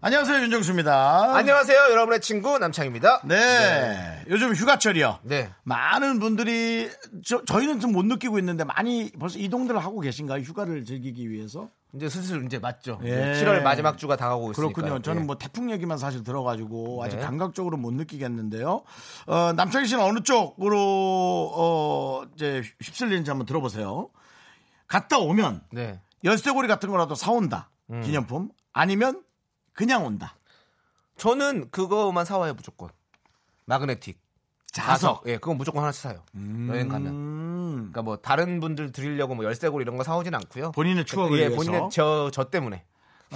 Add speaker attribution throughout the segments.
Speaker 1: 안녕하세요 윤정수입니다.
Speaker 2: 안녕하세요, 여러분의 친구 남창입니다.
Speaker 1: 아. 네. 요즘 휴가철이요.
Speaker 2: 네.
Speaker 1: 많은 분들이 저, 저희는 좀 못 느끼고 있는데 많이 벌써 이동들을 하고 계신가요? 휴가를 즐기기 위해서?
Speaker 2: 이제 슬슬 이제 맞죠.
Speaker 1: 예.
Speaker 2: 7월 마지막 주가 다가오고 있으니까.
Speaker 1: 그렇군요. 저는
Speaker 2: 예.
Speaker 1: 뭐 태풍 얘기만 사실 들어가지고 아직
Speaker 2: 네.
Speaker 1: 감각적으로 못 느끼겠는데요. 어, 남창희 씨는 어느 쪽으로 어, 이제 휩쓸리는지 한번 들어보세요. 갔다 오면
Speaker 2: 네.
Speaker 1: 열쇠고리 같은 거라도 사온다.
Speaker 2: 음.
Speaker 1: 기념품. 아니면 그냥 온다.
Speaker 2: 저는 그거만 사와요 무조건. 마그네틱.
Speaker 1: 자석.
Speaker 2: 예, 그건 무조건 하나씩 사요. 여행 가면.
Speaker 1: 음,
Speaker 2: 그러니까 뭐 다른 분들 드리려고 뭐 열쇠고리 이런 거 사오진 않고요.
Speaker 1: 본인의 추억을
Speaker 2: 예,
Speaker 1: 위해서.
Speaker 2: 본인의 저저 때문에.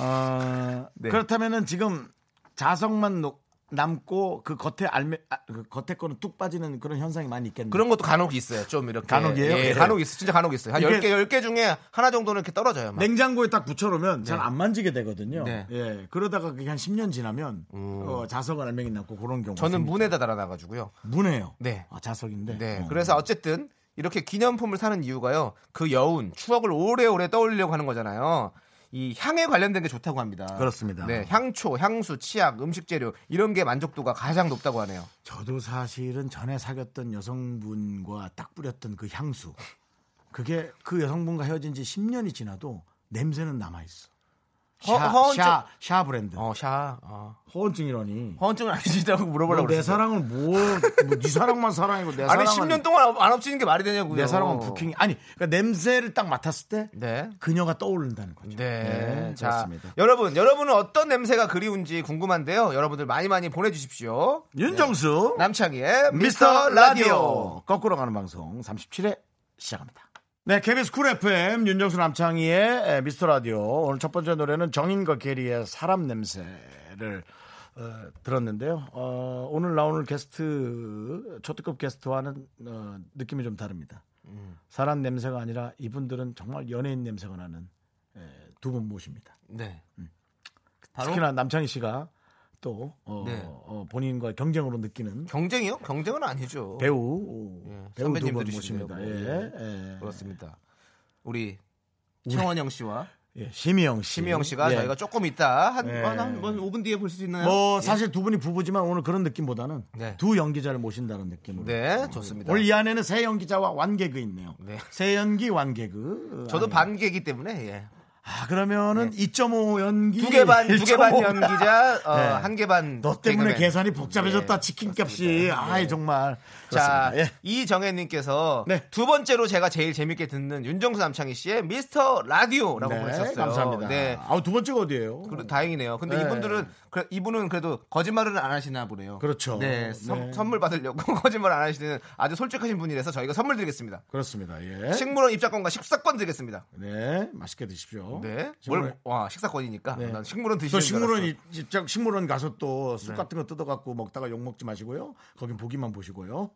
Speaker 1: 어,
Speaker 2: 네.
Speaker 1: 그렇다면은 지금 자석만 놓- 남고 그 겉에 알매 아, 그 겉에 거는 뚝 빠지는 그런 현상이 많이 있겠네요.
Speaker 2: 그런 것도 간혹 있어요. 좀 이렇게.
Speaker 1: 간혹이에요?
Speaker 2: 예,
Speaker 1: 예.
Speaker 2: 간혹 있어. 진짜 간혹 있어요. 한
Speaker 1: 이게-
Speaker 2: 10개 10개 중에 하나 정도는 이렇게 떨어져요. 막.
Speaker 1: 냉장고에 딱 붙여놓으면 잘 안 만지게 되거든요.
Speaker 2: 네. 음.
Speaker 1: 예, 그러다가 그게 한 10년 지나면 어, 자석은 알맹이 남고 그런 경우.
Speaker 2: 저는 문에다 달아 놔 가지고요.
Speaker 1: 문에요.
Speaker 2: 네.
Speaker 1: 아, 자석인데.
Speaker 2: 네.
Speaker 1: 어.
Speaker 2: 그래서 어쨌든 이렇게 기념품을 사는 이유가요. 그 여운, 추억을 오래오래 떠올리려고 하는 거잖아요. 이 향에 관련된 게 좋다고 합니다.
Speaker 1: 그렇습니다.
Speaker 2: 네, 향초, 향수, 치약, 음식 재료 이런 게 만족도가 가장 높다고 하네요.
Speaker 1: 저도 사실은 전에 사귀었던 여성분과 딱 뿌렸던 그 향수. 그게 그 여성분과 헤어진 지 10년이 지나도 냄새는 남아 있어.
Speaker 2: 허-
Speaker 1: 샤,
Speaker 2: 허언증-
Speaker 1: 샤, 샤 브랜드.
Speaker 2: 어, 샤. 어.
Speaker 1: 허언증이라니.
Speaker 2: 허언증은 아니시다고 물어보려고
Speaker 1: 뭐 내
Speaker 2: 그랬어요.
Speaker 1: 사랑을 뭐네 사랑만 사랑이고 내
Speaker 2: 아니
Speaker 1: 사랑은
Speaker 2: 10년 동안 안 없어지는 게 말이 되냐고요.
Speaker 1: 내 사랑은 부킹 아니 그러니까 냄새를 딱 맡았을 때
Speaker 2: 네.
Speaker 1: 그녀가 떠오른다는 거죠.
Speaker 2: 네.
Speaker 1: 네,
Speaker 2: 자,
Speaker 1: 그렇습니다.
Speaker 2: 여러분, 여러분은 어떤 냄새가 그리운지 궁금한데요. 여러분들 많이 많이 보내주십시오.
Speaker 1: 윤정수
Speaker 2: 네. 남창희의
Speaker 1: 네. 미스터 라디오 거꾸로 가는 방송 37회 시작합니다. 네, KBS 쿨 FM 윤정수 남창희의 에, 미스터 라디오 오늘 첫 번째 노래는 정인과 게리의 사람 냄새를 어, 들었는데요. 어, 오늘 나오는 게스트 초특급 게스트와는 어, 느낌이 좀 다릅니다. 사람 냄새가 아니라 이분들은 정말 연예인 냄새가 나는 두 분 모십니다.
Speaker 2: 네. 바로
Speaker 1: 특히나 남창희 씨가 또 어,
Speaker 2: 네.
Speaker 1: 어, 본인과 경쟁으로 느끼는
Speaker 2: 경쟁이요? 경쟁은 아니죠.
Speaker 1: 배우 배우 두 분
Speaker 2: 어. 예, 선배님들이시네요.
Speaker 1: 모십니다.
Speaker 2: 예.
Speaker 1: 예. 예.
Speaker 2: 그렇습니다. 우리 청원영 씨와
Speaker 1: 예, 심희영 씨,
Speaker 2: 심희영 씨가
Speaker 1: 예.
Speaker 2: 저희가 조금 있다 한,
Speaker 1: 예.
Speaker 2: 한, 한 5분 뒤에 볼 수 있나요? 예.
Speaker 1: 뭐 사실 두 분이 부부지만 오늘 그런 느낌보다는
Speaker 2: 네.
Speaker 1: 두 연기자를 모신다는 느낌으로.
Speaker 2: 네, 좋습니다.
Speaker 1: 오늘 이 안에는 새 연기자와 완개그 있네요.
Speaker 2: 네.
Speaker 1: 새 연기 완개그.
Speaker 2: 저도
Speaker 1: 아니에요.
Speaker 2: 반개이기 때문에 예.
Speaker 1: 아 그러면은 2.5 연기.
Speaker 2: 두 개 반, 두 개 반
Speaker 1: 1.5.
Speaker 2: 연기자, 어,
Speaker 1: 네.
Speaker 2: 한 개 반.
Speaker 1: 너 때문에
Speaker 2: 개그맨.
Speaker 1: 계산이 복잡해졌다.
Speaker 2: 예,
Speaker 1: 치킨값이.
Speaker 2: 그렇습니다.
Speaker 1: 아이
Speaker 2: 예.
Speaker 1: 정말.
Speaker 2: 자,
Speaker 1: 그렇습니다. 예.
Speaker 2: 이정혜님께서
Speaker 1: 네.
Speaker 2: 두 번째로 제가 제일 재밌게 듣는 윤정수 남창희 씨의 미스터 라디오라고 보내셨어요.
Speaker 1: 네, 감사합니다.
Speaker 2: 네.
Speaker 1: 아우 두 번째가 어디예요?
Speaker 2: 그래, 다행이네요. 근데
Speaker 1: 네.
Speaker 2: 이분들은 그래- 이분은 그래도 거짓말은 안 하시나 보네요.
Speaker 1: 그렇죠.
Speaker 2: 네, 선-
Speaker 1: 네.
Speaker 2: 선물 받으려고 거짓말 안 하시는 아주 솔직하신 분이라서 저희가 선물 드리겠습니다.
Speaker 1: 그렇습니다. 예.
Speaker 2: 식물원 입장권과 식사권 드리겠습니다.
Speaker 1: 네, 맛있게 드십시오.
Speaker 2: 네.
Speaker 1: 식물원-
Speaker 2: 뭘, 와, 식사권이니까.
Speaker 1: 네.
Speaker 2: 난 식물원 그 드시는
Speaker 1: 저
Speaker 2: 줄 네.
Speaker 1: 식물원
Speaker 2: 알았어.
Speaker 1: 이- 입장 식물원 가서 또 쑥 같은 거 뜯어갖고 먹다가 욕 먹지 마시고요. 거긴 보기만 보시고요.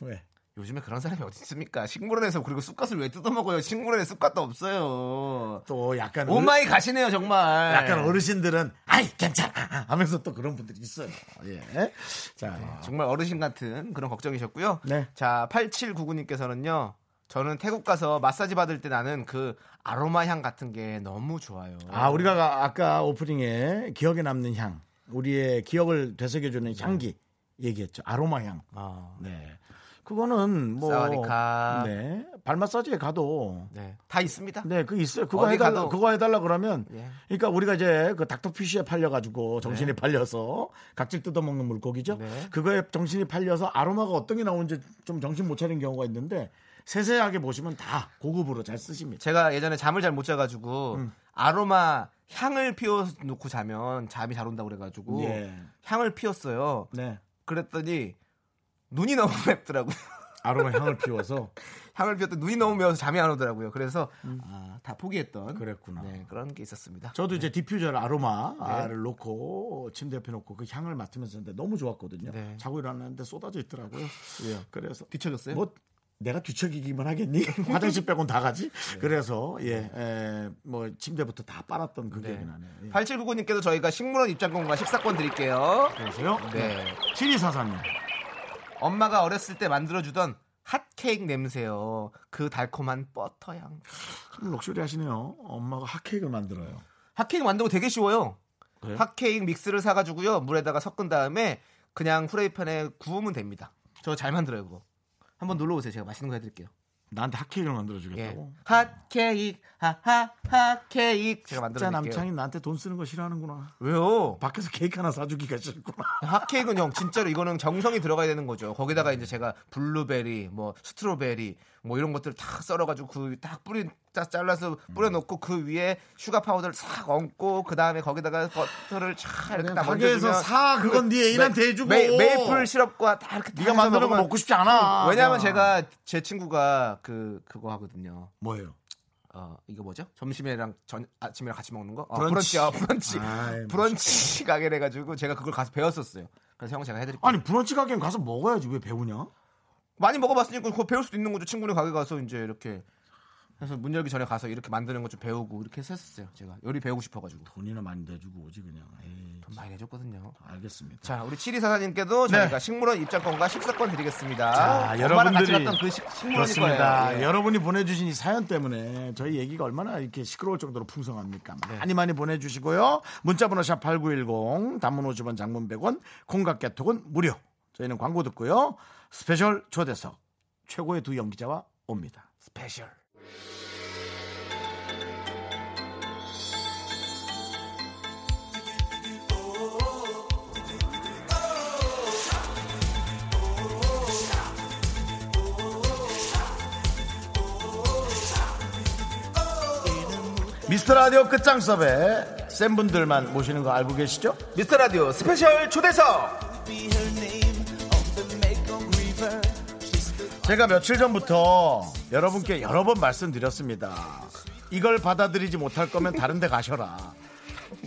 Speaker 1: 왜?
Speaker 2: 요즘에 그런 사람이 어디 있습니까? 식물원에서 그리고 쑥갓을 왜 뜯어먹어요? 식물원에 쑥갓도 없어요.
Speaker 1: 또 약간 어르-
Speaker 2: 오마이 가시네요, 정말.
Speaker 1: 약간 어르신들은 아이 괜찮아 하면서 또 그런 분들이 있어요. 예. 자,
Speaker 2: 아. 정말 어르신 같은 그런 걱정이셨고요.
Speaker 1: 네.
Speaker 2: 자, 8799님께서는요. 저는 태국 가서 마사지 받을 때 나는 그 아로마 향 같은 게 너무 좋아요.
Speaker 1: 아 우리가 가- 아까 오프닝에 기억에 남는 향, 우리의 기억을 되새겨주는
Speaker 2: 네.
Speaker 1: 향기 얘기했죠. 아로마 향.
Speaker 2: 아,
Speaker 1: 네. 그거는 뭐
Speaker 2: 사와디캅.
Speaker 1: 네. 발 마사지에 가도
Speaker 2: 네. 다 있습니다.
Speaker 1: 네, 그 있어요. 그거
Speaker 2: 어디
Speaker 1: 해달라,
Speaker 2: 가도-
Speaker 1: 그거 해달라 그러면,
Speaker 2: 예.
Speaker 1: 그러니까 우리가 이제 그 닥터피쉬에 팔려가지고 정신이 팔려서 각질 뜯어먹는 물고기죠.
Speaker 2: 네.
Speaker 1: 그거에 정신이 팔려서 아로마가 어떤 게 나오는지 좀 정신 못 차린 경우가 있는데 세세하게 보시면 다 고급으로 잘 쓰십니다.
Speaker 2: 제가 예전에 잠을 잘 못 자가지고
Speaker 1: 음.
Speaker 2: 아로마 향을 피워 놓고 자면 잠이 잘 온다고 그래가지고
Speaker 1: 예.
Speaker 2: 향을 피웠어요.
Speaker 1: 네.
Speaker 2: 그랬더니 눈이 너무 맵더라고요.
Speaker 1: 아로마 향을 피워서
Speaker 2: 향을 피웠던 눈이 너무 매워서 잠이 안 오더라고요. 그래서 아, 다 포기했던
Speaker 1: 음. 그랬구나. 네.
Speaker 2: 네, 그런 게 있었습니다.
Speaker 1: 저도 이제 디퓨저를 아로마를 놓고 침대 옆에 놓고 그 향을 맡으면서 했는데 너무 좋았거든요.
Speaker 2: 네.
Speaker 1: 자고 일어났는데 쏟아져 있더라고요. 그래서
Speaker 2: 뒤척였어요?
Speaker 1: 뭐 내가 뒤척이기만 하겠니? 화장실 빼곤 다 가지.
Speaker 2: 네.
Speaker 1: 그래서 예, 에, 뭐 침대부터 다 빨았던 그 기억이 나네요. 예.
Speaker 2: 8799님께도 저희가 식물원 입장권과 식사권 드릴게요.
Speaker 1: 그래서요.
Speaker 2: 네.
Speaker 1: 칠이사사님
Speaker 2: 엄마가 어렸을 때 만들어주던 핫케이크 냄새요. 그 달콤한 버터향.
Speaker 1: 참 럭셔리 하시네요. 엄마가 핫케이크를 만들어요.
Speaker 2: 핫케이크 만들고 되게 쉬워요.
Speaker 1: 그래요?
Speaker 2: 핫케이크 믹스를 사가지고요. 물에다가 섞은 다음에 그냥 후라이팬에 구우면 됩니다. 저 잘 만들어요, 그거. 한번 놀러 오세요. 제가 맛있는 거 해드릴게요.
Speaker 1: 나한테 핫케이크를 만들어
Speaker 2: 예.
Speaker 1: 주겠다고.
Speaker 2: 핫케이크, 하하, 핫케이크.
Speaker 1: 진짜
Speaker 2: 제가 만들어드릴게요.
Speaker 1: 남창이 나한테 돈 쓰는 거 싫어하는구나.
Speaker 2: 왜요?
Speaker 1: 밖에서 케이크 하나 사주기가 싫구나.
Speaker 2: 핫케이크는 형 진짜로 이거는 정성이 들어가야 되는 거죠. 거기다가 이제 제가 블루베리, 뭐 스트로베리, 뭐 이런 것들을 다 썰어가지고 그 딱 뿌리 딱 잘라서 뿌려놓고 그 위에 슈가 파우더를 싹 얹고 그 다음에 거기다가 버터를 쫙 이렇게
Speaker 1: 그냥
Speaker 2: 딱
Speaker 1: 가게에서
Speaker 2: 얹어주면
Speaker 1: 사, 그건 네 애인한테
Speaker 2: 메-
Speaker 1: 해주고.
Speaker 2: 메, 메이플 시럽과 다 이렇게 다
Speaker 1: 네가
Speaker 2: 해서
Speaker 1: 만드는 거
Speaker 2: 먹으면-
Speaker 1: 먹고 싶지 않아.
Speaker 2: 왜냐하면 제가 제 친구가 그 그거 하거든요.
Speaker 1: 뭐예요?
Speaker 2: 어 이거 뭐죠? 점심이랑 전 아침이랑 같이 먹는 거? 어,
Speaker 1: 브런치.
Speaker 2: 브런치. 아, 브런치.
Speaker 1: 아이,
Speaker 2: 브런치 가게를 해가지고 제가 그걸 가서 배웠었어요. 그래서 형 제가 해드릴게요.
Speaker 1: 아니 브런치 가게는 가서 먹어야지 왜 배우냐?
Speaker 2: 많이 먹어봤으니까 그거 배울 수도 있는 거죠. 친구네 가게 가서 이제 이렇게 그래서 문 열기 전에 가서 이렇게 만드는 거 좀 배우고 이렇게 해서 했었어요. 제가 요리 배우고 싶어가지고
Speaker 1: 돈이나 많이 내주고 오지 그냥. 에이,
Speaker 2: 돈 많이 내줬거든요.
Speaker 1: 알겠습니다.
Speaker 2: 자, 우리 칠이 사사님께도 저희가 식물원 입장권과 식사권 드리겠습니다.
Speaker 1: 네. 자,
Speaker 2: 엄마랑 같이
Speaker 1: 여러분들이-
Speaker 2: 갔던 그 식, 식물원일
Speaker 1: 그렇습니다.
Speaker 2: 거예요. 예.
Speaker 1: 여러분이 보내주신 이 사연 때문에 저희 얘기가 얼마나 이렇게 시끄러울 정도로 풍성합니까? 많이 많이 보내주시고요. 문자번호 샵 8910, 단문 50원, 장문 100원, 콩각개톡은 무료. 저희는 광고 듣고요. 스페셜 초대석 최고의 두 연기자와 옵니다.
Speaker 2: 스페셜.
Speaker 1: 미스터 라디오 끝장 섭에 센 분들만 모시는 거 알고 계시죠?
Speaker 2: 미스터 라디오 스페셜 초대석.
Speaker 1: 제가 며칠 전부터 여러분께 여러 번 말씀드렸습니다. 이걸 받아들이지 못할 거면 다른 데 가셔라.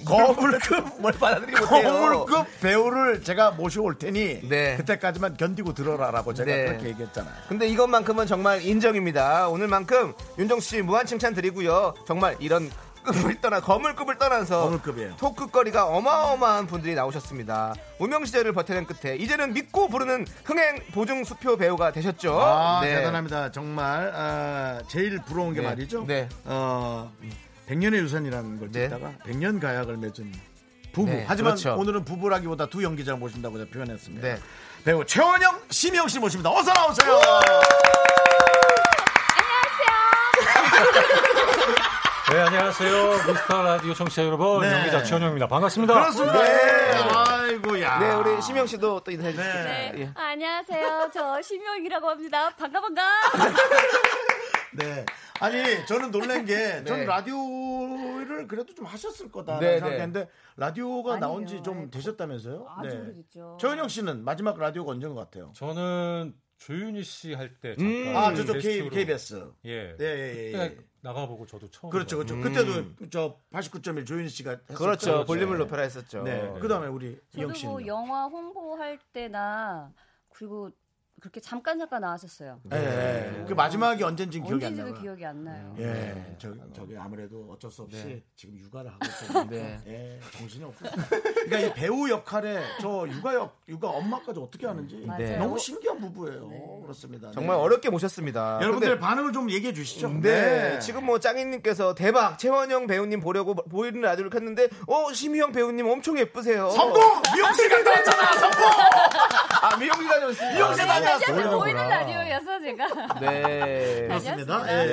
Speaker 1: 거물급
Speaker 2: 뭘 받아들이고
Speaker 1: 거물급 배우를 제가 모셔올 테니
Speaker 2: 네.
Speaker 1: 그때까지만 견디고 들어라라고 제가
Speaker 2: 네.
Speaker 1: 그렇게 얘기했잖아요.
Speaker 2: 근데 이것만큼은 정말 인정입니다. 오늘만큼 윤정수 씨 무한 칭찬 드리고요. 정말 이런 급을 떠나 거물급을 떠나서
Speaker 1: 거물급이에요.
Speaker 2: 토크거리가 어마어마한 분들이 나오셨습니다. 무명 시절을 버텨낸 끝에 이제는 믿고 부르는 흥행 보증 수표 배우가 되셨죠.
Speaker 1: 아,
Speaker 2: 네.
Speaker 1: 대단합니다. 정말 아, 제일 부러운 게
Speaker 2: 네.
Speaker 1: 말이죠.
Speaker 2: 네.
Speaker 1: 어, 100년의 유산이라는 걸
Speaker 2: 네.
Speaker 1: 찍다가 100년 가약을 맺은 부부.
Speaker 2: 네,
Speaker 1: 하지만
Speaker 2: 그렇죠.
Speaker 1: 오늘은 부부라기보다 두 연기자를 모신다고 제가 표현했습니다.
Speaker 2: 네.
Speaker 1: 배우 최원영, 심희영 씨 모십니다. 어서 나오세요.
Speaker 3: 네, 안녕하세요. 미스터 라디오 청취자 여러분.
Speaker 1: 네.
Speaker 3: 연기자 최원영입니다. 반갑습니다.
Speaker 1: 그렇습니다. 아이고 야.
Speaker 2: 네, 우리 심영 씨도 또 인사해 주세요.
Speaker 1: 네.
Speaker 2: 예.
Speaker 4: 아, 안녕하세요. 저 심영이라고 합니다. 반가 반가.
Speaker 1: 네. 아니 저는 놀란 게 저는
Speaker 2: 네.
Speaker 1: 라디오를 그래도 좀 하셨을 거다
Speaker 2: 네,
Speaker 1: 생각했는데 라디오가 나온
Speaker 4: 아니에요.
Speaker 1: 지 좀 되셨다면서요? 네.
Speaker 4: 아주 오래됐죠.
Speaker 1: 최은영 씨는 마지막 라디오가 언제인 것 같아요?
Speaker 3: 저는 조윤희 씨 할 때 잠깐
Speaker 1: 아 저쪽 K,
Speaker 3: 게스트로
Speaker 1: KBS.
Speaker 3: 예.
Speaker 1: 예, 예, 예,
Speaker 3: 그때
Speaker 1: 예.
Speaker 3: 나가보고 저도 처음
Speaker 1: 그렇죠, 그렇죠. 그때도 저 89.1 조윤희 씨가 했었죠.
Speaker 2: 그렇죠. 볼륨을 높여라 했었죠.
Speaker 1: 네.
Speaker 3: 네.
Speaker 1: 그다음에 우리 이영
Speaker 4: 저도
Speaker 1: 씨는
Speaker 4: 뭐 영화 홍보할 때나 그리고 그렇게 잠깐 잠깐 나왔었어요.
Speaker 1: 예, 예. 그 마지막이 언젠지 기억이 안 나요.
Speaker 4: 언제지도 기억이 안 나요.
Speaker 1: 예, 저, 저기 아무래도 어쩔 수 없이 지금 육아를 하고 있거든요.
Speaker 2: 네.
Speaker 1: 예, 정신이 없어요. 그러니까 이 배우 역할에 저 육아 역, 육아 엄마까지 어떻게 하는지
Speaker 4: 맞아요.
Speaker 1: 너무 신기한 부부예요. 그렇습니다.
Speaker 2: 정말
Speaker 1: 네.
Speaker 2: 어렵게 모셨습니다.
Speaker 1: 여러분들의
Speaker 2: 근데-
Speaker 1: 반응을 좀 얘기해 주시죠.
Speaker 2: 네. 지금 뭐 짱이님께서 대박 최원영 배우님 보려고 보이는 라디오를 켰는데 어 심희영 배우님 엄청 예쁘세요.
Speaker 1: 성공! 어, 미용실 갔다 왔잖아! 성공!
Speaker 2: 아 미용실 다녀오신
Speaker 1: 미용실 다녀왔어!
Speaker 4: 안녕하세요. 보이는 라디오여서 제가
Speaker 2: 네.
Speaker 1: 그렇습니다. 예.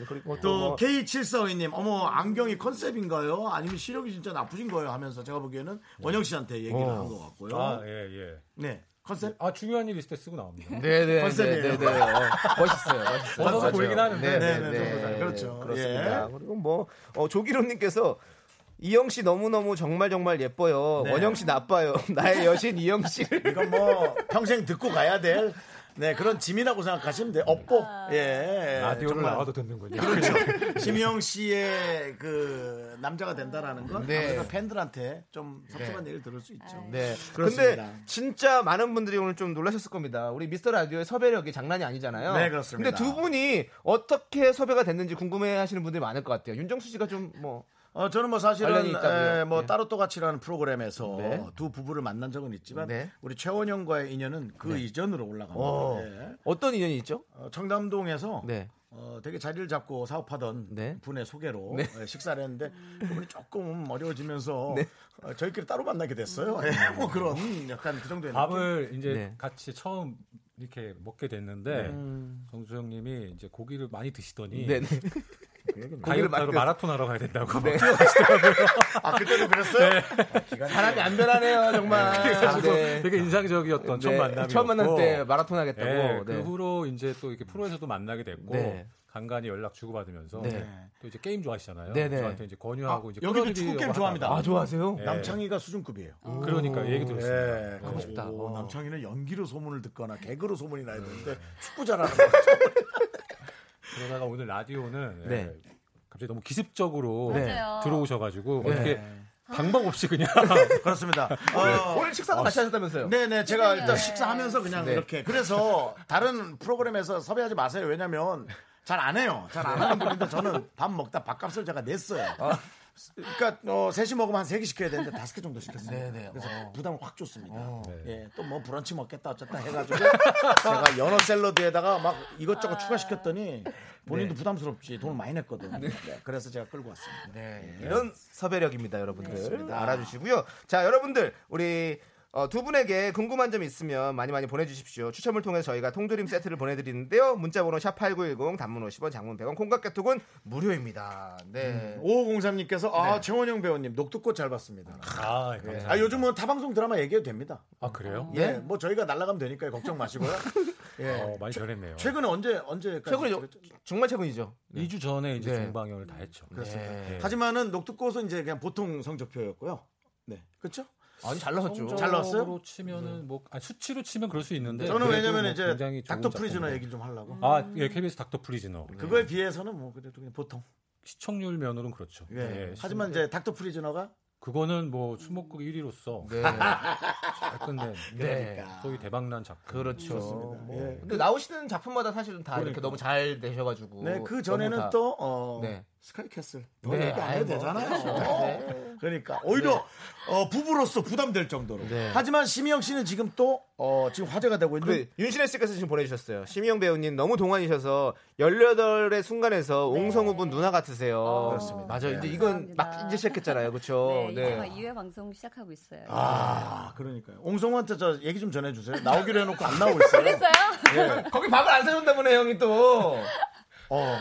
Speaker 2: 네. 그리고
Speaker 1: 또
Speaker 2: 뭐-
Speaker 1: K7452님, 어머 안경이 컨셉인가요? 아니면 시력이 진짜 나쁘신 거예요? 하면서 제가 보기에는 원영 씨한테 얘기를 한 것 같고요.
Speaker 3: 네. 아, 예, 예.
Speaker 1: 네, 컨셉.
Speaker 3: 아, 중요한 일 있을 때 쓰고 나옵니다.
Speaker 2: 네네.
Speaker 1: 컨셉이에요.
Speaker 2: 네네. 어, 멋있어요. 멋있어요.
Speaker 3: 벗어서
Speaker 2: 맞아요.
Speaker 3: 보이긴 하는데.
Speaker 1: 네, 네, 네, 네. 그렇죠.
Speaker 2: 그렇습니다.
Speaker 1: 예.
Speaker 2: 그리고 뭐 어, 조기로님께서 이영 씨 너무 너무 정말 정말 예뻐요.
Speaker 1: 네.
Speaker 3: 네.
Speaker 2: 원영 씨 나빠요. 나의 여신 이영 씨를.
Speaker 1: 이건 뭐 평생 듣고 가야 될 네, 그런 짐이라고 생각하시면 돼요. 업보. 예.
Speaker 3: 라디오를
Speaker 1: 정말.
Speaker 3: 나와도 듣는군요.
Speaker 1: 심희영 씨의 그 남자가 된다라는 건
Speaker 2: 네.
Speaker 1: 아무래도 팬들한테 좀
Speaker 3: 네.
Speaker 1: 섭섭한 얘기를 들을 수 있죠.
Speaker 2: 네.
Speaker 1: 그렇습니다.
Speaker 2: 근데 진짜 많은 분들이 오늘 좀 놀라셨을 겁니다. 우리 미스터 라디오의 섭외력이 장난이 아니잖아요.
Speaker 1: 네, 그렇습니다.
Speaker 2: 근데 두 분이 어떻게 섭외가 됐는지 궁금해 하시는 분들이 많을 것 같아요. 윤정수 씨가 좀 뭐.
Speaker 1: 어, 저는 뭐 사실은
Speaker 2: 관련이 있다고요?
Speaker 1: 에, 뭐
Speaker 2: 네.
Speaker 1: 따로 또 같이라는 프로그램에서
Speaker 2: 네.
Speaker 1: 두 부부를 만난 적은 있지만
Speaker 2: 네.
Speaker 1: 우리 최원영과의 인연은 그 이전으로 올라갑니다.
Speaker 2: 어,
Speaker 1: 예.
Speaker 2: 어떤 인연이 있죠?
Speaker 1: 어, 청담동에서
Speaker 2: 네.
Speaker 1: 어, 되게 자리를 잡고 사업하던
Speaker 2: 네.
Speaker 1: 분의 소개로
Speaker 2: 네.
Speaker 1: 예, 식사를 했는데 그분이 조금 어려워지면서 어, 저희끼리 따로 만나게 됐어요. 예,
Speaker 2: 음.
Speaker 1: 뭐 그런 약간 그 정도의
Speaker 3: 밥을 이제
Speaker 2: 네.
Speaker 3: 같이 처음 이렇게 먹게
Speaker 1: 네.
Speaker 3: 됐는데 정수 형님이 이제 고기를 많이 드시더니
Speaker 2: 음. 네. 네. 고기를 많이
Speaker 3: 다이어트로
Speaker 2: 드시-
Speaker 3: 마라톤 하러 가야 된다고
Speaker 2: 네.
Speaker 1: 느낌. 아 그때도 그랬어요? 아, 기간이-
Speaker 2: 사람이 안 변하네요, 정말.
Speaker 3: 그래가지고
Speaker 2: 네.
Speaker 3: 되게 인상적이었던
Speaker 2: 네.
Speaker 3: 첫 만남이
Speaker 2: 처음 만날 때 마라톤 하겠다고.
Speaker 3: 네, 그
Speaker 2: 네.
Speaker 3: 후로 이제 또 이렇게 프로에서도 만나게 됐고
Speaker 2: 네.
Speaker 3: 간간히 연락 주고받으면서
Speaker 2: 네.
Speaker 3: 또 이제 게임 좋아하시잖아요.
Speaker 2: 네, 네.
Speaker 3: 저한테 이제 권유하고 이제
Speaker 1: 아, 여기도
Speaker 3: 끌어들이려고
Speaker 1: 축구 게임
Speaker 3: 하다가.
Speaker 1: 좋아합니다.
Speaker 2: 아, 좋아하세요?
Speaker 3: 네.
Speaker 1: 남창희가 수준급이에요.
Speaker 3: 그러니까 얘기
Speaker 2: 네.
Speaker 3: 들었습니다.
Speaker 1: 예,
Speaker 2: 하고 아, 싶다.
Speaker 1: 오,
Speaker 2: 어. 네.
Speaker 1: 남창희는 연기로 소문을 듣거나 개그로 소문이 나야 되는데 축구 잘하는 거.
Speaker 3: 그러다가 오늘 라디오는 예,
Speaker 2: 네.
Speaker 3: 갑자기 너무 기습적으로
Speaker 2: 네.
Speaker 4: 맞아요.
Speaker 3: 들어오셔가지고
Speaker 2: 네.
Speaker 3: 어떻게 방법 없이 그냥 아, 예,
Speaker 1: 그렇습니다. 어,
Speaker 2: 오늘 식사도 같이 하셨다면서요?
Speaker 1: 네네 제가 일단
Speaker 4: 네.
Speaker 1: 식사하면서 그냥
Speaker 2: 네.
Speaker 1: 이렇게 그래서 다른 프로그램에서 섭외하지 마세요. 왜냐면 잘 안 해요. 잘 안 하는 분인데 저는 밥 먹다 밥값을 제가 냈어요. 그러니까 어, 셋이 먹으면 한 세 개 시켜야 되는데 다섯 개 정도 시켰어요.
Speaker 2: 네네.
Speaker 1: 그래서 부담을 확 줬습니다.
Speaker 3: 네.
Speaker 1: 예, 또 뭐 브런치 먹겠다 어쨌다 해가지고 제가 연어 샐러드에다가 막 이것저것 추가시켰더니 본인도 부담스럽지 돈을 많이 냈거든. 요 그래서 제가 끌고 왔습니다.
Speaker 2: 네, 이런 섭외력입니다, 여러분들. 알아주시고요. 자, 여러분들, 우리 어, 두 분에게 궁금한 점 있으면 많이 많이 보내주십시오. 추첨을 통해서 저희가 통조림 세트를 보내드리는데요. 문자번호 샵8910, 단문 50원, 장문 100원, 콩깍개톡은 무료입니다. 네.
Speaker 1: 5503님께서 아 최원영 배우님 녹두꽃 잘 봤습니다.
Speaker 3: 아, 예.
Speaker 2: 네.
Speaker 1: 아 요즘은 타방송 드라마 얘기해도 됩니다.
Speaker 3: 아 그래요?
Speaker 1: 예, 뭐 저희가 날아가면 되니까요. 걱정 마시고요. 예.
Speaker 3: 어, 많이 변했네요.
Speaker 1: 최근에 언제 언제까지?
Speaker 2: 최근에 예. 저- 정말 최근이죠.
Speaker 3: 2주 전에 이제
Speaker 2: 네.
Speaker 3: 중방영을 다 했죠.
Speaker 2: 그렇습니다.
Speaker 3: 네.
Speaker 1: 하지만은 녹두꽃은 이제 그냥 보통 성적표였고요. 네, 그렇죠?
Speaker 2: 아니, 잘 나왔죠.
Speaker 1: 잘 나왔어요? 네.
Speaker 3: 성적으로 치면은 뭐 아니, 수치로 치면 그럴 수 있는데
Speaker 1: 저는
Speaker 3: 그래도
Speaker 1: 왜냐면
Speaker 3: 뭐
Speaker 1: 이제
Speaker 3: 굉장히 좋은
Speaker 1: 닥터 프리즈너
Speaker 3: 작품이고.
Speaker 1: 얘기를 좀 하려고.
Speaker 3: 아, 예, KBS 닥터 프리즈너.
Speaker 1: 그거에 비해서는 뭐 그래도 그냥 보통.
Speaker 3: 시청률 면으로는 그렇죠.
Speaker 1: 예.
Speaker 3: 예,
Speaker 1: 하지만 이제 닥터 프리즈너가
Speaker 3: 그거는 뭐 수목극 1위로서
Speaker 2: 네.
Speaker 3: 잘 끝낸
Speaker 2: 네.
Speaker 3: 소위 대박난 작품.
Speaker 2: 그렇죠.
Speaker 1: 좋습니다.
Speaker 2: 뭐.
Speaker 1: 예.
Speaker 2: 근데 나오시는 작품마다 사실은 다 이렇게
Speaker 1: 그러니까.
Speaker 2: 너무 잘 되셔가지고.
Speaker 1: 네, 그
Speaker 2: 뭐 너무
Speaker 1: 전에는
Speaker 2: 다-
Speaker 1: 또 어,
Speaker 2: 네.
Speaker 1: 스카이캐슬.
Speaker 2: 네,
Speaker 1: 네, 안 해도
Speaker 2: 아이고.
Speaker 1: 되잖아요.
Speaker 2: 그렇죠.
Speaker 1: 그러니까 오히려 어, 부부로서 부담될 정도로.
Speaker 2: 네.
Speaker 1: 하지만 심희영 씨는 지금 또 어, 지금 화제가 되고 있는
Speaker 2: 그 윤신혜 씨께서 지금 보내주셨어요. 심희영 배우님 너무 동안이셔서 18의 순간에서 옹성우 분 누나 같으세요.
Speaker 4: 그렇습니다.
Speaker 2: 맞아요. 이제
Speaker 4: 네.
Speaker 2: 이건 막
Speaker 4: 감사합니다.
Speaker 2: 이제 시작했잖아요. 그렇죠.
Speaker 4: 네, 이제 막 2회 방송 시작하고 있어요.
Speaker 1: 어,
Speaker 2: 네.
Speaker 1: 아, 그러니까요. 옹성우한테 저 얘기 좀 전해주세요. 나오기로 해놓고 안 나오고 있어요.
Speaker 4: 그랬어요?
Speaker 2: 거기 밥을 안 사준다 보네 형이 또.
Speaker 1: 어.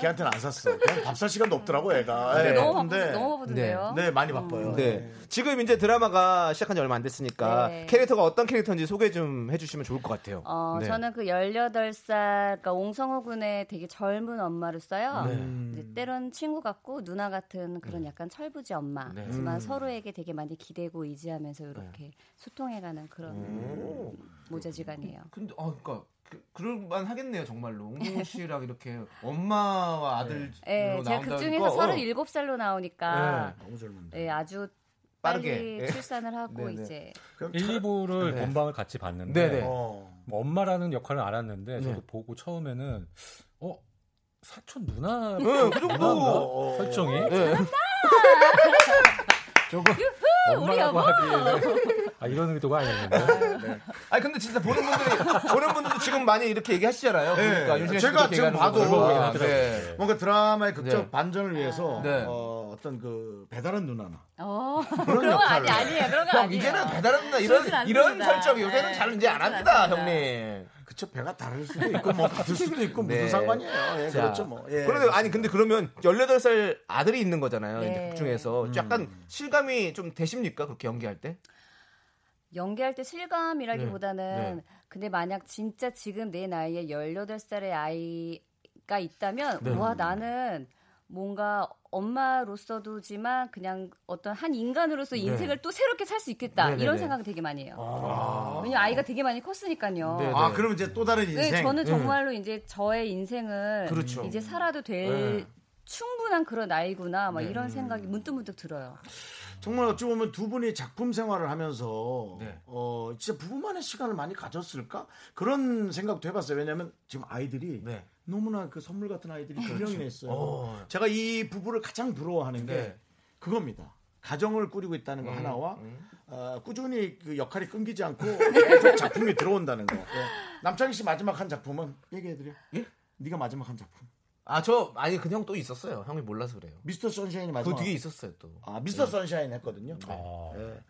Speaker 1: 걔한테는 안 샀어. 걔는 밥살 시간도 없더라고, 애가. 예,
Speaker 4: 네, 너무
Speaker 1: 근데-
Speaker 4: 바쁜데 너무 바쁜데요.
Speaker 1: 네, 많이 바빠요.
Speaker 2: 네. 지금 이제 드라마가 시작한 지 얼마 안 됐으니까
Speaker 4: 네.
Speaker 2: 캐릭터가 어떤 캐릭터인지 소개 좀 해주시면 좋을 것 같아요.
Speaker 4: 어,
Speaker 2: 네.
Speaker 4: 저는 그 18살, 그러니까 옹성호 군의 되게 젊은 엄마로서요.
Speaker 2: 네. 음.
Speaker 4: 이제 때론 친구 같고 누나 같은 그런 약간 철부지 엄마.
Speaker 2: 네.
Speaker 4: 하지만 서로에게 되게 많이 기대고 의지하면서 이렇게 소통해가는 그런
Speaker 2: 음.
Speaker 4: 모자지간이에요.
Speaker 2: 근데 아 그러니까 그, 그럴만 하겠네요 정말로 옹성우 씨랑 이렇게 엄마와 아들로
Speaker 4: 예, 제가
Speaker 2: 나온다니까.
Speaker 4: 극 중에서
Speaker 2: 어. 네.
Speaker 4: 37살로 나오니까
Speaker 1: 너무 젊은데.
Speaker 4: 예, 아주
Speaker 2: 빠르게.
Speaker 4: 빨리
Speaker 2: 예.
Speaker 4: 출산을 하고
Speaker 2: 네, 네.
Speaker 4: 이제
Speaker 3: 1, 2부를
Speaker 2: 네.
Speaker 3: 본방을 같이 봤는데
Speaker 2: 네네.
Speaker 1: 어.
Speaker 3: 뭐 엄마라는 역할을 알았는데 저도
Speaker 2: 네.
Speaker 3: 보고 처음에는 어 사촌 누나
Speaker 2: 네, 그 정도.
Speaker 3: 누나인가? 어. 설정이
Speaker 2: 네.
Speaker 4: 우리
Speaker 3: 엄마라고
Speaker 4: 여보!
Speaker 3: 하기에는 아 이런 의도가 아니었는데
Speaker 2: 아니 근데 진짜 보는 분들이 보는 분들도 지금 많이 이렇게 얘기하시잖아요. 그러니까
Speaker 1: 예.
Speaker 2: 윤진아
Speaker 1: 제가
Speaker 2: 씨도
Speaker 1: 지금
Speaker 2: 얘기하는
Speaker 1: 봐도
Speaker 2: 거 보고
Speaker 1: 아,
Speaker 2: 얘기하더라고요. 네.
Speaker 1: 뭔가 드라마의 극적
Speaker 2: 네.
Speaker 1: 반전을
Speaker 4: 아.
Speaker 1: 위해서
Speaker 2: 네.
Speaker 1: 어, 어떤 그 배달한 누나나
Speaker 4: 어, 그런 거
Speaker 1: 역할을.
Speaker 4: 아니, 아니에요. 그런 거
Speaker 2: 형
Speaker 4: 아니에요.
Speaker 2: 이제는 배달한다
Speaker 4: 그러진
Speaker 2: 이런
Speaker 4: 않습니다.
Speaker 2: 이런 설정 요새는
Speaker 4: 네,
Speaker 2: 잘 이제 안
Speaker 4: 그러진
Speaker 2: 합니다,
Speaker 4: 않습니다.
Speaker 2: 형님.
Speaker 1: 그쵸 배가 다를 수도 있고 뭐 받을 수도 있고 무슨
Speaker 2: 네.
Speaker 1: 상관이에요. 예,
Speaker 2: 자,
Speaker 1: 그렇죠 뭐. 예.
Speaker 2: 그런데 아니 근데 그러면 18살 아들이 있는 거잖아요.
Speaker 4: 네.
Speaker 2: 이제 극 중에서
Speaker 1: 음.
Speaker 2: 약간 실감이 좀 되십니까? 그렇게 연기할 때?
Speaker 4: 연기할 때 실감이라기보다는
Speaker 2: 네.
Speaker 4: 근데 만약 진짜
Speaker 2: 네.
Speaker 4: 지금 내 나이에 18살의 아이가 있다면 와 나는 뭔가 엄마로서도지만 그냥 어떤 한 인간으로서 인생을 또 새롭게 살 수 있겠다
Speaker 2: 네. 네네네.
Speaker 4: 이런 생각을 되게 많이 해요. 왜냐면 아이가 되게 많이 컸으니까요.
Speaker 2: 네.
Speaker 1: 아, 그럼 이제 또 다른
Speaker 4: 네,
Speaker 1: 인생.
Speaker 4: 저는 정말로 이제 저의 인생을
Speaker 2: 그렇죠. 네.
Speaker 4: 이제 살아도 될 충분한 그런 나이구나 막 이런 생각이 문득문득 들어요.
Speaker 1: 정말 어찌 보면 두 분이 작품 생활을 하면서
Speaker 2: 네.
Speaker 1: 어 진짜 부부만의 시간을 많이 가졌을까 그런 생각도 해봤어요. 왜냐하면 지금 아이들이
Speaker 2: 네.
Speaker 1: 너무나 그 선물 같은 아이들이 두 명이나 있어요.
Speaker 2: 어.
Speaker 1: 제가 이 부부를 가장 부러워하는 게
Speaker 2: 네. 음,
Speaker 1: 그겁니다. 가정을 꾸리고 있다는 거 하나와 어, 꾸준히 그 역할이 끊기지 않고 계속 작품이 들어온다는 거. 네. 남창희 씨 마지막 한 작품은 얘기해드려.
Speaker 2: 예?
Speaker 1: 네가 마지막 한 작품.
Speaker 2: 아 저 아니 그 형 또 있었어요. 형이 몰라서 그래요.
Speaker 1: 미스터 선샤인이
Speaker 2: 그
Speaker 1: 마지막.
Speaker 2: 뒤에 있었어요 네. 또.
Speaker 1: 아 미스터 선샤인 했거든요. 네.
Speaker 3: 아,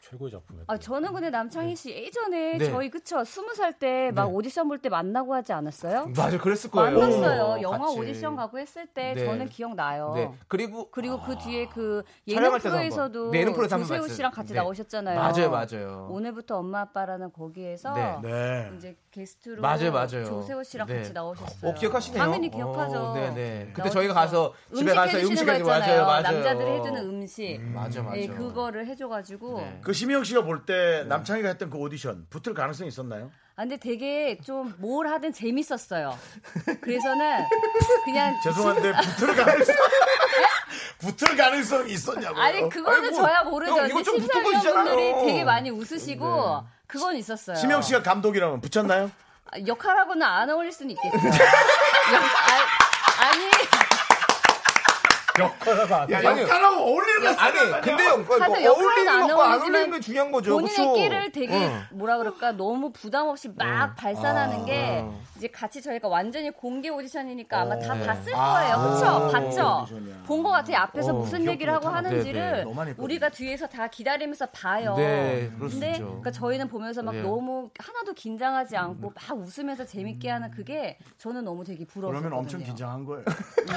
Speaker 3: 최고의 작품이었요
Speaker 4: 아 저는 근데 남창희 씨 예전에
Speaker 2: 네.
Speaker 4: 저희 그쵸 스무 살 때 막 오디션 볼 때 만나고 하지 않았어요?
Speaker 2: 맞아 그랬을 거예요.
Speaker 4: 만났어요.
Speaker 2: 오,
Speaker 4: 영화
Speaker 2: 같이.
Speaker 4: 오디션 가고 했을 때
Speaker 2: 네.
Speaker 4: 저는 기억나요.
Speaker 2: 네 그리고
Speaker 4: 그리고 그 뒤에 그 예능
Speaker 2: 촬영할 때도
Speaker 4: 프로에서도
Speaker 2: 한번. 네, 예능 프로에서 한번
Speaker 4: 조세호
Speaker 2: 봤어요.
Speaker 4: 씨랑 같이
Speaker 2: 네.
Speaker 4: 나오셨잖아요.
Speaker 2: 맞아요, 맞아요.
Speaker 4: 오늘부터 엄마 아빠라는 거기에서
Speaker 2: 네.
Speaker 1: 네.
Speaker 4: 이제 게스트로
Speaker 2: 맞아요, 맞아요.
Speaker 4: 조세호 씨랑
Speaker 2: 네.
Speaker 4: 같이 나오셨어요.
Speaker 2: 어, 기억하시네요.
Speaker 4: 당연히 기억하죠.
Speaker 2: 어, 네네. 그때
Speaker 4: 나오셔서
Speaker 2: 저희가 가서 집에
Speaker 4: 음식
Speaker 2: 가서
Speaker 4: 해주시는
Speaker 2: 음식을
Speaker 4: 거 있잖아요.
Speaker 2: 맞아요, 맞아요.
Speaker 4: 남자들이 해주는 음식.
Speaker 2: 맞아 맞아.
Speaker 4: 네, 그거를 해줘가지고.
Speaker 2: 네.
Speaker 1: 그 심희영 씨가 볼 때 남창희가 했던 그 오디션 붙을 가능성이 있었나요?
Speaker 4: 아, 근데 되게 좀 뭘 하든 재밌었어요. 그래서는 그냥
Speaker 1: 죄송한데 붙을 가능성 붙을 가능성이 있었냐고요?
Speaker 4: 아니 그거는
Speaker 2: 아이고,
Speaker 4: 저야 모르죠.
Speaker 2: 형, 이거
Speaker 4: 근데
Speaker 2: 좀 붙은 거
Speaker 4: 심사위원분들이
Speaker 2: 있잖아요. 네.
Speaker 4: 되게 많이 웃으시고 그건 있었어요.
Speaker 1: 심희영 씨가 감독이라면 붙였나요?
Speaker 4: 아, 역할하고는 안 어울릴 수는 있겠죠. 역- 아, 아니
Speaker 2: 야, 아니,
Speaker 1: 역할하고 어울리는 거
Speaker 2: 아니 근데 형, 그거
Speaker 4: 사실
Speaker 2: 뭐 어울리는
Speaker 4: 역할은 안
Speaker 2: 것과 안
Speaker 4: 어울리지만
Speaker 2: 어울리는 게 중요한 거죠.
Speaker 4: 본인의
Speaker 2: 그쵸? 어.
Speaker 4: 끼를 되게
Speaker 2: 응.
Speaker 4: 뭐라 그럴까 너무 부담 없이
Speaker 2: 어.
Speaker 4: 막 발산하는 게
Speaker 2: 아.
Speaker 4: 이제 같이 저희가 완전히 공개 오디션이니까 아마
Speaker 2: 어.
Speaker 4: 다 봤을 거예요,
Speaker 2: 아.
Speaker 4: 그렇죠? 봤죠? 본 것 같아요.
Speaker 2: 어.
Speaker 4: 앞에서 무슨 얘기를 하고
Speaker 2: 네,
Speaker 4: 하는지를
Speaker 1: 너무 많이 했거든요.
Speaker 4: 우리가 뒤에서 다 기다리면서 봐요.
Speaker 2: 네, 그럴 수
Speaker 4: 근데
Speaker 2: 있죠.
Speaker 4: 그러니까 저희는 보면서 막
Speaker 2: 네. 음.
Speaker 4: 너무 하나도 긴장하지 않고 막 웃으면서 재밌게 하는 그게 저는 너무 되게 부러워요. 네.
Speaker 1: 그러면 엄청 긴장한 거예요.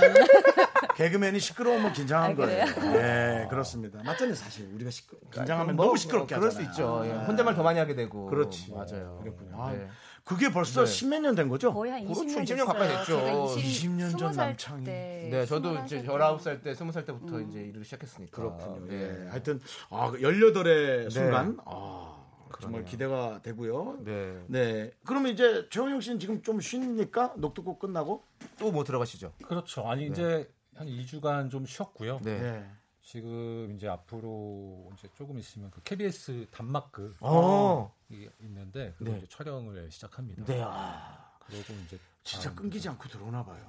Speaker 1: 개그맨이 시끄러우면 긴장한
Speaker 4: 아,
Speaker 1: 거예요.
Speaker 4: 그래요?
Speaker 1: 네, 그렇습니다. 맞잖아요, 그러니까 사실 우리가 시끄 긴장하면
Speaker 2: 뭐,
Speaker 1: 너무 시끄럽게
Speaker 2: 그럴 수
Speaker 1: 하잖아요.
Speaker 2: 있죠. 예. 혼잣말 더 많이 하게 되고.
Speaker 1: 그렇지.
Speaker 2: 맞아요.
Speaker 1: 그렇군요. 어, 아,
Speaker 2: 네.
Speaker 1: 그게 벌써 십몇 년 된 거죠?
Speaker 4: 거의 한
Speaker 2: 그렇죠.
Speaker 4: 20년,
Speaker 2: 20년 가까이 됐죠.
Speaker 1: 20년 전
Speaker 4: 20년 전
Speaker 1: 남창희.
Speaker 4: 남창이. 때,
Speaker 2: 네, 저도
Speaker 4: 21살
Speaker 2: 이제
Speaker 4: 때. 음.
Speaker 2: 19살 때, 20살 때부터 이제 일을 시작했으니까.
Speaker 1: 그렇군요.
Speaker 2: 네.
Speaker 1: 예. 하여튼 아, 18의 순간 아, 정말
Speaker 2: 그러네요.
Speaker 1: 기대가 되고요.
Speaker 2: 네.
Speaker 1: 네. 그러면 이제 최홍영 씨는 지금 좀 쉬니까 녹두고 끝나고
Speaker 2: 또 뭐 들어가시죠?
Speaker 3: 그렇죠. 아니 이제 한 2주간 좀 쉬었고요.
Speaker 2: 네.
Speaker 1: 예.
Speaker 3: 지금 이제 앞으로 이제 조금 있으면 그 KBS 단막극
Speaker 2: 어.
Speaker 3: 이 있는데 그거
Speaker 2: 네.
Speaker 3: 이제 촬영을 시작합니다.
Speaker 2: 네. 아.
Speaker 3: 그리고 이제 아,
Speaker 1: 진짜 끊기지 않고 들어오나 봐요.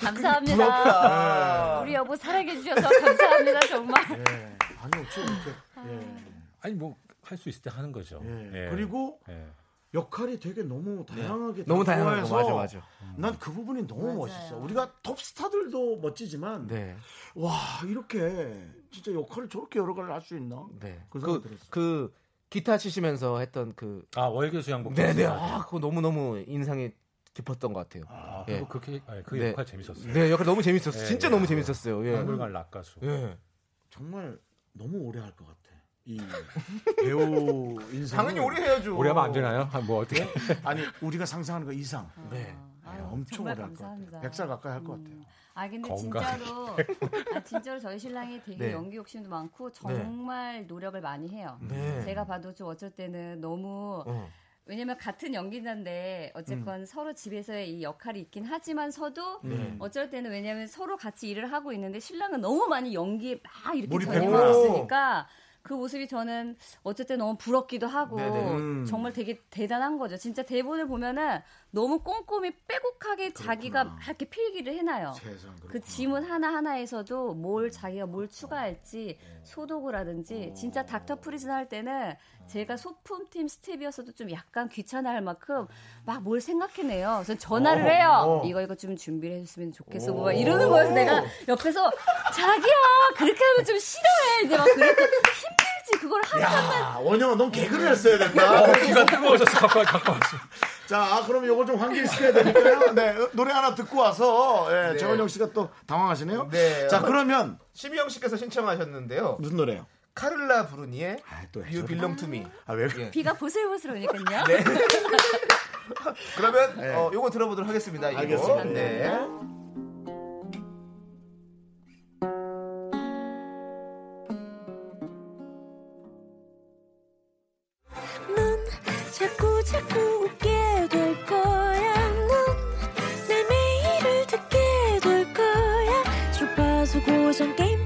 Speaker 4: 감사합니다. 우리 여보 사랑해 주셔서 감사합니다 정말.
Speaker 2: 네.
Speaker 1: 예. 아니 어째 이렇게. 예.
Speaker 3: 아니 뭐 할 수 있을 때 하는 거죠.
Speaker 1: 예.
Speaker 2: 네.
Speaker 3: 예.
Speaker 1: 그리고
Speaker 3: 예.
Speaker 1: 역할이 되게 너무 다양하게
Speaker 2: 너무
Speaker 1: 다
Speaker 2: 다양한 거,
Speaker 1: 좋아해서
Speaker 2: 맞아, 음.
Speaker 1: 난 그 부분이 너무 멋있어. 우리가 톱스타들도 멋지지만
Speaker 2: 네.
Speaker 1: 와 이렇게 진짜 역할을 저렇게 여러 가지를 할 수 있나?
Speaker 2: 네.
Speaker 1: 그
Speaker 2: 그,
Speaker 1: 생각
Speaker 2: 그,
Speaker 1: 들었어요.
Speaker 2: 기타 치시면서 했던 그.
Speaker 3: 아 월교수 양복.
Speaker 2: 네네. 아, 그거 너무너무 인상이 깊었던 것 같아요.
Speaker 3: 아,
Speaker 2: 예.
Speaker 3: 그거 그렇게 아, 그
Speaker 2: 네.
Speaker 3: 역할 재밌었어요.
Speaker 2: 네, 역할 너무 재밌었어요.
Speaker 3: 예,
Speaker 2: 진짜
Speaker 3: 예.
Speaker 2: 너무 재밌었어요. 예.
Speaker 3: 박물관 락가수.
Speaker 2: 예.
Speaker 1: 정말 너무 오래 할 것 같아. 이 배우 인생
Speaker 2: 당연히 오래 해야죠.
Speaker 3: 오래 하면 안 되나요? 아, 뭐 어떻게?
Speaker 1: 아니 우리가 상상하는 거 이상
Speaker 2: 네.
Speaker 4: 어. 아유,
Speaker 1: 예, 엄청
Speaker 4: 정말
Speaker 1: 오래 할 것
Speaker 4: 감사합니다.
Speaker 1: 같아요. 100살 가까이 할 것 같아요.
Speaker 4: 아 근데
Speaker 3: 건강.
Speaker 4: 진짜로 아, 진짜로 저희 신랑이 되게
Speaker 2: 네.
Speaker 4: 연기 욕심도 많고
Speaker 1: 네.
Speaker 4: 정말 노력을 많이 해요.
Speaker 2: 네.
Speaker 4: 제가 봐도 좀 어쩔 때는 너무
Speaker 2: 어.
Speaker 4: 왜냐면 같은 연기자인데 어쨌건 서로 집에서의 이 역할이 있긴 하지만서도 어쩔 때는 왜냐면 서로 같이 일을 하고 있는데 신랑은 너무 많이 연기에 막 이렇게
Speaker 1: 몰입했구나.
Speaker 4: 전념을 했으니까 그 모습이 저는 어쨌든 너무 부럽기도 하고
Speaker 2: 네네.
Speaker 4: 정말 되게 대단한 거죠. 진짜 대본을 보면은 너무 꼼꼼히 빼곡하게 자기가 막 이렇게 필기를 해놔요.
Speaker 1: 세상 그렇구나.
Speaker 4: 그 지문 하나하나에서도 뭘 자기가 뭘 추가할지 소독을 하든지 진짜 닥터 프리즌 할 때는 제가 소품팀 스텝이어서도 좀 약간 귀찮아할 만큼 막 뭘 생각해내요. 그래서 전화를 해요. 이거 이거 좀 준비를 해줬으면 좋겠어. 뭐 막 이러는 거예요. 그래서 내가 옆에서 자기야 그렇게 하면 좀 싫어해. 이제 막 그렇게 힘들지 그걸 하면
Speaker 1: 야 원영아 넌 개그를 했어야 된다.
Speaker 3: 귀가 뜨거워졌어. 가까이 가까이.
Speaker 1: 자 아, 그럼 요거 좀 환기시켜야 되니까요. 네 어, 노래 하나 듣고 와서 예, 재원영 씨가 또 당황하시네요.
Speaker 2: 네.
Speaker 1: 자 그러면
Speaker 2: 심희영 씨께서 신청하셨는데요.
Speaker 1: 무슨 노래요?
Speaker 2: 카를라 브루니의
Speaker 1: 아, 또
Speaker 2: You
Speaker 1: 해줘라.
Speaker 2: Belong to Me.
Speaker 1: 아왜
Speaker 2: 예.
Speaker 4: 비가 보슬보슬 오니까요.
Speaker 2: 네. 예.
Speaker 1: 네.
Speaker 2: 그러면 어, 요거 들어보도록 하겠습니다. 이거.
Speaker 1: 알겠습니다.
Speaker 2: 네.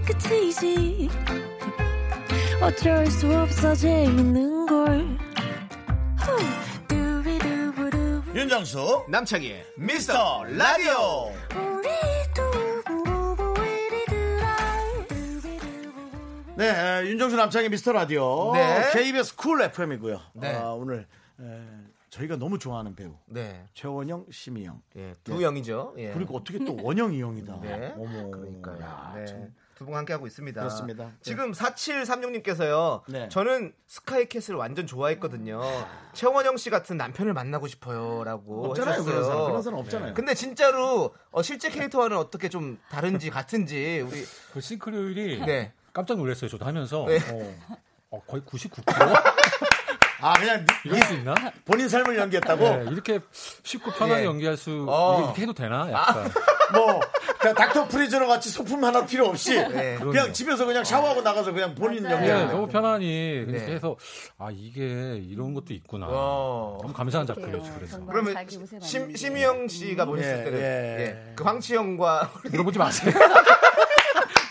Speaker 5: 거지 어쩔 수 없어 재밌는 걸 후. 두비두부두.
Speaker 1: 윤정수
Speaker 2: 남창희의
Speaker 1: 미스터 라디오
Speaker 5: 우리 두부부부리두라. 두비두부부.
Speaker 1: 네 에, 윤정수 남창의 미스터 라디오
Speaker 2: 네.
Speaker 1: KBS 쿨 FM이고요 아,
Speaker 2: 네.
Speaker 1: 오늘 에, 저희가 너무 좋아하는 배우
Speaker 2: 네.
Speaker 1: 최원영 심희영
Speaker 2: 예, 두 영이죠. 예.
Speaker 1: 그리고 어떻게 또 원영 이영이다
Speaker 2: 네.
Speaker 1: 어머
Speaker 2: 그러니까요.
Speaker 1: 야,
Speaker 2: 네.
Speaker 1: 참.
Speaker 2: 두분 함께 하고 있습니다.
Speaker 1: 그렇습니다. 네.
Speaker 2: 지금 4736님께서요.
Speaker 1: 네.
Speaker 2: 저는 스카이캐슬 완전 좋아했거든요. 최원영 씨 같은 남편을 만나고 싶어요라고
Speaker 1: 없잖아요
Speaker 2: 해주셨어요. 네.
Speaker 1: 그런 사람 그런 사람 없잖아요
Speaker 2: 근데 진짜로 어, 실제 캐릭터와는 어떻게 좀 다른지 같은지 우리
Speaker 4: 아,
Speaker 3: 그 싱크로율이
Speaker 2: 네.
Speaker 3: 깜짝 놀랐어요. 저도 하면서
Speaker 2: 네.
Speaker 3: 어, 어, 거의 99%
Speaker 1: 아 그냥 니-
Speaker 3: 이럴 수 있나?
Speaker 1: 본인 삶을 연기했다고
Speaker 3: 네, 이렇게 쉽고 편하게
Speaker 2: 예.
Speaker 3: 연기할 수
Speaker 2: 어.
Speaker 3: 이렇게 해도 되나? 약간
Speaker 1: 뭐 그냥 닥터 프리저랑 같이 소품 하나 필요 없이
Speaker 2: 네.
Speaker 1: 그냥
Speaker 3: 그럼요.
Speaker 1: 집에서 그냥 샤워하고 나가서 그냥 본인
Speaker 4: 맞아요.
Speaker 3: 예,
Speaker 1: 연기하는
Speaker 3: 너무 편하니 이렇게
Speaker 2: 네.
Speaker 3: 해서 아 이게 이런 것도 있구나.
Speaker 2: 어.
Speaker 3: 너무 감사한
Speaker 4: 그래요.
Speaker 3: 작품이었죠. 그렇죠, 그래서
Speaker 4: 정말
Speaker 2: 그러면
Speaker 4: 자기 옷에
Speaker 2: 심,
Speaker 4: 맞는 음.
Speaker 2: 심희영 씨가 보셨을
Speaker 1: 예,
Speaker 2: 때는
Speaker 1: 예.
Speaker 2: 예, 그 황치영과 우리-
Speaker 3: 물어보지 마세요.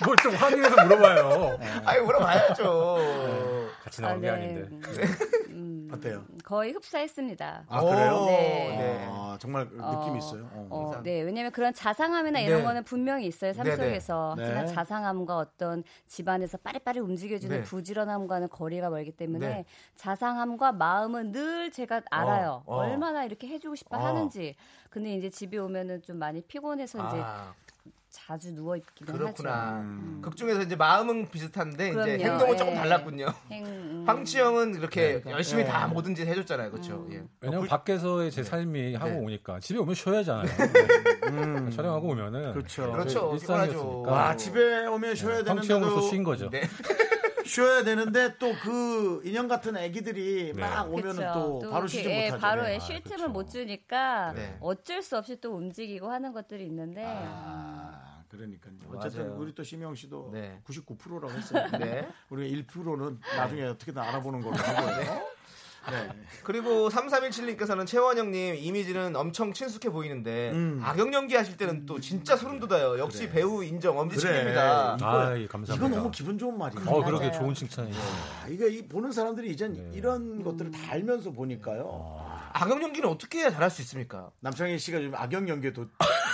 Speaker 3: 뭘 좀 확인해서 물어봐요.
Speaker 2: 아이 물어봐야죠.
Speaker 3: 같이 나온 게
Speaker 4: 네. 아, 네.
Speaker 3: 아닌데.
Speaker 4: 음,
Speaker 1: 어때요?
Speaker 4: 거의 흡사했습니다.
Speaker 1: 아 그래요?
Speaker 2: 오, 네.
Speaker 1: 아, 정말 느낌 이 있어요. 어.
Speaker 4: 어, 네, 왜냐면 그런 자상함이나 이런
Speaker 2: 네.
Speaker 4: 거는 분명히 있어요, 삶
Speaker 2: 네, 네.
Speaker 4: 속에서.
Speaker 1: 네.
Speaker 4: 하지만 자상함과 어떤 집안에서 빠리빠리 움직여주는
Speaker 2: 네.
Speaker 4: 부지런함과는 거리가 멀기 때문에
Speaker 2: 네.
Speaker 4: 자상함과 마음은 늘 제가 알아요.
Speaker 2: 어.
Speaker 4: 얼마나 이렇게 해주고 싶어
Speaker 2: 어.
Speaker 4: 하는지. 근데 이제 집에 오면은 좀 많이 피곤해서 이제
Speaker 2: 아,
Speaker 4: 자주 누워있기는 하죠.
Speaker 2: 그렇구나.
Speaker 1: 음.
Speaker 2: 극 중에서 이제 마음은 비슷한데
Speaker 4: 그럼요.
Speaker 2: 이제 행동은 조금
Speaker 4: 예.
Speaker 2: 달랐군요.
Speaker 4: 행, 음,
Speaker 2: 황치영은
Speaker 3: 네,
Speaker 2: 이렇게
Speaker 3: 그렇죠.
Speaker 2: 열심히 다 뭐든지 해줬잖아요, 그렇죠?
Speaker 3: 음.
Speaker 1: 어,
Speaker 3: 왜냐면 밖에서의
Speaker 1: 네.
Speaker 3: 제 삶이 하고 오니까 집에 오면 쉬어야잖아요. 네. 그러니까 촬영하고 오면은
Speaker 1: 음. 그렇죠.
Speaker 2: 그렇죠.
Speaker 3: 일상이었으니까.
Speaker 1: 와
Speaker 2: 와,
Speaker 1: 아, 집에 오면 쉬어야
Speaker 3: 황치형으로서 쉰
Speaker 1: 되는데도
Speaker 3: 거죠.
Speaker 2: 네.
Speaker 1: 쉬어야 되는데 또 그 인형 같은 아기들이
Speaker 3: 네.
Speaker 1: 막 오면은
Speaker 4: 그쵸.
Speaker 1: 또, 바로
Speaker 4: 이렇게,
Speaker 1: 쉬지
Speaker 4: 예,
Speaker 1: 못하죠.
Speaker 4: 바로
Speaker 1: 네.
Speaker 4: 예, 쉴 틈을 못 주니까
Speaker 2: 네.
Speaker 4: 어쩔 수 없이 또 움직이고 하는 것들이 있는데
Speaker 1: 아, 그러니까요. 어쨌든
Speaker 2: 맞아요.
Speaker 1: 우리 또 심영 씨도
Speaker 2: 네.
Speaker 1: 99%라고 했어요.
Speaker 2: 네.
Speaker 1: 우리 1%는 나중에 어떻게든 알아보는 걸로 하고요. 네.
Speaker 2: 그리고 3317님께서는 최원영님 이미지는 엄청 친숙해 보이는데
Speaker 3: 음.
Speaker 2: 악역 연기하실 때는 또 진짜 소름 돋아요. 역시 배우 인정 엄지척입니다.
Speaker 1: 그래.
Speaker 3: 아, 예, 감사합니다.
Speaker 1: 이거 너무 기분 좋은 말이에요.
Speaker 3: 어, 그러게
Speaker 4: 맞아요.
Speaker 3: 좋은 칭찬이에요.
Speaker 1: 아, 이거 이 보는 사람들이 이젠 이런 것들을 다 알면서 보니까요.
Speaker 2: 악역 연기는 어떻게 해야 잘할 수 있습니까?
Speaker 1: 남창희 씨가 지금 악역 연기에 도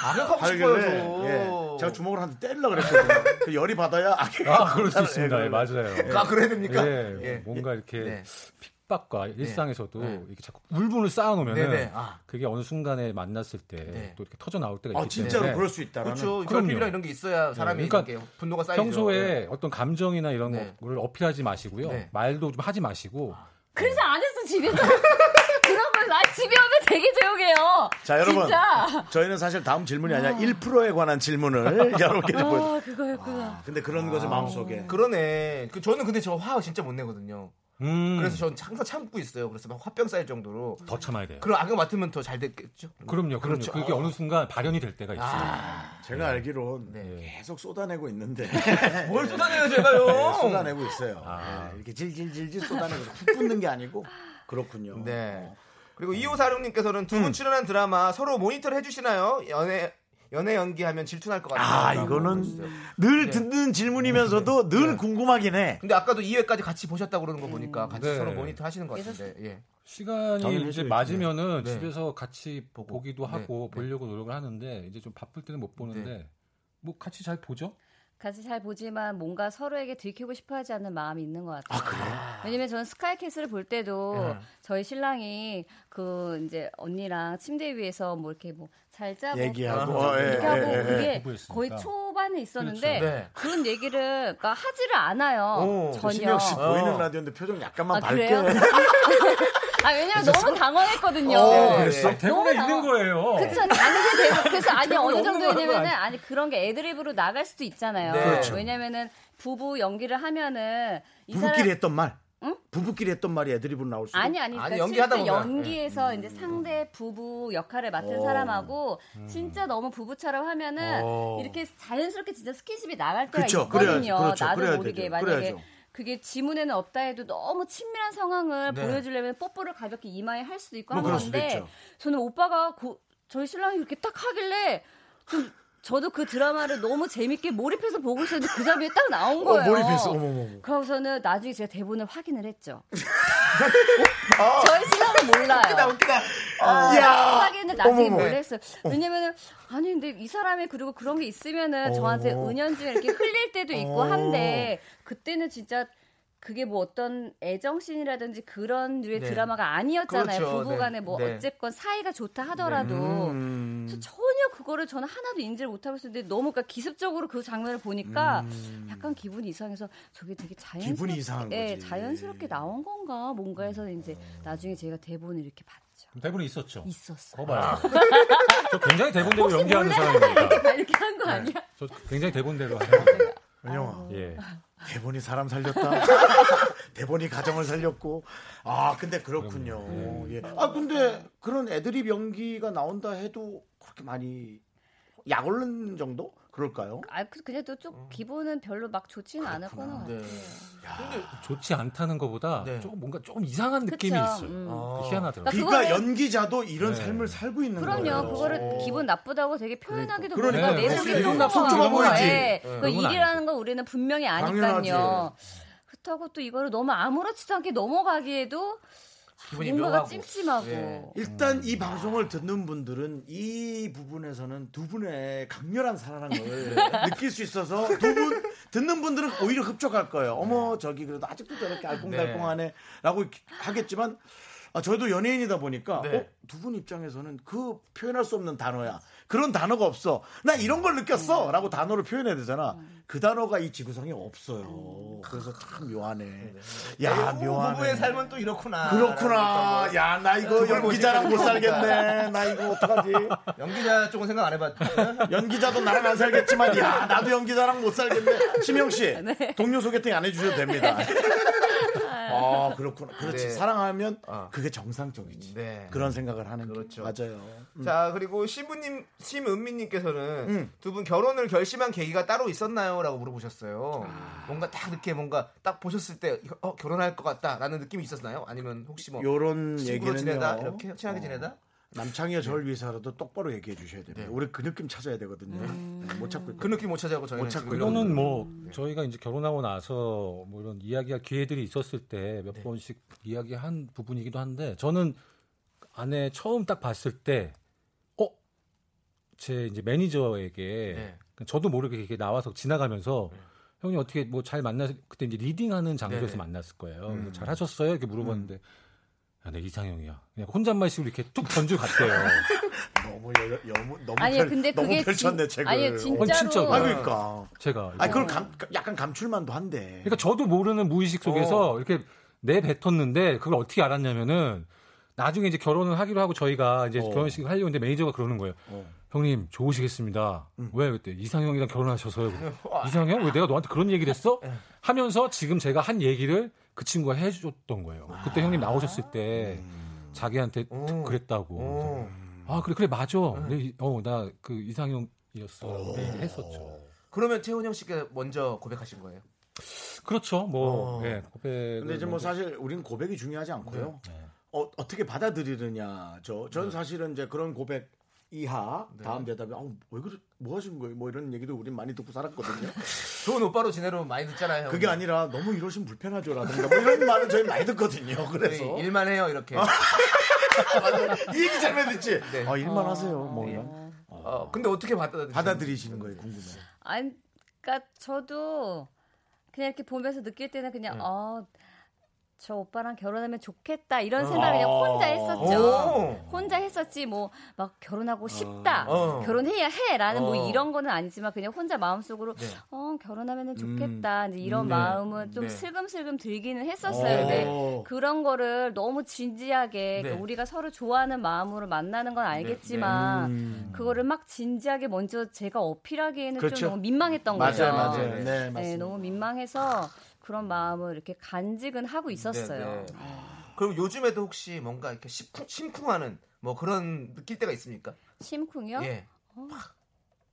Speaker 2: 악역하고 싶어요.
Speaker 1: 발견해.
Speaker 2: 저.
Speaker 1: 예. 제가 주먹을 한 대 때리려 그랬거든요. 그 열이 받아야 악역.
Speaker 3: 아, 그럴 수 있습니다. 예, 맞아요.
Speaker 2: 아 그래야 됩니까?
Speaker 3: 예, 뭔가 이렇게
Speaker 2: 네.
Speaker 3: 핍박과 일상에서도
Speaker 2: 네.
Speaker 3: 이렇게 자꾸 울분을 쌓아놓으면은
Speaker 2: 네네. 아.
Speaker 3: 그게 어느 순간에 만났을 때 또
Speaker 2: 네.
Speaker 3: 이렇게 터져 나올 때가
Speaker 1: 아
Speaker 3: 있기
Speaker 1: 진짜로
Speaker 3: 때문에
Speaker 1: 그럴 수 있다라는.
Speaker 2: 그렇죠.
Speaker 3: 그럼요.
Speaker 2: 결핍이나 이런 게 있어야 사람이
Speaker 3: 네, 그러니까
Speaker 2: 이렇게 분노가 쌓이죠.
Speaker 3: 평소에 어떤 감정이나 이런
Speaker 2: 네.
Speaker 3: 거를 어필하지 마시고요.
Speaker 2: 네.
Speaker 3: 말도 좀 하지 마시고
Speaker 4: 그래서 안 했어 집에서 그런 걸나 집에 오면 되게 조용해요.
Speaker 1: 자 여러분
Speaker 4: 진짜.
Speaker 1: 저희는 사실 다음 질문이 아니라 1%에 관한 질문을 여러분께 보여.
Speaker 4: 아 그거였구나.
Speaker 1: 근데 그런 것을 아. 마음속에.
Speaker 2: 예. 그러네. 그 저는 근데 저 화 진짜 못 내거든요.
Speaker 3: 음,
Speaker 2: 그래서 전 항상 참고 있어요. 그래서 막 화병 쌓일 정도로.
Speaker 3: 더 참아야 돼요.
Speaker 2: 그럼 악역 맡으면 더 잘 됐겠죠?
Speaker 3: 그럼요, 그럼요.
Speaker 2: 그렇죠. 아.
Speaker 3: 그게 어느 순간 발현이 될 때가 있어요.
Speaker 1: 제가 알기론
Speaker 2: 네.
Speaker 1: 계속 쏟아내고 있는데
Speaker 2: 뭘 쏟아내요, 제가요?
Speaker 1: 쏟아내고 있어요. 네, 이렇게 질질질질 쏟아내고 훅 붙는 게 아니고 그렇군요.
Speaker 2: 네. 그리고 이호사룡님께서는 두 분 출연한 드라마 서로 모니터를 해주시나요? 연애 연애 연기하면 질투날 것 같아요.
Speaker 1: 아
Speaker 2: 라고
Speaker 1: 이거는
Speaker 2: 보내주셨어요.
Speaker 1: 늘 듣는 질문이면서도 늘 궁금하긴 해.
Speaker 2: 근데 아까도 2회까지 같이 보셨다고 그러는 거 보니까 같이
Speaker 3: 네.
Speaker 2: 서로 모니터 하시는 것 같은데. 예.
Speaker 3: 시간이
Speaker 1: 당연히
Speaker 3: 이제
Speaker 1: 해줘야지.
Speaker 3: 맞으면은
Speaker 2: 네.
Speaker 3: 집에서 같이 보기도
Speaker 2: 네.
Speaker 3: 하고
Speaker 2: 네.
Speaker 3: 보려고 노력을 하는데 이제 좀 바쁠 때는 못 보는데 뭐 같이 잘 보죠?
Speaker 4: 같이 잘 보지만 뭔가 서로에게 들키고 싶어하지 않는 마음이 있는 것 같아요. 왜냐면 저는 스카이캐슬을 볼 때도
Speaker 1: 예.
Speaker 4: 저희 신랑이 그 이제 언니랑 침대 위에서 뭐 이렇게 뭐 잘 자고
Speaker 1: 얘기하고,
Speaker 4: 뭐
Speaker 1: 어, 예,
Speaker 4: 이렇게 하고
Speaker 1: 예, 예,
Speaker 4: 그게
Speaker 3: 공부했으니까.
Speaker 4: 거의 초반에 있었는데
Speaker 2: 그렇죠. 네.
Speaker 4: 그런 얘기를 그러니까 하지를 않아요
Speaker 2: 오,
Speaker 4: 전혀.
Speaker 1: 그 신영 씨
Speaker 2: 어.
Speaker 1: 보이는 라디오인데 표정 약간만
Speaker 4: 아
Speaker 1: 밝게.
Speaker 4: 그래요? 아 왜냐면 너무 당황했거든요. 네.
Speaker 2: 그랬어?
Speaker 4: 너무
Speaker 3: 네, 대본에
Speaker 4: 당황-
Speaker 3: 있는 거예요.
Speaker 4: 그쵸, 당연히 되고. 그래서 아니, 어느
Speaker 3: 없는 거라고
Speaker 4: 정도냐면은,
Speaker 3: 안-
Speaker 4: 아니, 그런 게 애드립으로 나갈 수도 있잖아요.
Speaker 2: 네. 그렇죠.
Speaker 4: 왜냐면은, 부부 연기를 하면은, 이
Speaker 1: 부부끼리
Speaker 4: 사람.
Speaker 1: 했던 말. 부부끼리 했던 말이 애드립으로 나올 수.
Speaker 4: 아니
Speaker 2: 아니,
Speaker 4: 아니, 그러니까
Speaker 2: 연기하다
Speaker 4: 실제
Speaker 2: 보면.
Speaker 4: 연기에서
Speaker 1: 음,
Speaker 4: 이제 상대 부부 역할을 맡은
Speaker 1: 오.
Speaker 4: 사람하고
Speaker 1: 음.
Speaker 4: 진짜 너무 부부처럼 하면은
Speaker 1: 오.
Speaker 4: 이렇게 자연스럽게 진짜 스킨십이 나갈 때가
Speaker 1: 어. 그쵸,
Speaker 4: 있거든요.
Speaker 1: 그래야지, 그렇죠,
Speaker 4: 나도
Speaker 1: 그래야
Speaker 4: 모르게
Speaker 1: 되죠,
Speaker 4: 만약에
Speaker 1: 그래야죠.
Speaker 4: 그게 지문에는 없다 해도 너무 친밀한 상황을
Speaker 2: 네.
Speaker 4: 보여주려면 뽀뽀를 가볍게 이마에 할 수도 있고
Speaker 1: 뭐
Speaker 4: 하는
Speaker 1: 그럴 수도
Speaker 4: 건데
Speaker 1: 있죠.
Speaker 4: 저는 오빠가 고- 저희 신랑이 이렇게 딱 하길래 좀 저도 그 드라마를 너무 재밌게 몰입해서 보고 있었는데 그 장면이 딱 나온
Speaker 1: 어,
Speaker 4: 거예요.
Speaker 1: 몰입했어. 어머머머.
Speaker 4: 그러고서는 나중에 제가 대본을 확인을 했죠. 저희 신랑은 몰라요.
Speaker 2: 웃기다.
Speaker 1: 야.
Speaker 4: 확인을 나중에
Speaker 1: 어머머.
Speaker 4: 몰랐어요. 왜냐면은 아니 근데 이 사람이 그리고 그런 게 있으면은 저한테
Speaker 1: 어.
Speaker 4: 은연중에 이렇게 흘릴 때도 있고
Speaker 1: 어.
Speaker 4: 한데 그때는 진짜 그게 뭐 어떤 애정신이라든지 그런 류의
Speaker 2: 네.
Speaker 4: 드라마가 아니었잖아요.
Speaker 2: 그렇죠. 네.
Speaker 4: 부부간에 뭐
Speaker 2: 네.
Speaker 4: 어쨌건 사이가 좋다
Speaker 1: 네.
Speaker 4: 하더라도
Speaker 1: 음.
Speaker 4: 그래서 전혀 그거를 저는 하나도 인지를 못하고 있었는데 너무 그러니까 기습적으로 그 장면을 보니까 약간 기분이 이상해서 저게 되게 자연스럽게
Speaker 1: 음. 기분이 이상한
Speaker 4: 예,
Speaker 1: 거지. 아.
Speaker 4: 자연스럽게 나온 건가 뭔가 해서 이제 나중에 제가 대본을 이렇게 봤죠.
Speaker 3: 대본이 있었죠.
Speaker 4: 있었어. 아.
Speaker 3: 거봐요. 저 굉장히 대본대로 연기하는 사람입니다.
Speaker 4: 막 이렇게 한
Speaker 1: 네.
Speaker 4: 거 아니야?
Speaker 3: 저 굉장히 대본대로 하는 거예요.
Speaker 1: 은영아.
Speaker 4: 네.
Speaker 3: 예.
Speaker 1: 대본이 사람 살렸다. 대본이 가정을 살렸고. 아, 근데 그렇군요. 예. 아, 근데 그런 애드립 연기가 나온다 해도 그렇게 많이 약 오른 정도? 그럴까요?
Speaker 4: 아, 그- 그래도
Speaker 1: 어.
Speaker 4: 좀 기분은 별로 막 좋지는 않을 거는
Speaker 1: 네.
Speaker 4: 같아요.
Speaker 3: 좋지 않다는 것보다
Speaker 2: 네.
Speaker 3: 조금 뭔가 조금 이상한 느낌이
Speaker 4: 그쵸,
Speaker 3: 있어요.
Speaker 4: 음.
Speaker 1: 아.
Speaker 2: 아.
Speaker 3: 희한하더라고요.
Speaker 4: 그러니까
Speaker 1: 그러니까
Speaker 4: 그거는-
Speaker 1: 연기자도 이런 삶을 살고 있는 거예요.
Speaker 4: 그럼요.
Speaker 1: 어.
Speaker 4: 그거를 기분 나쁘다고 되게 표현하기도
Speaker 1: 그러니까.
Speaker 4: 뭔가 내
Speaker 3: 그러니까요.
Speaker 4: 속에
Speaker 3: 기분
Speaker 4: 좀
Speaker 3: 나쁜
Speaker 4: 뭐가
Speaker 1: 쪽만
Speaker 4: 있고,
Speaker 1: 보이지.
Speaker 4: 예. 그
Speaker 3: 그건
Speaker 4: 일이라는 거 우리는 분명히 아니까요. 그렇다고 또 이거를 너무 아무렇지도 않게 넘어가기에도
Speaker 2: 기분이
Speaker 4: 뭔가가
Speaker 2: 묘하고.
Speaker 4: 찜찜하고.
Speaker 2: 예.
Speaker 1: 일단 이 방송을 듣는 분들은 이 부분에서는 두 분의 강렬한 사랑을 느낄 수 있어서 두 분 듣는 분들은 오히려 흡족할 거예요.
Speaker 2: 네.
Speaker 1: 어머 저기 그래도 아직도 저렇게 알콩달콩하네라고 하겠지만 아, 저희도 연예인이다 보니까 어,
Speaker 2: 네.
Speaker 1: 두 분 입장에서는 그 표현할 수 없는 단어야. 그런 단어가 없어. 나 이런 걸
Speaker 2: 음.
Speaker 1: 느꼈어라고 단어를 표현해야 되잖아. 그 단어가 이 지구상에 없어요. 그래서 참 묘하네. 야
Speaker 2: 오, 음. 부부의
Speaker 1: 묘하네.
Speaker 2: 삶은 또 이렇구나.
Speaker 1: 그렇구나.
Speaker 2: 라는
Speaker 1: 야, 나 이거
Speaker 2: 그걸
Speaker 1: 연기자랑 못
Speaker 2: 보니까
Speaker 1: 살겠네. 나 이거 어떡하지?
Speaker 2: 또 뭐. 연기자 쪽은 생각 안 해봤죠.
Speaker 1: 연기자도 나랑 안 살겠지만, 야, 나도 연기자랑 못 살겠네. 심영 씨, 동료 소개팅 안 해주셔도 됩니다. 아, 그렇구나. 그렇지.
Speaker 2: 네.
Speaker 1: 사랑하면
Speaker 2: 어.
Speaker 1: 그게 정상적이지.
Speaker 2: 네.
Speaker 1: 그런 생각을 하는
Speaker 2: 그렇죠.
Speaker 1: 게 맞아요.
Speaker 2: 자 그리고 시부님 심은미님께서는
Speaker 1: 음.
Speaker 2: 두 분 결혼을 결심한 계기가 따로 있었나요?라고 물어보셨어요.
Speaker 1: 아.
Speaker 2: 뭔가 딱 이렇게 뭔가 딱 보셨을 때 어 결혼할 것 같다라는 느낌이 있었나요? 아니면 혹시 뭐
Speaker 1: 요런 어.
Speaker 2: 친구로
Speaker 1: 얘기는
Speaker 2: 지내다 이렇게 친하게 지내다?
Speaker 1: 남창이가 저를 위해서라도 똑바로 얘기해 주셔야 됩니다. 우리 그 느낌 찾아야 되거든요.
Speaker 4: 음.
Speaker 1: 네, 못 찾고 있고.
Speaker 2: 그 느낌 못 찾아고 저희는
Speaker 1: 못 찾고
Speaker 2: 지금
Speaker 3: 이거는 뭐
Speaker 1: 음.
Speaker 3: 저희가 이제 결혼하고 나서 뭐 이런 이야기할 기회들이 있었을 때 몇
Speaker 1: 네.
Speaker 3: 번씩 이야기한 부분이기도 한데 저는 아내 처음 딱 봤을 때 어? 제 이제
Speaker 2: 예.
Speaker 1: 예.
Speaker 3: 매니저에게
Speaker 1: 네.
Speaker 3: 저도 모르게 이렇게 나와서 지나가면서 형님 어떻게 뭐 잘 만나 그때 이제 리딩하는 장소에서
Speaker 2: 네네.
Speaker 3: 만났을 거예요.
Speaker 1: 음.
Speaker 3: 그래서 잘 하셨어요? 이렇게 물어봤는데 야, 내 이상형이야. 그냥 혼잣말식으로 이렇게 툭 던져 갔대요.
Speaker 1: 너무 여, 너무 너무
Speaker 4: 아니
Speaker 1: 펼-
Speaker 4: 근데
Speaker 1: 너무
Speaker 4: 그게
Speaker 1: 펼쳤네
Speaker 4: 진,
Speaker 1: 책을.
Speaker 4: 아니
Speaker 1: 어,
Speaker 4: 진짜로
Speaker 3: 진짜로.
Speaker 1: 아 그러니까.
Speaker 3: 제가
Speaker 1: 아 그걸 감, 약간 감출만도 한데.
Speaker 3: 그러니까 저도 모르는 무의식 속에서
Speaker 1: 어.
Speaker 3: 이렇게 내뱉었는데 그걸 어떻게 알았냐면은 나중에 이제 결혼을 하기로 하고 저희가
Speaker 1: 어.
Speaker 3: 이제 결혼식을 하려고 했는데 매니저가 그러는 거예요. 형님 좋으시겠습니다.
Speaker 1: 음.
Speaker 3: 왜 그때 이상형이랑 결혼하셔서요. 그래. 이상형 왜 내가 너한테 그런 얘기를 했어?
Speaker 1: 예.
Speaker 3: 하면서 지금 제가 한 얘기를 그 친구가 해줬던 거예요. 그때 형님 나오셨을 때
Speaker 1: 음.
Speaker 3: 자기한테 툭 그랬다고.
Speaker 2: 오.
Speaker 3: 아 그래 그래 맞아.
Speaker 1: 음.
Speaker 3: 어나 그 이상형이었어. 네, 했었죠.
Speaker 2: 그러면 태훈 형 씨가 먼저 고백하신 거예요?
Speaker 3: 그렇죠. 뭐 예, 고백.
Speaker 1: 어. 근데 이제 뭐 사실 우린 고백이 중요하지 않고요. 어, 어떻게 받아들이느냐. 저, 전 사실은 이제 그런 고백 이하 다음 대답이 아우 왜 그래 뭐 하신 거예요? 뭐 이런 얘기도 우린 많이 듣고 살았거든요.
Speaker 2: 좋은 오빠로 지내로 많이 듣잖아요.
Speaker 1: 그게 아니라 너무 이러시면 불편하죠라든가 뭐 이런 말은 저희 많이 듣거든요.
Speaker 2: 네,
Speaker 1: 그래서
Speaker 2: 일만 해요 이렇게.
Speaker 1: 아. 이 얘기 잘못 듣지.
Speaker 2: 네.
Speaker 1: 아 일만 하세요. 뭐 이런
Speaker 2: 어, 근데 어떻게 받아들이?
Speaker 1: 받아들이시는 거예요. 궁금해.
Speaker 4: 아니 그러니까 저도 그냥 이렇게 보면서 느낄 때는 그냥 어. 저 오빠랑 결혼하면 좋겠다 이런 생각을 그냥 혼자
Speaker 1: 네.
Speaker 4: 했었죠.
Speaker 2: 오.
Speaker 4: 혼자 했었지 뭐 막 결혼하고 싶다,
Speaker 2: 어.
Speaker 4: 결혼해야 해라는
Speaker 2: 어.
Speaker 4: 뭐 이런 거는 아니지만 그냥 혼자 마음속으로
Speaker 1: 네.
Speaker 4: 어 결혼하면
Speaker 1: 음.
Speaker 4: 좋겠다 이제 이런 마음은 좀
Speaker 2: 네.
Speaker 4: 슬금슬금 들기는 했었어요.
Speaker 1: 네.
Speaker 4: 근데 그런 거를 너무 진지하게 그러니까 우리가 서로 좋아하는 마음으로 만나는
Speaker 1: 네.
Speaker 4: 건 알겠지만 그거를 막 진지하게 먼저 제가 어필하기에는
Speaker 1: 음. 그렇죠.
Speaker 4: 좀 너무 민망했던 거죠.
Speaker 1: 맞아요, 맞아요. 네, 맞습니다.
Speaker 4: 음. 네, 너무 민망해서 그런 마음을 이렇게 간직은 하고 있었어요.
Speaker 2: 네, 네. 그럼 요즘에도 혹시 뭔가 이렇게 심쿵, 심쿵하는 뭐 그런
Speaker 1: 예.
Speaker 2: 느낄 때가 있습니까?
Speaker 4: 심쿵이요?
Speaker 2: 예.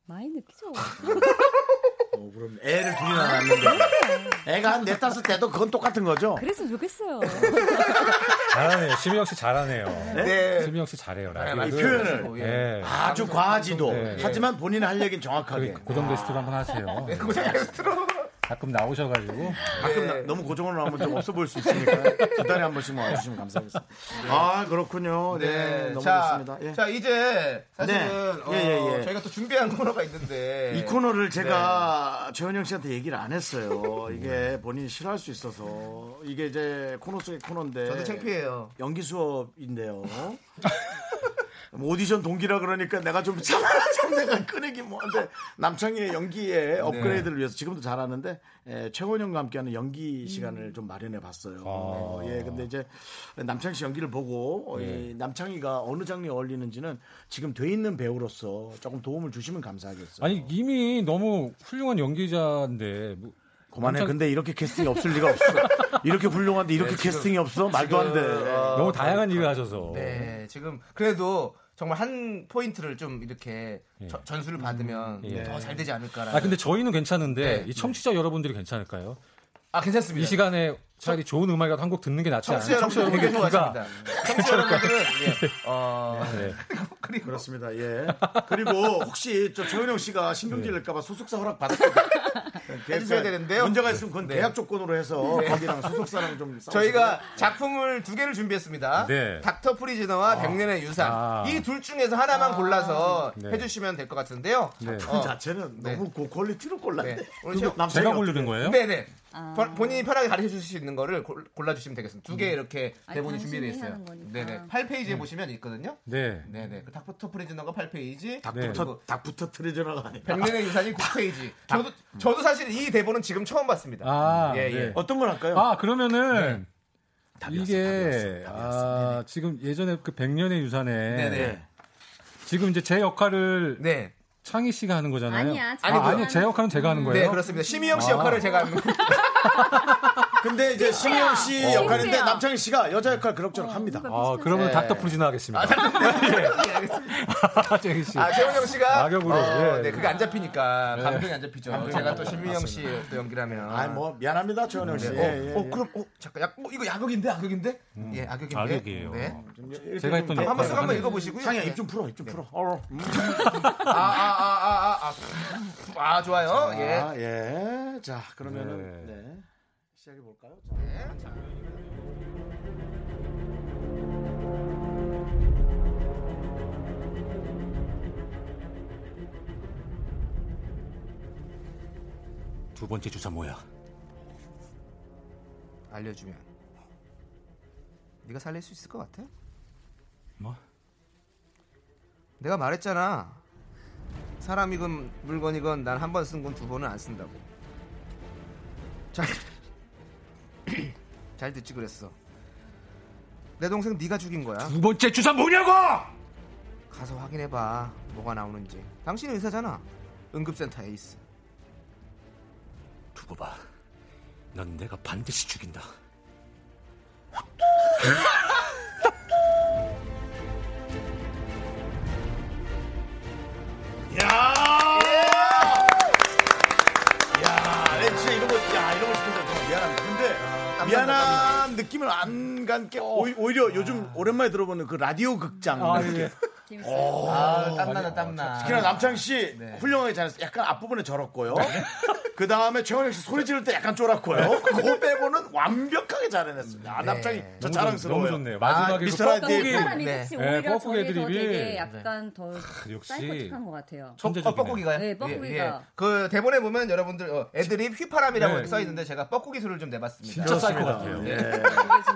Speaker 4: 많이 느끼죠.
Speaker 1: 어, 그럼 애를 둘이나 낳았는데 애가 한 네, 넷다섯 돼도 그건 똑같은 거죠?
Speaker 4: 그랬으면 좋겠어요.
Speaker 3: 잘하네요. 심희영 씨 잘하네요.
Speaker 1: 네.
Speaker 3: 심희영 씨
Speaker 2: 아,
Speaker 3: 잘해요.
Speaker 1: 이
Speaker 3: 라디오를.
Speaker 1: 표현을
Speaker 3: 예.
Speaker 2: 네.
Speaker 1: 아주 과하지도
Speaker 3: 네.
Speaker 1: 하지만 본인 할 얘기는
Speaker 2: 아,
Speaker 1: 정확하게
Speaker 3: 그러니까 고정 게스트로 한번 하세요.
Speaker 1: 네,
Speaker 2: 고장 스트로.
Speaker 3: 가끔 나오셔가지고
Speaker 2: 아,
Speaker 1: 가끔 나- 너무 고정으로 나오면 좀 없어 보일 수 있으니까 두 달에 한 번씩 와주시면 감사하겠습니다.
Speaker 3: 네.
Speaker 1: 아 그렇군요. 네, 너무
Speaker 2: 자,
Speaker 1: 좋습니다. 예.
Speaker 2: 자 이제 사실은
Speaker 1: 네. 예, 예,
Speaker 2: 어,
Speaker 1: 예.
Speaker 2: 저희가 또 준비한 코너가 있는데
Speaker 1: 이 코너를 제가
Speaker 3: 네.
Speaker 1: 최원영 씨한테 얘기를 안 했어요. 이게 본인이 싫어할 수 있어서 이게 이제 코너 속의 코너인데
Speaker 2: 저도 창피해요.
Speaker 1: 연기 수업인데요. 뭐 오디션 동기라 그러니까 내가 좀 참아 좀 내가 끊이기 뭐한데 남창희의
Speaker 3: 네.
Speaker 1: 연기의 업그레이드를 위해서 지금도 잘하는데 에, 최원영과 함께하는
Speaker 3: 음.
Speaker 1: 연기 시간을 좀 마련해 봤어요. 어,
Speaker 3: 아.
Speaker 1: 예, 근데 이제 남창희 씨 연기를 보고 어,
Speaker 3: 네.
Speaker 1: 이 남창희가 어느 장르에 어울리는지는 지금 돼 있는 배우로서 조금 도움을 주시면 감사하겠어요.
Speaker 3: 아니 이미 너무 훌륭한 연기자인데 뭐 남창-
Speaker 1: 그만해.
Speaker 3: 네,
Speaker 1: 근데 이렇게 캐스팅이 없을 리가 없어. 이렇게 훌륭한데 이렇게 캐스팅이 없어? 말도 안 돼. 예.
Speaker 3: 너무 다양한 일을 하셔서
Speaker 2: 아, 네, 지금 그래도 정말 한 포인트를 좀 이렇게 저- 전수를 받으면
Speaker 3: 예.
Speaker 2: 더 잘 되지 않을까라는.
Speaker 3: 아 근데 저희는 괜찮은데
Speaker 2: 네.
Speaker 3: 이 청취자 여러분들이 괜찮을까요?
Speaker 2: 아, 괜찮습니다.
Speaker 3: 이 시간에 차라리 좋은 음악이라도 한 곡 듣는 게 낫지 않아요?
Speaker 2: 청취자 여러분들 되게
Speaker 3: 여러분들의 귀가
Speaker 2: 좋아하십니다. 청취자 여러분들은 예.
Speaker 3: 네.
Speaker 2: 어, 그리고
Speaker 1: 그렇습니다. 예. 그리고 혹시 저 조현영 씨가 신경질낼까봐 소속사 허락 받았거든요. 그러니까
Speaker 2: 해주셔야 네. 되는데요.
Speaker 1: 문제가 있으면 그건
Speaker 2: 네.
Speaker 1: 계약 조건으로 해서 거기랑 소속사랑 좀 싸우시고요.
Speaker 2: 저희가
Speaker 4: 네.
Speaker 2: 작품을 두 개를 준비했습니다.
Speaker 3: 네.
Speaker 2: 닥터 프리즈너와 백년의 유산
Speaker 3: 아.
Speaker 2: 이 둘 중에서
Speaker 4: 아.
Speaker 2: 하나만 골라서
Speaker 3: 네.
Speaker 2: 해주시면 될 것 같은데요. 어.
Speaker 3: 네.
Speaker 1: 그 자체는
Speaker 2: 네.
Speaker 1: 너무 고퀄리티로 골랐네.
Speaker 2: 네. 오늘
Speaker 1: 근데
Speaker 2: 저-
Speaker 1: 남편이
Speaker 3: 제가
Speaker 1: 어떻게-
Speaker 3: 고르는 거예요?
Speaker 2: 네네.
Speaker 4: 아.
Speaker 2: 번- 본인이 편하게 가르쳐 주실 수 있는 거를 골- 골라주시면 되겠습니다. 두 개 이렇게
Speaker 4: 네. 아니,
Speaker 2: 대본이
Speaker 4: 당신이
Speaker 2: 준비되어 있어요.
Speaker 4: 하는 거니까.
Speaker 2: 네네.
Speaker 3: 음.
Speaker 2: 8페이지에 보시면 있거든요.
Speaker 3: 네.
Speaker 2: 네네. 그 닥터 프리즈너가 8페이지.
Speaker 1: 닭부터 닭부터 트레저러가 아니라.
Speaker 2: 백년의 유산이 9페이지. 저도, 저도 사실 이 대본은 지금 처음 봤습니다.
Speaker 3: 음. 아,
Speaker 2: 예,
Speaker 3: 네.
Speaker 2: 예.
Speaker 1: 어떤 걸 할까요? 네.
Speaker 3: 아 그러면은
Speaker 1: 답이 왔어,
Speaker 3: 이게
Speaker 1: 답이 왔어, 답이 왔어.
Speaker 3: 아, 지금 예전에 그 백년의 유산에
Speaker 2: 네네.
Speaker 3: 지금 이제 제 역할을
Speaker 2: 네.
Speaker 3: 창희 씨가 하는 거잖아요.
Speaker 4: 아니야.
Speaker 3: 아,
Speaker 4: 아니,
Speaker 3: 아니,
Speaker 4: 그-
Speaker 3: 제 역할은 제가
Speaker 1: 음,
Speaker 3: 하는 거예요. 아.
Speaker 2: 네, 그렇습니다. 심희영 씨 역할을 제가 하는 거예요.
Speaker 1: 근데
Speaker 2: 네.
Speaker 1: 이제 심희영 씨
Speaker 2: 어.
Speaker 1: 역할인데
Speaker 4: 힘드세요.
Speaker 1: 남창희 씨가 여자 역할 그럭저럭 합니다.
Speaker 3: 아, 그러면
Speaker 2: 네.
Speaker 3: 닥터 프리즈나
Speaker 1: 아,
Speaker 3: 하겠습니다.
Speaker 2: 예, 알겠습니다.
Speaker 3: 쟁이 씨.
Speaker 2: 아, 최원영 씨가.
Speaker 3: 악역으로,
Speaker 2: 어,
Speaker 3: 예.
Speaker 2: 네, 그게 안 잡히니까. 감정이 안 잡히죠. 제가 또 심희영 씨 또 연기라면.
Speaker 1: 아, 뭐 미안합니다, 최원영 씨.
Speaker 2: 어,
Speaker 1: 예, 예,
Speaker 2: 어,
Speaker 1: 예.
Speaker 2: 그럼, 어, 잠깐, 약, 어, 이거 야극인데, 악역인데? 예, 악역인데.
Speaker 3: 악역이에요.
Speaker 2: 네.
Speaker 3: 제가 했던
Speaker 2: 한번
Speaker 3: 역할을
Speaker 2: 쓱 한번
Speaker 3: 하는-
Speaker 2: 읽어보시고요.
Speaker 1: 창이야
Speaker 2: 네.
Speaker 1: 입 좀 풀어, 입 좀 풀어. 어. 음.
Speaker 2: 아, 아, 아, 아, 아, 아, 아, 좋아요. 예.
Speaker 1: 아, 예. 자, 그러면은
Speaker 3: 네.
Speaker 1: 네. 시작해 볼까요?
Speaker 3: 두 번째 주사 뭐야?
Speaker 2: 알려주면 네가 살릴 수 있을 것 같아?
Speaker 3: 뭐?
Speaker 2: 내가 말했잖아. 사람이건 물건이건 난 한 번 쓴 건 두 번은 안 쓴다고. 잘, 잘 듣지 그랬어. 내 동생 네가 죽인 거야.
Speaker 3: 두 번째 주사 뭐냐고!
Speaker 2: 가서 확인해봐 뭐가 나오는지. 당신 의사잖아. 응급센터에 있어.
Speaker 3: 두고 봐. 넌 내가 반드시 죽인다.
Speaker 1: 아, 네, 진짜 이런 거, 야, 이런 거 시켜서 좀 미안합니다.
Speaker 3: 아,
Speaker 1: 근데 미안한 느낌을 안 갖게
Speaker 3: 어.
Speaker 1: 오히- 오히려 요즘 오랜만에 들어보는 그 라디오 극장.
Speaker 3: 예.
Speaker 1: 느낌.
Speaker 2: 아, 땀나다 땀나.
Speaker 1: 특히나 남창
Speaker 3: 아,
Speaker 1: 씨
Speaker 3: 네.
Speaker 1: 훌륭하게 잘했어. 약간 앞부분에 절었고요. 그 다음에 최원영 씨 소리 지를 때 약간
Speaker 3: 네.
Speaker 1: 쫄았고요. 그거 빼고는 완벽하게 잘해냈습니다. 아, 남창이 저
Speaker 3: 너무 좋-
Speaker 1: 자랑스러워요. 아,
Speaker 3: 너무 좋네요. 마지막에
Speaker 1: 미스터
Speaker 3: 그
Speaker 1: 라디오.
Speaker 3: 뻐꾸기.
Speaker 4: 사람이
Speaker 2: 네.
Speaker 4: 그치
Speaker 3: 네,
Speaker 4: 오히려
Speaker 3: 뻐꾸기
Speaker 4: 저게 더
Speaker 3: 애드립이.
Speaker 4: 되게 약간 더
Speaker 3: 역시.
Speaker 4: 사이코틱한 것 같아요.
Speaker 3: 천재
Speaker 2: 어,
Speaker 3: 죽이네.
Speaker 2: 뻐꾸기가요?
Speaker 4: 네, 뻐꾸기가.
Speaker 2: 그 대본에 보면 여러분들 어, 애드립 휘파람이라고
Speaker 3: 네.
Speaker 2: 이렇게 써 있는데 제가 뻐꾸기 소리를 좀 내봤습니다.
Speaker 3: 진짜 쌀것 같아요. 네.
Speaker 1: 네.
Speaker 4: 이게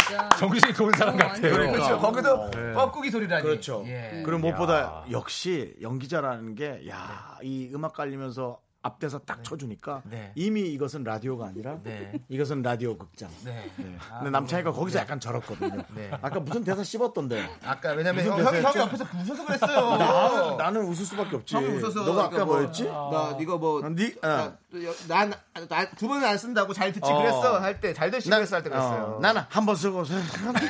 Speaker 4: 진짜
Speaker 3: 정신이 도는 사람 같아요.
Speaker 1: 그러니까.
Speaker 2: 그렇죠. 거기도 뻐꾸기 소리라니.
Speaker 1: 그렇죠.
Speaker 2: 예.
Speaker 1: 그리고 무엇보다 역시 연기자라는 게, 야,
Speaker 3: 네.
Speaker 1: 이 음악 깔리면서 앞대서 딱 쳐주니까
Speaker 2: 네.
Speaker 1: 이미 이것은 라디오가 아니라
Speaker 2: 네.
Speaker 1: 이것은 라디오 극장.
Speaker 2: 네.
Speaker 1: 네. 근데 남창이가 거기서 약간 절었거든요.
Speaker 2: 네.
Speaker 1: 아까 무슨 대사 씹었던데.
Speaker 2: 아까 왜냐면
Speaker 1: 무슨
Speaker 2: 형, 형이
Speaker 1: 대사였죠?
Speaker 2: 형 옆에서 웃어서 그랬어요.
Speaker 1: 나는, 나는 웃을 수밖에 없지.
Speaker 2: 형이 웃어서.
Speaker 1: 너가 아까
Speaker 2: 그러니까 뭐,
Speaker 1: 뭐였지?
Speaker 2: 나 네가 뭐.
Speaker 1: 아, 니- 아.
Speaker 2: 난두 번은 안 쓴다고 잘 듣지
Speaker 1: 어.
Speaker 2: 그랬어 할 때 잘 듣지 그랬어 할 때 그랬어요.
Speaker 1: 어, 나는 한 번 쓰고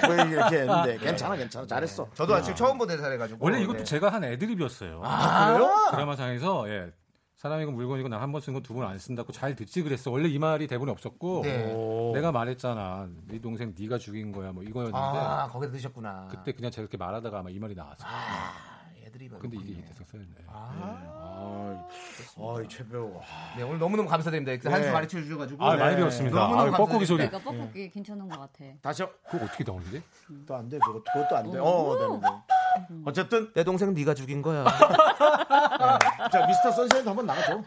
Speaker 1: 왜 이렇게 했는데 괜찮아 괜찮아 잘했어.
Speaker 2: 저도 아침 처음 본 대사를 해가지고.
Speaker 3: 원래 이것도
Speaker 2: 네.
Speaker 1: 아,
Speaker 3: 제가 한 애드립이었어요.
Speaker 1: 그래요?
Speaker 3: 드라마상에서 예. 사람이고 물건이고 나 한 번 쓰는 거 두 번 안 쓴다고 잘 듣지 그랬어. 원래 이 말이 대본에 없었고
Speaker 2: 네.
Speaker 3: 내가 말했잖아. 네 동생 네가 죽인 거야. 뭐 이거였는데
Speaker 2: 아, 거기다 드셨구나.
Speaker 3: 그때 그냥 제가 이렇게 말하다가 아마 이 말이 나왔어.
Speaker 2: 아, 애들이
Speaker 3: 근데 이게
Speaker 2: 그렇군요.
Speaker 3: 이렇게 써있네.
Speaker 1: 아, 아이 최배우.
Speaker 2: 네, 오늘 너무너무 감사드립니다. 이렇게 한수 가르쳐 주셔가지고.
Speaker 3: 아,
Speaker 2: 네.
Speaker 3: 많이 배웠습니다.
Speaker 2: 너무너무
Speaker 3: 아, 뻐꾸기
Speaker 2: 감사드립니다.
Speaker 3: 소리.
Speaker 4: 그러니까 뻐꾸기
Speaker 3: 음.
Speaker 4: 괜찮은 것 같아.
Speaker 1: 다시
Speaker 3: 그거 어떻게 나오는데?
Speaker 1: 또 안 돼. 그거 그것도 안 돼. 어, 네, 네. 어쨌든
Speaker 2: 내 동생 네가 죽인 거야.
Speaker 1: 자 미스터 선샤인도 한번 나가줘.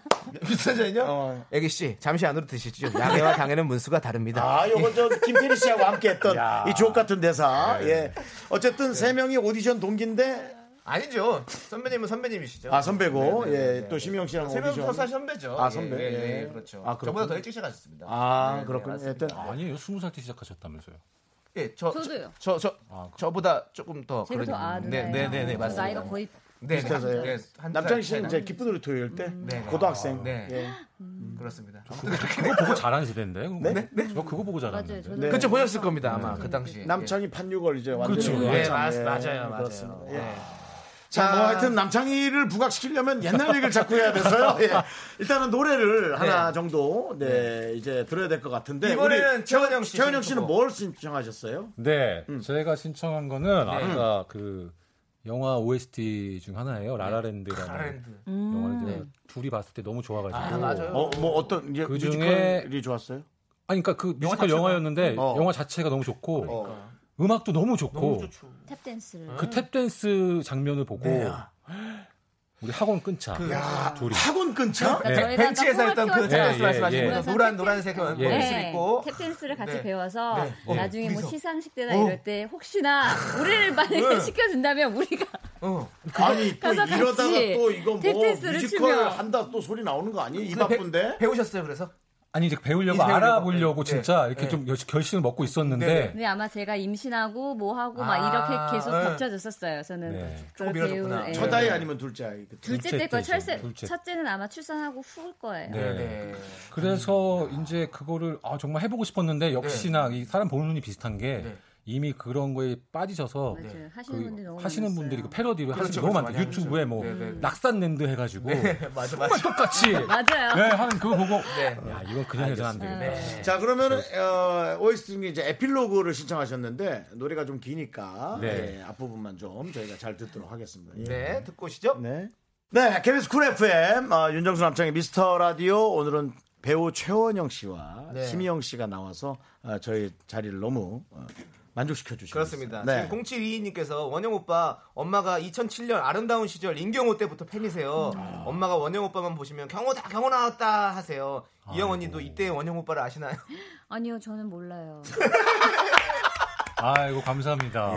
Speaker 2: 비싸잖아요.
Speaker 1: 어.
Speaker 2: 애기 씨, 잠시 안으로 드시죠. 양해와 당해는 문수가 다릅니다.
Speaker 1: 아, 요건 저 김태리 씨하고 함께 했던 이 주옥 같은 대사.
Speaker 2: 네.
Speaker 1: 예. 어쨌든 세 명이 오디션 동기인데
Speaker 2: 아니죠. 선배님은 선배님이시죠.
Speaker 1: 아 선배고
Speaker 2: 네, 네, 네,
Speaker 1: 예.
Speaker 2: 네.
Speaker 1: 또 심영 씨랑
Speaker 2: 세명
Speaker 1: 오디션.
Speaker 2: 서사 선배죠.
Speaker 1: 아,
Speaker 2: 예,
Speaker 1: 선배.
Speaker 2: 예, 예,
Speaker 1: 예.
Speaker 2: 그렇죠.
Speaker 1: 아, 그렇군요.
Speaker 2: 저보다 더 일찍 시작하셨습니다.
Speaker 1: 아
Speaker 2: 네, 네,
Speaker 1: 그렇군요.
Speaker 2: 맞습니다.
Speaker 1: 하여튼
Speaker 3: 아니에요. 스무 살 때 시작하셨다면서요.
Speaker 2: 예, 저,
Speaker 4: 저도요.
Speaker 2: 저, 저,
Speaker 3: 아,
Speaker 2: 저, 보다 조금 더.
Speaker 4: 제가 더
Speaker 2: 그러니까.
Speaker 4: 아는
Speaker 2: 네, 네, 네, 네, 맞습니다.
Speaker 4: 나이가 거의
Speaker 2: 네, 네,
Speaker 1: 비슷해서요.
Speaker 2: 네, 한살
Speaker 1: 남창희
Speaker 2: 차이
Speaker 1: 씨는
Speaker 2: 나-
Speaker 1: 이제 기쁜 우리 토요일 때
Speaker 2: 네.
Speaker 1: 고등학생.
Speaker 2: 네.
Speaker 1: 예.
Speaker 2: 그렇습니다. 네.
Speaker 3: 그거 보고 자란 세대인데? 네? 저 그거 보고
Speaker 4: 맞아요.
Speaker 3: 자랐는데.
Speaker 4: 저도
Speaker 1: 네.
Speaker 2: 그쵸 보셨을 겁니다 아마 그 당시.
Speaker 1: 남창희 판유걸 이제 완전히
Speaker 3: 그렇죠.
Speaker 1: 완전,
Speaker 2: 예,
Speaker 1: 예,
Speaker 2: 맞, 맞아요,
Speaker 1: 그렇습니다.
Speaker 2: 맞아요.
Speaker 1: 예.
Speaker 2: 예.
Speaker 1: 자, 뭐 하여튼 남창희를 부각시키려면 옛날 얘기를 자꾸 해야 돼서요.
Speaker 2: 네.
Speaker 1: 예. 일단은 노래를 하나 정도 네, 이제 들어야 될 것 같은데
Speaker 2: 이번에는 최원영 씨
Speaker 1: 최현영 씨는
Speaker 2: 신청곡.
Speaker 1: 뭘 신청하셨어요?
Speaker 3: 네,
Speaker 2: 음.
Speaker 3: 제가 신청한 거는
Speaker 2: 네.
Speaker 3: 아까 그 영화 OST 중 하나예요. 라라랜드라는
Speaker 1: 아,
Speaker 2: 라라랜드.
Speaker 1: 음.
Speaker 4: 음.
Speaker 3: 영화를 제가 둘이 봤을 때 너무 좋아가지고.
Speaker 2: 아, 맞아요.
Speaker 1: 어, 뭐 어떤 이제
Speaker 3: 그 중에-
Speaker 1: 뮤지컬이 좋았어요?
Speaker 3: 아니, 그러니까 그 뮤지컬 영화 였는데
Speaker 2: 어.
Speaker 3: 영화 자체가 너무 좋고
Speaker 2: 그러니까.
Speaker 1: 어.
Speaker 3: 음악도 너무 좋고
Speaker 4: 탭 댄스를
Speaker 3: 그 탭댄스 장면을 보고
Speaker 2: 네.
Speaker 3: 우리 학원 끊자.
Speaker 2: 그
Speaker 3: 둘이.
Speaker 1: 학원 끊자?
Speaker 4: 그러니까 저희가
Speaker 2: 벤치에서
Speaker 4: 아까
Speaker 2: 했던 네,
Speaker 4: 꿈을
Speaker 2: 그
Speaker 3: 예,
Speaker 4: 키웠잖아요.
Speaker 2: 댄스
Speaker 3: 예,
Speaker 2: 말씀하신
Speaker 1: 네,
Speaker 3: 예.
Speaker 2: 거 노란 노란색 원을
Speaker 4: 네,
Speaker 2: 입고
Speaker 4: 탭댄스를 같이
Speaker 2: 네.
Speaker 4: 배워서
Speaker 2: 네. 어, 둘이서. 어.
Speaker 4: 나중에
Speaker 2: 네.
Speaker 4: 뭐 시상식 때나 이럴 때 혹시나 우리를 만약에 시켜준다면 우리가
Speaker 2: 어.
Speaker 1: 아니 또
Speaker 4: 가서
Speaker 1: 이러다가
Speaker 4: 같이
Speaker 1: 또 이거 뭐
Speaker 4: 탭댄스를
Speaker 1: 뮤지컬
Speaker 4: 추며.
Speaker 1: 한다 또 소리 나오는 거 아니에요? 이
Speaker 2: 배-
Speaker 1: 바쁜데?
Speaker 2: 배우셨어요 그래서?
Speaker 3: 아니 이제 배우려고
Speaker 2: 이제 배우려고.
Speaker 3: 알아보려고
Speaker 2: 네,
Speaker 3: 진짜
Speaker 2: 네.
Speaker 3: 이렇게
Speaker 2: 네.
Speaker 3: 좀 여- 결심을 먹고 있었는데
Speaker 2: 네, 네.
Speaker 4: 근데 아마 제가 임신하고 뭐 하고 막
Speaker 2: 아,
Speaker 4: 이렇게 계속
Speaker 2: 네.
Speaker 4: 겹쳐졌었어요. 저는
Speaker 3: 네.
Speaker 4: 그걸
Speaker 2: 조금 밀어줬구나.
Speaker 4: 배울, 예.
Speaker 1: 첫 아이 아니면 둘째 아이? 그때?
Speaker 4: 둘째
Speaker 3: 둘째
Speaker 4: 때거
Speaker 3: 때죠.
Speaker 4: 철새
Speaker 3: 둘째.
Speaker 4: 첫째는 아마 출산하고 후일 거예요.
Speaker 3: 네.
Speaker 2: 네.
Speaker 3: 그래서 이제 그거를 아, 정말 해보고 싶었는데 역시나 이 사람 보는 눈이 비슷한 게
Speaker 2: 네.
Speaker 3: 이미 그런 거에 빠지셔서
Speaker 4: 맞아요. 하시는 분들이
Speaker 3: 그
Speaker 4: 너무
Speaker 3: 하시는
Speaker 4: 많았어요.
Speaker 3: 분들이 그 패러디를 하시는
Speaker 2: 그렇죠,
Speaker 3: 너무
Speaker 2: 그렇죠,
Speaker 3: 많다.
Speaker 2: 많이
Speaker 3: 유튜브에 뭐
Speaker 2: 네, 네, 네.
Speaker 3: 낙산랜드 해가지고
Speaker 2: 맞아
Speaker 3: 정말
Speaker 2: 맞아.
Speaker 3: 똑같이
Speaker 4: 맞아요.
Speaker 3: 네, 하는 그거 보고
Speaker 2: 네.
Speaker 3: 야 이건 그냥 여자 안 되겠다. 네.
Speaker 1: 자 그러면 어, OST 중에 이제 에필로그를 신청하셨는데 노래가 좀 기니까
Speaker 3: 네.
Speaker 1: 예, 앞부분만 좀 저희가 잘 듣도록 하겠습니다. 예.
Speaker 2: 네 듣고 오시죠.
Speaker 1: 네. 네, KBS 쿨 FM 어, 윤정수 남창의 미스터 라디오 오늘은 배우 최원영 씨와
Speaker 2: 네.
Speaker 1: 심희영 씨가 나와서 어, 저희 자리를 너무 어, 만족시켜 주시고
Speaker 2: 그렇습니다.
Speaker 1: 있어요. 네.
Speaker 2: 지금 0722님께서 원영 오빠 엄마가 2007년 아름다운 시절 임경호 때부터 팬이세요.
Speaker 1: 아.
Speaker 2: 엄마가 원영 오빠만 보시면 경호다 경호 나왔다 하세요. 이영 언니도 이때 원영 오빠를 아시나요?
Speaker 4: 아니요, 저는 몰라요.
Speaker 3: 아이고 감사합니다.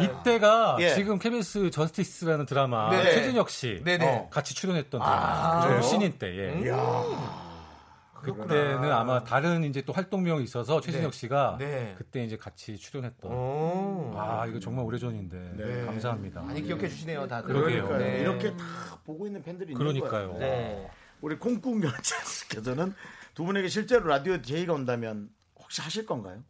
Speaker 2: 네.
Speaker 3: 이때가
Speaker 1: 예.
Speaker 3: 지금 KBS 저스티스라는 드라마
Speaker 2: 네.
Speaker 3: 최진혁 씨
Speaker 2: 네네. 아.
Speaker 3: 어, 같이 출연했던 드라마
Speaker 2: 그래요? 음.
Speaker 3: 그 신인 때. 예. 그때는 아마 다른 이제 또 활동명이 있어서 최진혁
Speaker 2: 네.
Speaker 3: 씨가
Speaker 2: 네. 어.
Speaker 3: 그때 이제 같이
Speaker 1: 어.
Speaker 3: 출연했던.
Speaker 2: 오.
Speaker 3: 아 이거 정말 오래전인데 감사합니다.
Speaker 2: 많이 네. 기억해 주시네요 다들.
Speaker 3: 그러게요.
Speaker 1: 그러니까요.
Speaker 2: 네.
Speaker 1: 이렇게 아. 다 보고 있는 팬들이 있는
Speaker 3: 그러니까요.
Speaker 1: 거예요.
Speaker 2: 네.
Speaker 1: 우리 콩꿍 연차께서는 두 분에게 실제로 라디오 DJ가 온다면 혹시 하실 건가요?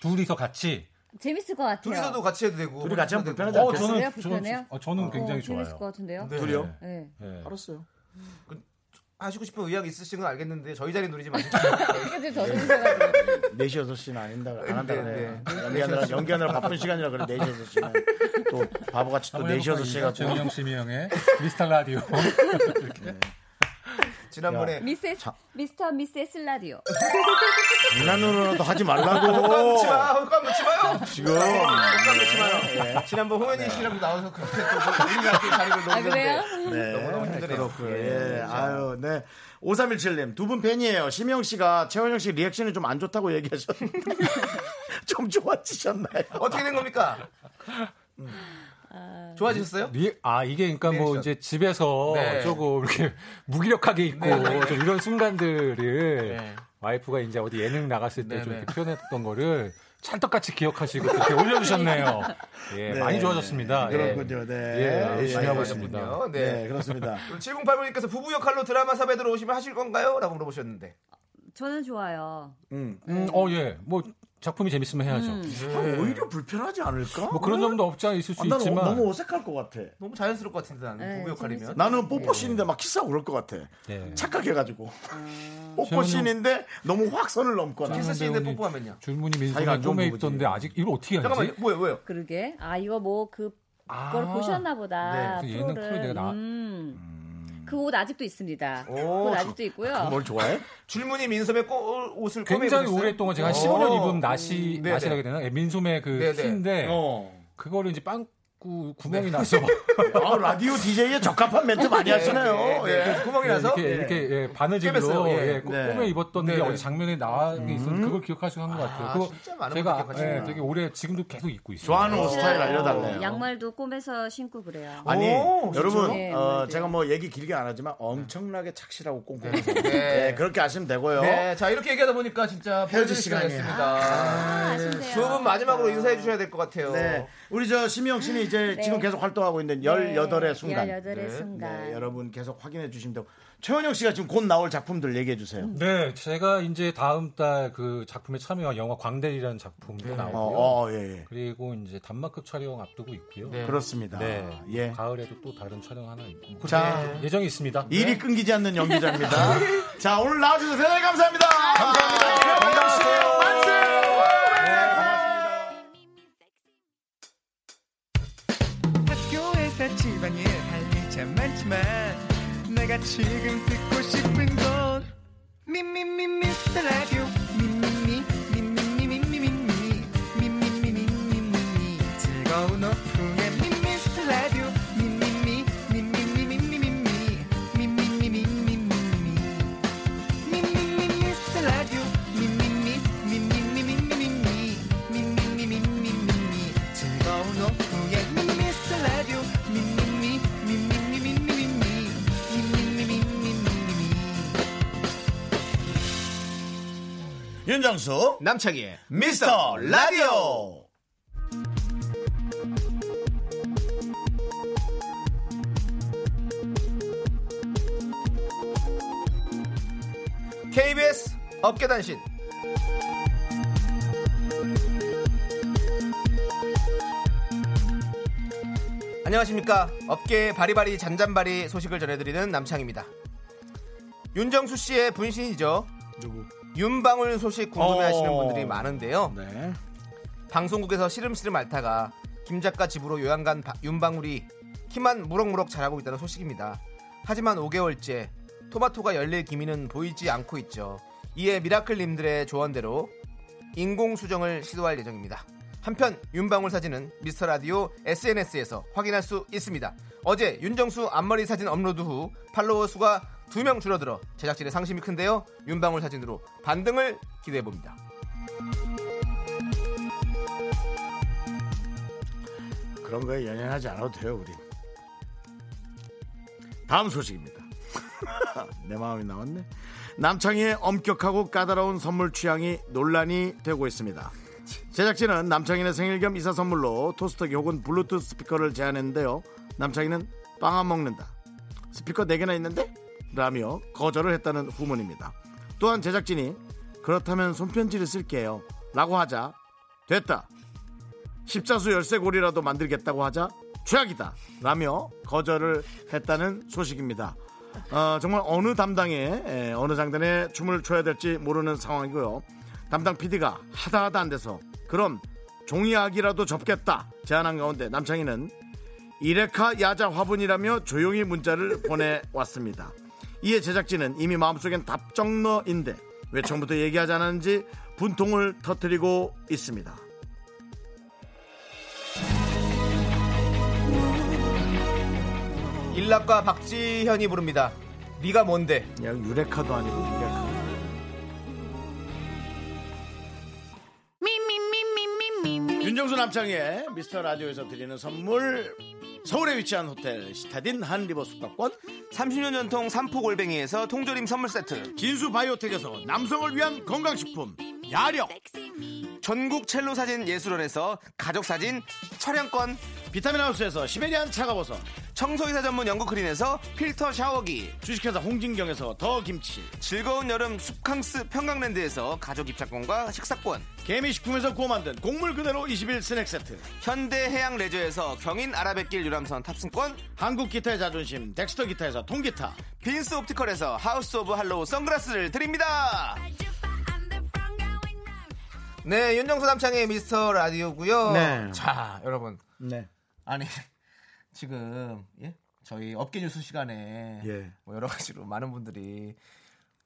Speaker 3: 둘이서 같이.
Speaker 4: 재밌을 것 같아요.
Speaker 2: 둘이서도 같이 해도 되고.
Speaker 1: 둘이 같이 하면
Speaker 2: 혼자서도
Speaker 1: 불편하지
Speaker 2: 되고.
Speaker 1: 않겠어요?
Speaker 4: 그래요? 불편해요?
Speaker 3: 저는, 어, 저는 굉장히
Speaker 4: 어, 재밌을 것
Speaker 3: 좋아요.
Speaker 4: 같은데요.
Speaker 2: 네.
Speaker 1: 둘이요?
Speaker 4: 네.
Speaker 3: 예.
Speaker 1: 알았어요.
Speaker 2: 하시고 싶은 의향 있으신 건 알겠는데 저희 자리 누리지 마시고.
Speaker 4: 그래서 저 재밌어가지고
Speaker 1: 4시 6시는 안 한다 안 한다
Speaker 2: 네,
Speaker 1: 그래.
Speaker 2: 네.
Speaker 1: 연기하느라 연기하느라 바쁜 시간이라 그래. 4시 6시는 또 바보같이 또 4시 6시 갖고
Speaker 3: 정영 심의영의 미스터 라디오.
Speaker 2: 지난번에
Speaker 4: 미세스 미스터 미세스 라디오.
Speaker 1: 장난으로라도 하지
Speaker 2: 헛간
Speaker 1: 말라고.
Speaker 2: 묻지 마, 헛간 묻지 어, 마요.
Speaker 1: 지금
Speaker 3: 아,
Speaker 2: 헛간 묻지
Speaker 3: 예.
Speaker 2: 마요. 지난번
Speaker 3: 네.
Speaker 2: 홍현희 씨랑 나와서 그렇게 또 우리 같은 자리를 놓는데.
Speaker 4: 아 그래요?
Speaker 1: 네.
Speaker 2: 너무너무 힘드네요.
Speaker 1: 그렇고요.
Speaker 2: 예,
Speaker 1: 예. 아유, 네. 5317님, 두 분 팬이에요. 심영 씨가 최원영 씨 리액션이 좀 안 좋다고 얘기하셨는데. 좀 좋아지셨나요?
Speaker 2: 어떻게 된 겁니까? 음. 좋아지셨어요?
Speaker 3: 리- 아 이게 그러니까 뭐
Speaker 2: 리액션.
Speaker 3: 이제 집에서
Speaker 2: 네.
Speaker 3: 조금 이렇게 무기력하게 있고
Speaker 2: 네, 네, 네.
Speaker 3: 좀 이런 순간들을
Speaker 2: 네.
Speaker 3: 와이프가 이제 어디 예능 나갔을 때
Speaker 2: 네,
Speaker 3: 좀
Speaker 2: 네.
Speaker 3: 이렇게 표현했던 거를 찰떡같이 기억하시고 이렇게 올려주셨네요. 예,
Speaker 1: 네.
Speaker 3: 많이 좋아졌습니다. 예.
Speaker 1: 그렇군요. 네.
Speaker 3: 예, 열심히
Speaker 1: 예,
Speaker 3: 하고
Speaker 1: 예.
Speaker 3: 있습니다.
Speaker 2: 좋아지셨군요.
Speaker 1: 네,
Speaker 2: 네.
Speaker 1: 그렇습니다.
Speaker 2: 7085님께서 부부 역할로 드라마 섭외 들어오시면 하실 건가요? 라고 물어보셨는데.
Speaker 4: 저는 좋아요.
Speaker 3: 음, 어 예, 뭐 작품이 재밌으면 해야죠.
Speaker 1: 음. 아, 오히려 불편하지 않을까?
Speaker 3: 뭐 그런 점도 없지 않아 있을 수
Speaker 1: 아, 나는
Speaker 3: 있지만
Speaker 1: 너무 어색할 것 같아.
Speaker 2: 너무 자연스러울 것 같은데 나는
Speaker 4: 네,
Speaker 2: 부부 역할이면
Speaker 1: 나는 뽀뽀씬인데 막 키스하고 그럴 것 같아.
Speaker 3: 네.
Speaker 1: 착각해가지고. 뽀뽀씬인데 너무 확 선을 넘거나.
Speaker 2: 키스 씬인데
Speaker 3: 배우님.
Speaker 2: 뽀뽀하면요.
Speaker 3: 줄무늬 민소매
Speaker 1: 자기가 안 좋은
Speaker 3: 꿈에
Speaker 1: 부분이에요.
Speaker 3: 입던데 아직 이걸 어떻게 하지?
Speaker 2: 잠깐만 뭐예요 왜요?
Speaker 4: 그러게. 아 이거 뭐그
Speaker 3: 아,
Speaker 4: 그걸 보셨나 보다.
Speaker 3: 네, 그 예능
Speaker 4: 프로를. 음.
Speaker 3: 프로에 내가 나-
Speaker 4: 그 옷 아직도 있습니다.
Speaker 2: 오,
Speaker 4: 그옷 아직도 있고요.
Speaker 1: 뭘 좋아해?
Speaker 2: 줄무늬 민소매 꼬, 옷을 꼬매
Speaker 3: 굉장히
Speaker 2: 입으셨어요?
Speaker 3: 오랫동안 제가 한
Speaker 2: 어. 음,
Speaker 3: 15년 입은 나시
Speaker 2: 네네.
Speaker 3: 나시라게 되나 예, 민소매 그
Speaker 2: 네네. 네.
Speaker 3: 티인데
Speaker 1: 어.
Speaker 3: 그거를 이제 빵꾸 구멍이 나서
Speaker 1: 아, 라디오 DJ에 적합한 멘트 많이
Speaker 2: 네,
Speaker 1: 하시네요.
Speaker 2: 네,
Speaker 1: 예.
Speaker 2: 그래서 구멍이 나서
Speaker 3: 이렇게 이렇게 예, 바느질로
Speaker 2: 꿰맸어요. 예.
Speaker 3: 예, 꼬-
Speaker 1: 네.
Speaker 3: 꿈에 입었던 게
Speaker 2: 네네. 음.
Speaker 3: 어디 장면에 나와 게 있었는데 그걸 기억하시고 한 것 같아요.
Speaker 2: 아,
Speaker 3: 그거
Speaker 2: 진짜 많은 걸
Speaker 3: 제가
Speaker 2: 기억하시구나.
Speaker 3: 예, 되게 오래 지금도 계속 입고 있어요.
Speaker 1: 좋아하는 옷 스타일
Speaker 4: 어,
Speaker 1: 알려달래요.
Speaker 4: 양말도 꼬매서 신고 그래요.
Speaker 1: 아니
Speaker 2: 오,
Speaker 1: 여러분
Speaker 4: 네,
Speaker 1: 어,
Speaker 4: 맞아요.
Speaker 1: 제가 뭐 얘기 길게 안 하지만 엄청나게 착실하고 꼼꼼해요.
Speaker 2: 네.
Speaker 1: 네, 그렇게 아시면 되고요.
Speaker 2: 네, 자 이렇게 얘기하다 보니까 진짜 헤어질
Speaker 1: 시간이에요.
Speaker 2: 시간이었습니다.
Speaker 4: 아, 아쉽네요.
Speaker 2: 두 분 마지막으로 인사해 주셔야 될 것 같아요.
Speaker 1: 네. 우리 저 심희영 씨는 이제
Speaker 4: 네.
Speaker 1: 지금 계속 활동하고 있는 18의 순간.
Speaker 4: 18의
Speaker 2: 네,
Speaker 4: 순간.
Speaker 1: 네, 여러분 계속 확인해 주시면 되고 최원영 씨가 지금 곧 나올 작품들 얘기해 주세요.
Speaker 3: 네, 제가 이제 다음 달 그 작품에 참여한 영화 광대리라는
Speaker 2: 네.
Speaker 3: 작품도
Speaker 1: 어,
Speaker 3: 나오고요.
Speaker 1: 어, 예, 예.
Speaker 3: 그리고 이제 단막극 촬영 앞두고 있고요. 네.
Speaker 1: 그렇습니다. 예.
Speaker 3: 가을에도 또 다른 촬영 하나 있고.
Speaker 1: 자.
Speaker 3: 네, 예정이 있습니다.
Speaker 1: 일이 끊기지 않는 연기자입니다. 자, 오늘 나와주셔서 대단히 감사합니다. 감사합니다. 네, 건강하세요.
Speaker 6: 학교에서 집안일 할 일 참 많지만 내가 지금 듣고 싶은 건 미미미 미스터 라디오 미미미 미미미 미미미 미미미 미미미 즐거운 오후에 미스터 라디오 미미미 미미미 미미미 미미미 미미미
Speaker 1: 윤정수,
Speaker 2: 남창희의
Speaker 1: 미스터 라디오.
Speaker 2: KBS 업계단신. 안녕하십니까. 업계의 바리바리 잔잔바리 소식을 전해드리는 남창입니다. 윤정수 씨의 분신이죠.
Speaker 1: 누구?
Speaker 2: 윤방울 소식 궁금해하시는
Speaker 1: 어.
Speaker 2: 분들이 많은데요.
Speaker 1: 네.
Speaker 2: 방송국에서 시름시름 앓다가 김 작가 집으로 요양 간 바- 윤방울이 키만 무럭무럭 자라고 있다는 소식입니다. 하지만 5개월째 토마토가 열릴 기미는 보이지 않고 있죠. 이에 미라클님들의 조언대로 인공 수정을 시도할 예정입니다. 한편 윤방울 사진은 미스터 라디오 SNS에서 확인할 수 있습니다. 어제 윤정수 앞머리 사진 업로드 후 팔로워 수가 2명 줄어들어 제작진의 상심이 큰데요. 윤방울 사진으로 반등을 기대해 봅니다.
Speaker 1: 그런 거에 연연하지 않아도 돼요, 우린. 다음 소식입니다. 내 마음이 나왔네. 남창희의 엄격하고 까다로운 선물 취향이 논란이 되고 있습니다. 제작진은 남창희의 생일 겸 이사 선물로 토스터기 혹은 블루투스 스피커를 제안했는데요. 남창희는 빵 안 먹는다. 스피커 4개나 있는데? 라며 거절을 했다는 후문입니다. 또한 제작진이 그렇다면 손편지를 쓸게요. 라고 하자 됐다. 십자수 열쇠고리라도 만들겠다고 하자 최악이다 라며 거절을 했다는 소식입니다. 어, 정말 어느 담당에 에, 어느 장단에 춤을 춰야 될지 모르는 상황이고요. 담당 PD가 하다 하다 안 돼서 그럼 종이학이라도 접겠다 제안한 가운데 남창희는 이레카 야자 화분이라며 조용히 문자를 보내왔습니다. 이에 제작진은 이미 마음속엔 답정너인데 왜 처음부터 얘기하지 않았는지 분통을 터뜨리고 있습니다.
Speaker 2: 일락과 박지현이 부릅니다. 네가 뭔데?
Speaker 1: 그냥 유레카도 아니고 유레카. 윤정수 남창의 미스터 라디오에서 드리는 선물 서울에 위치한 호텔 시타딘 한 리버 숙박권
Speaker 2: 30년 전통 삼포골뱅이에서 통조림 선물 세트.
Speaker 1: 진수 바이오텍에서 남성을 위한 건강식품 야력
Speaker 2: 전국 첼로 사진 예술원에서 가족 사진 촬영권,
Speaker 1: 비타민 하우스에서 시베리안 차가버섯
Speaker 2: 청소이사 전문 영국 크린에서 필터 샤워기,
Speaker 1: 주식회사 홍진경에서 더 김치
Speaker 2: 즐거운 여름 숲캉스 평강랜드에서 가족 입장권과 식사권,
Speaker 1: 개미식품에서 구워 만든 곡물 그대로 21 스낵 세트
Speaker 2: 현대해양 레저에서 경인 아라뱃길 유람선 탑승권,
Speaker 1: 한국 기타의 자존심 덱스터 기타에서 통기타
Speaker 2: 빈스 옵티컬에서 하우스 오브 할로우 선글라스를 드립니다. 네, 윤정수 남창의 미스터 라디오고요.
Speaker 1: 네.
Speaker 2: 자, 여러분.
Speaker 1: 네
Speaker 2: 아니, 지금 예? 저희 업계 뉴스 시간에
Speaker 1: 예.
Speaker 2: 뭐 여러 가지로 많은 분들이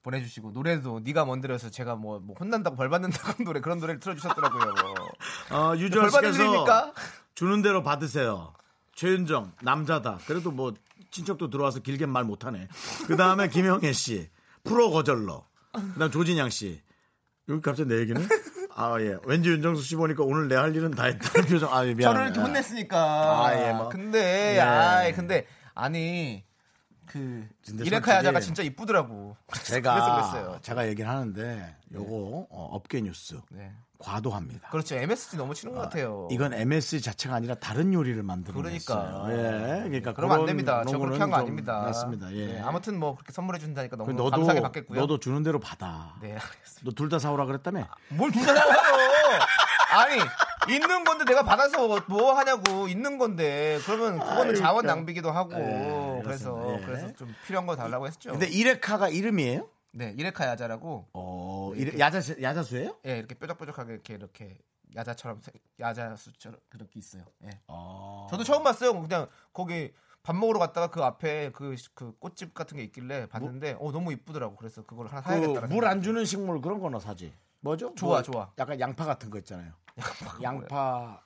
Speaker 2: 보내주시고 노래도 네가 뭔데려서 제가 뭐, 뭐 혼난다고 벌 받는다고 노래 그런 노래를 틀어주셨더라고요.
Speaker 1: 어, 유저
Speaker 2: 벌 받을
Speaker 1: 씨께서
Speaker 2: 일입니까?
Speaker 1: 주는 대로 받으세요. 최윤정 남자다. 그래도 뭐 친척도 들어와서 길게 말 못하네. 그 다음에 김영애 씨 프로 거절러. 그다음 조진양 씨 여기 갑자기 내 얘기는? 아 예. 왠지 윤정수 씨 보니까 오늘 내 할 일은 다 했다는 표정. 아 예, 미안.
Speaker 2: 저를 이렇게 혼냈으니까.
Speaker 1: 아, 예, 뭐.
Speaker 2: 근데
Speaker 1: 예.
Speaker 2: 아이, 근데 아니 그
Speaker 1: 근데
Speaker 2: 이레카 야자가
Speaker 1: 솔직히-
Speaker 2: 진짜 이쁘더라고.
Speaker 1: 제가
Speaker 2: 그래서 그랬어요.
Speaker 1: 제가 얘기를 하는데 요거 어, 업계 뉴스
Speaker 2: 네.
Speaker 1: 과도합니다.
Speaker 2: 그렇죠. MSG 너무 치는 것 같아요.
Speaker 1: 이건 MS 자체가 아니라 다른 요리를 만들어
Speaker 2: 그러니까.
Speaker 1: 예. 그러니까
Speaker 2: 그러면 안
Speaker 1: 그런
Speaker 2: 됩니다. 저 그렇게
Speaker 1: 농구는
Speaker 2: 한 거
Speaker 1: 좀
Speaker 2: 아닙니다.
Speaker 1: 맞습니다. 예.
Speaker 2: 네, 아무튼 뭐 그렇게 선물해 준다니까
Speaker 1: 그
Speaker 2: 너무
Speaker 1: 너도
Speaker 2: 감사하게 받겠고요.
Speaker 1: 너도 주는 대로 받아.
Speaker 2: 네, 알겠습니다. 아,
Speaker 1: 너 둘 다 사오라 그랬다며?
Speaker 2: 뭘 둘다 사와요? 아니 있는 건데 내가 받아서 뭐 하냐고 있는 건데 그러면 그거는 자원 낭비기도 하고
Speaker 1: 그러니까. 예,
Speaker 2: 그래서
Speaker 1: 그렇습니다. 예.
Speaker 2: 그래서 좀 필요한 거 달라고 했죠.
Speaker 1: 근데 이레카가 이름이에요?
Speaker 2: 네 이레카 야자라고
Speaker 1: 어, 이레- 야자 야자수예요?
Speaker 2: 예 이렇게 뾰족뾰족하게 이렇게 이렇게 야자처럼 생- 야자수처럼 그렇게 있어요. 예.
Speaker 1: 어.
Speaker 2: 저도 처음 봤어요. 뭐 그냥 거기 밥 먹으러 갔다가 그 앞에 그, 그 꽃집 같은 게 있길래 봤는데 어 너무 이쁘더라고. 그래서 그걸 하나 사야겠다.
Speaker 1: 물 안 주는 식물 그런 거나 사지. 뭐죠?
Speaker 2: 좋아,
Speaker 1: 뭐
Speaker 2: 좋아.
Speaker 1: 약간 양파 같은 거 있잖아요. 양파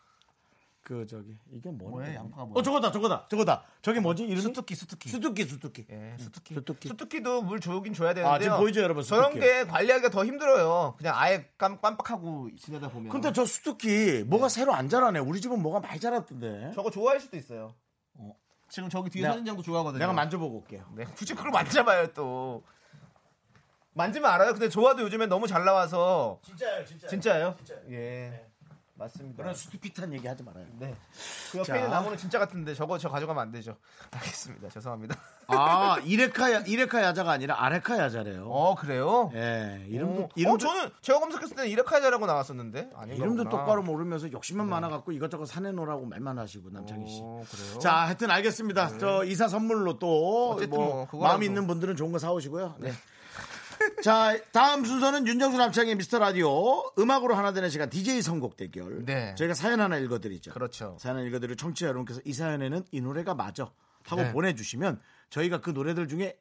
Speaker 1: 그 저기 이게 뭐예
Speaker 2: 뭐예요? 양파가 뭐예요?
Speaker 1: 어 저거다 저거다 저거다. 저게 뭐지? 이름이?
Speaker 2: 수투키 수투키.
Speaker 1: 수두끼 수두끼.
Speaker 2: 예, 수투키.
Speaker 1: 수투키.
Speaker 2: 수투키. 도물 주긴 줘야 되는데요.
Speaker 1: 음. 아, 지금 보이죠, 여러분?
Speaker 2: 저런
Speaker 1: 수투키.
Speaker 2: 게 관리하기가 더 힘들어요. 그냥 아예 깜, 깜빡하고 지내다 보면.
Speaker 1: 근데 저 수두끼 뭐가 새로 안 자라네. 우리 집은 뭐가 많이 자랐던데.
Speaker 2: 저거 좋아할 수도 있어요.
Speaker 1: 어.
Speaker 2: 지금 저기 뒤에
Speaker 1: 내가-
Speaker 2: 사진장도 좋아하거든요.
Speaker 1: 내가 만져보고 올게요.
Speaker 2: 네, 굳이 그걸 만져봐요 또. 만지면 알아요. 근데 좋아도 요즘에 너무 잘 나와서
Speaker 1: 진짜요, 진짜.
Speaker 2: 진짜예요? 예, 맞습니다.
Speaker 1: 그런 수두피탄 얘기 하지 말아요.
Speaker 2: 네. 그 옆에
Speaker 1: 자.
Speaker 2: 있는 나무는 진짜 같은데 저거 저 가져가면 안 되죠. 알겠습니다. 죄송합니다.
Speaker 1: 아 이레카 야, 이레카 야자가 아니라 아레카 야자래요.
Speaker 2: 어 그래요?
Speaker 1: 예,
Speaker 2: 어,
Speaker 1: 이름도
Speaker 2: 어,
Speaker 1: 이름도,
Speaker 2: 저는 제가 검색했을 때는 이레카자라고 나왔었는데 아니 네.
Speaker 1: 이름도 똑바로 모르면서 욕심만 많아갖고 이것저것 사내놓으라고 말만 하시고 남창희 씨.
Speaker 2: 어, 그래요?
Speaker 1: 자, 하여튼 알겠습니다. 저 이사 선물로 또
Speaker 2: 그렇죠. 네. 어쨌든
Speaker 1: 뭐
Speaker 2: 뭐 그거라도.
Speaker 1: 마음 있는 분들은 좋은 거 사오시고요. 네. 자, 다음 순서는 윤정수 남창의 미스터 라디오 음악으로 하나 되는 시간 DJ 선곡 대결.
Speaker 2: 네.
Speaker 1: 저희가 사연 하나 읽어드리죠.
Speaker 2: 그렇죠.
Speaker 1: 사연을 읽어드릴 청취자 여러분께서 이 사연에는 이 노래가 맞아 하고
Speaker 2: 네.
Speaker 1: 보내주시면 저희가 그 노래들 중에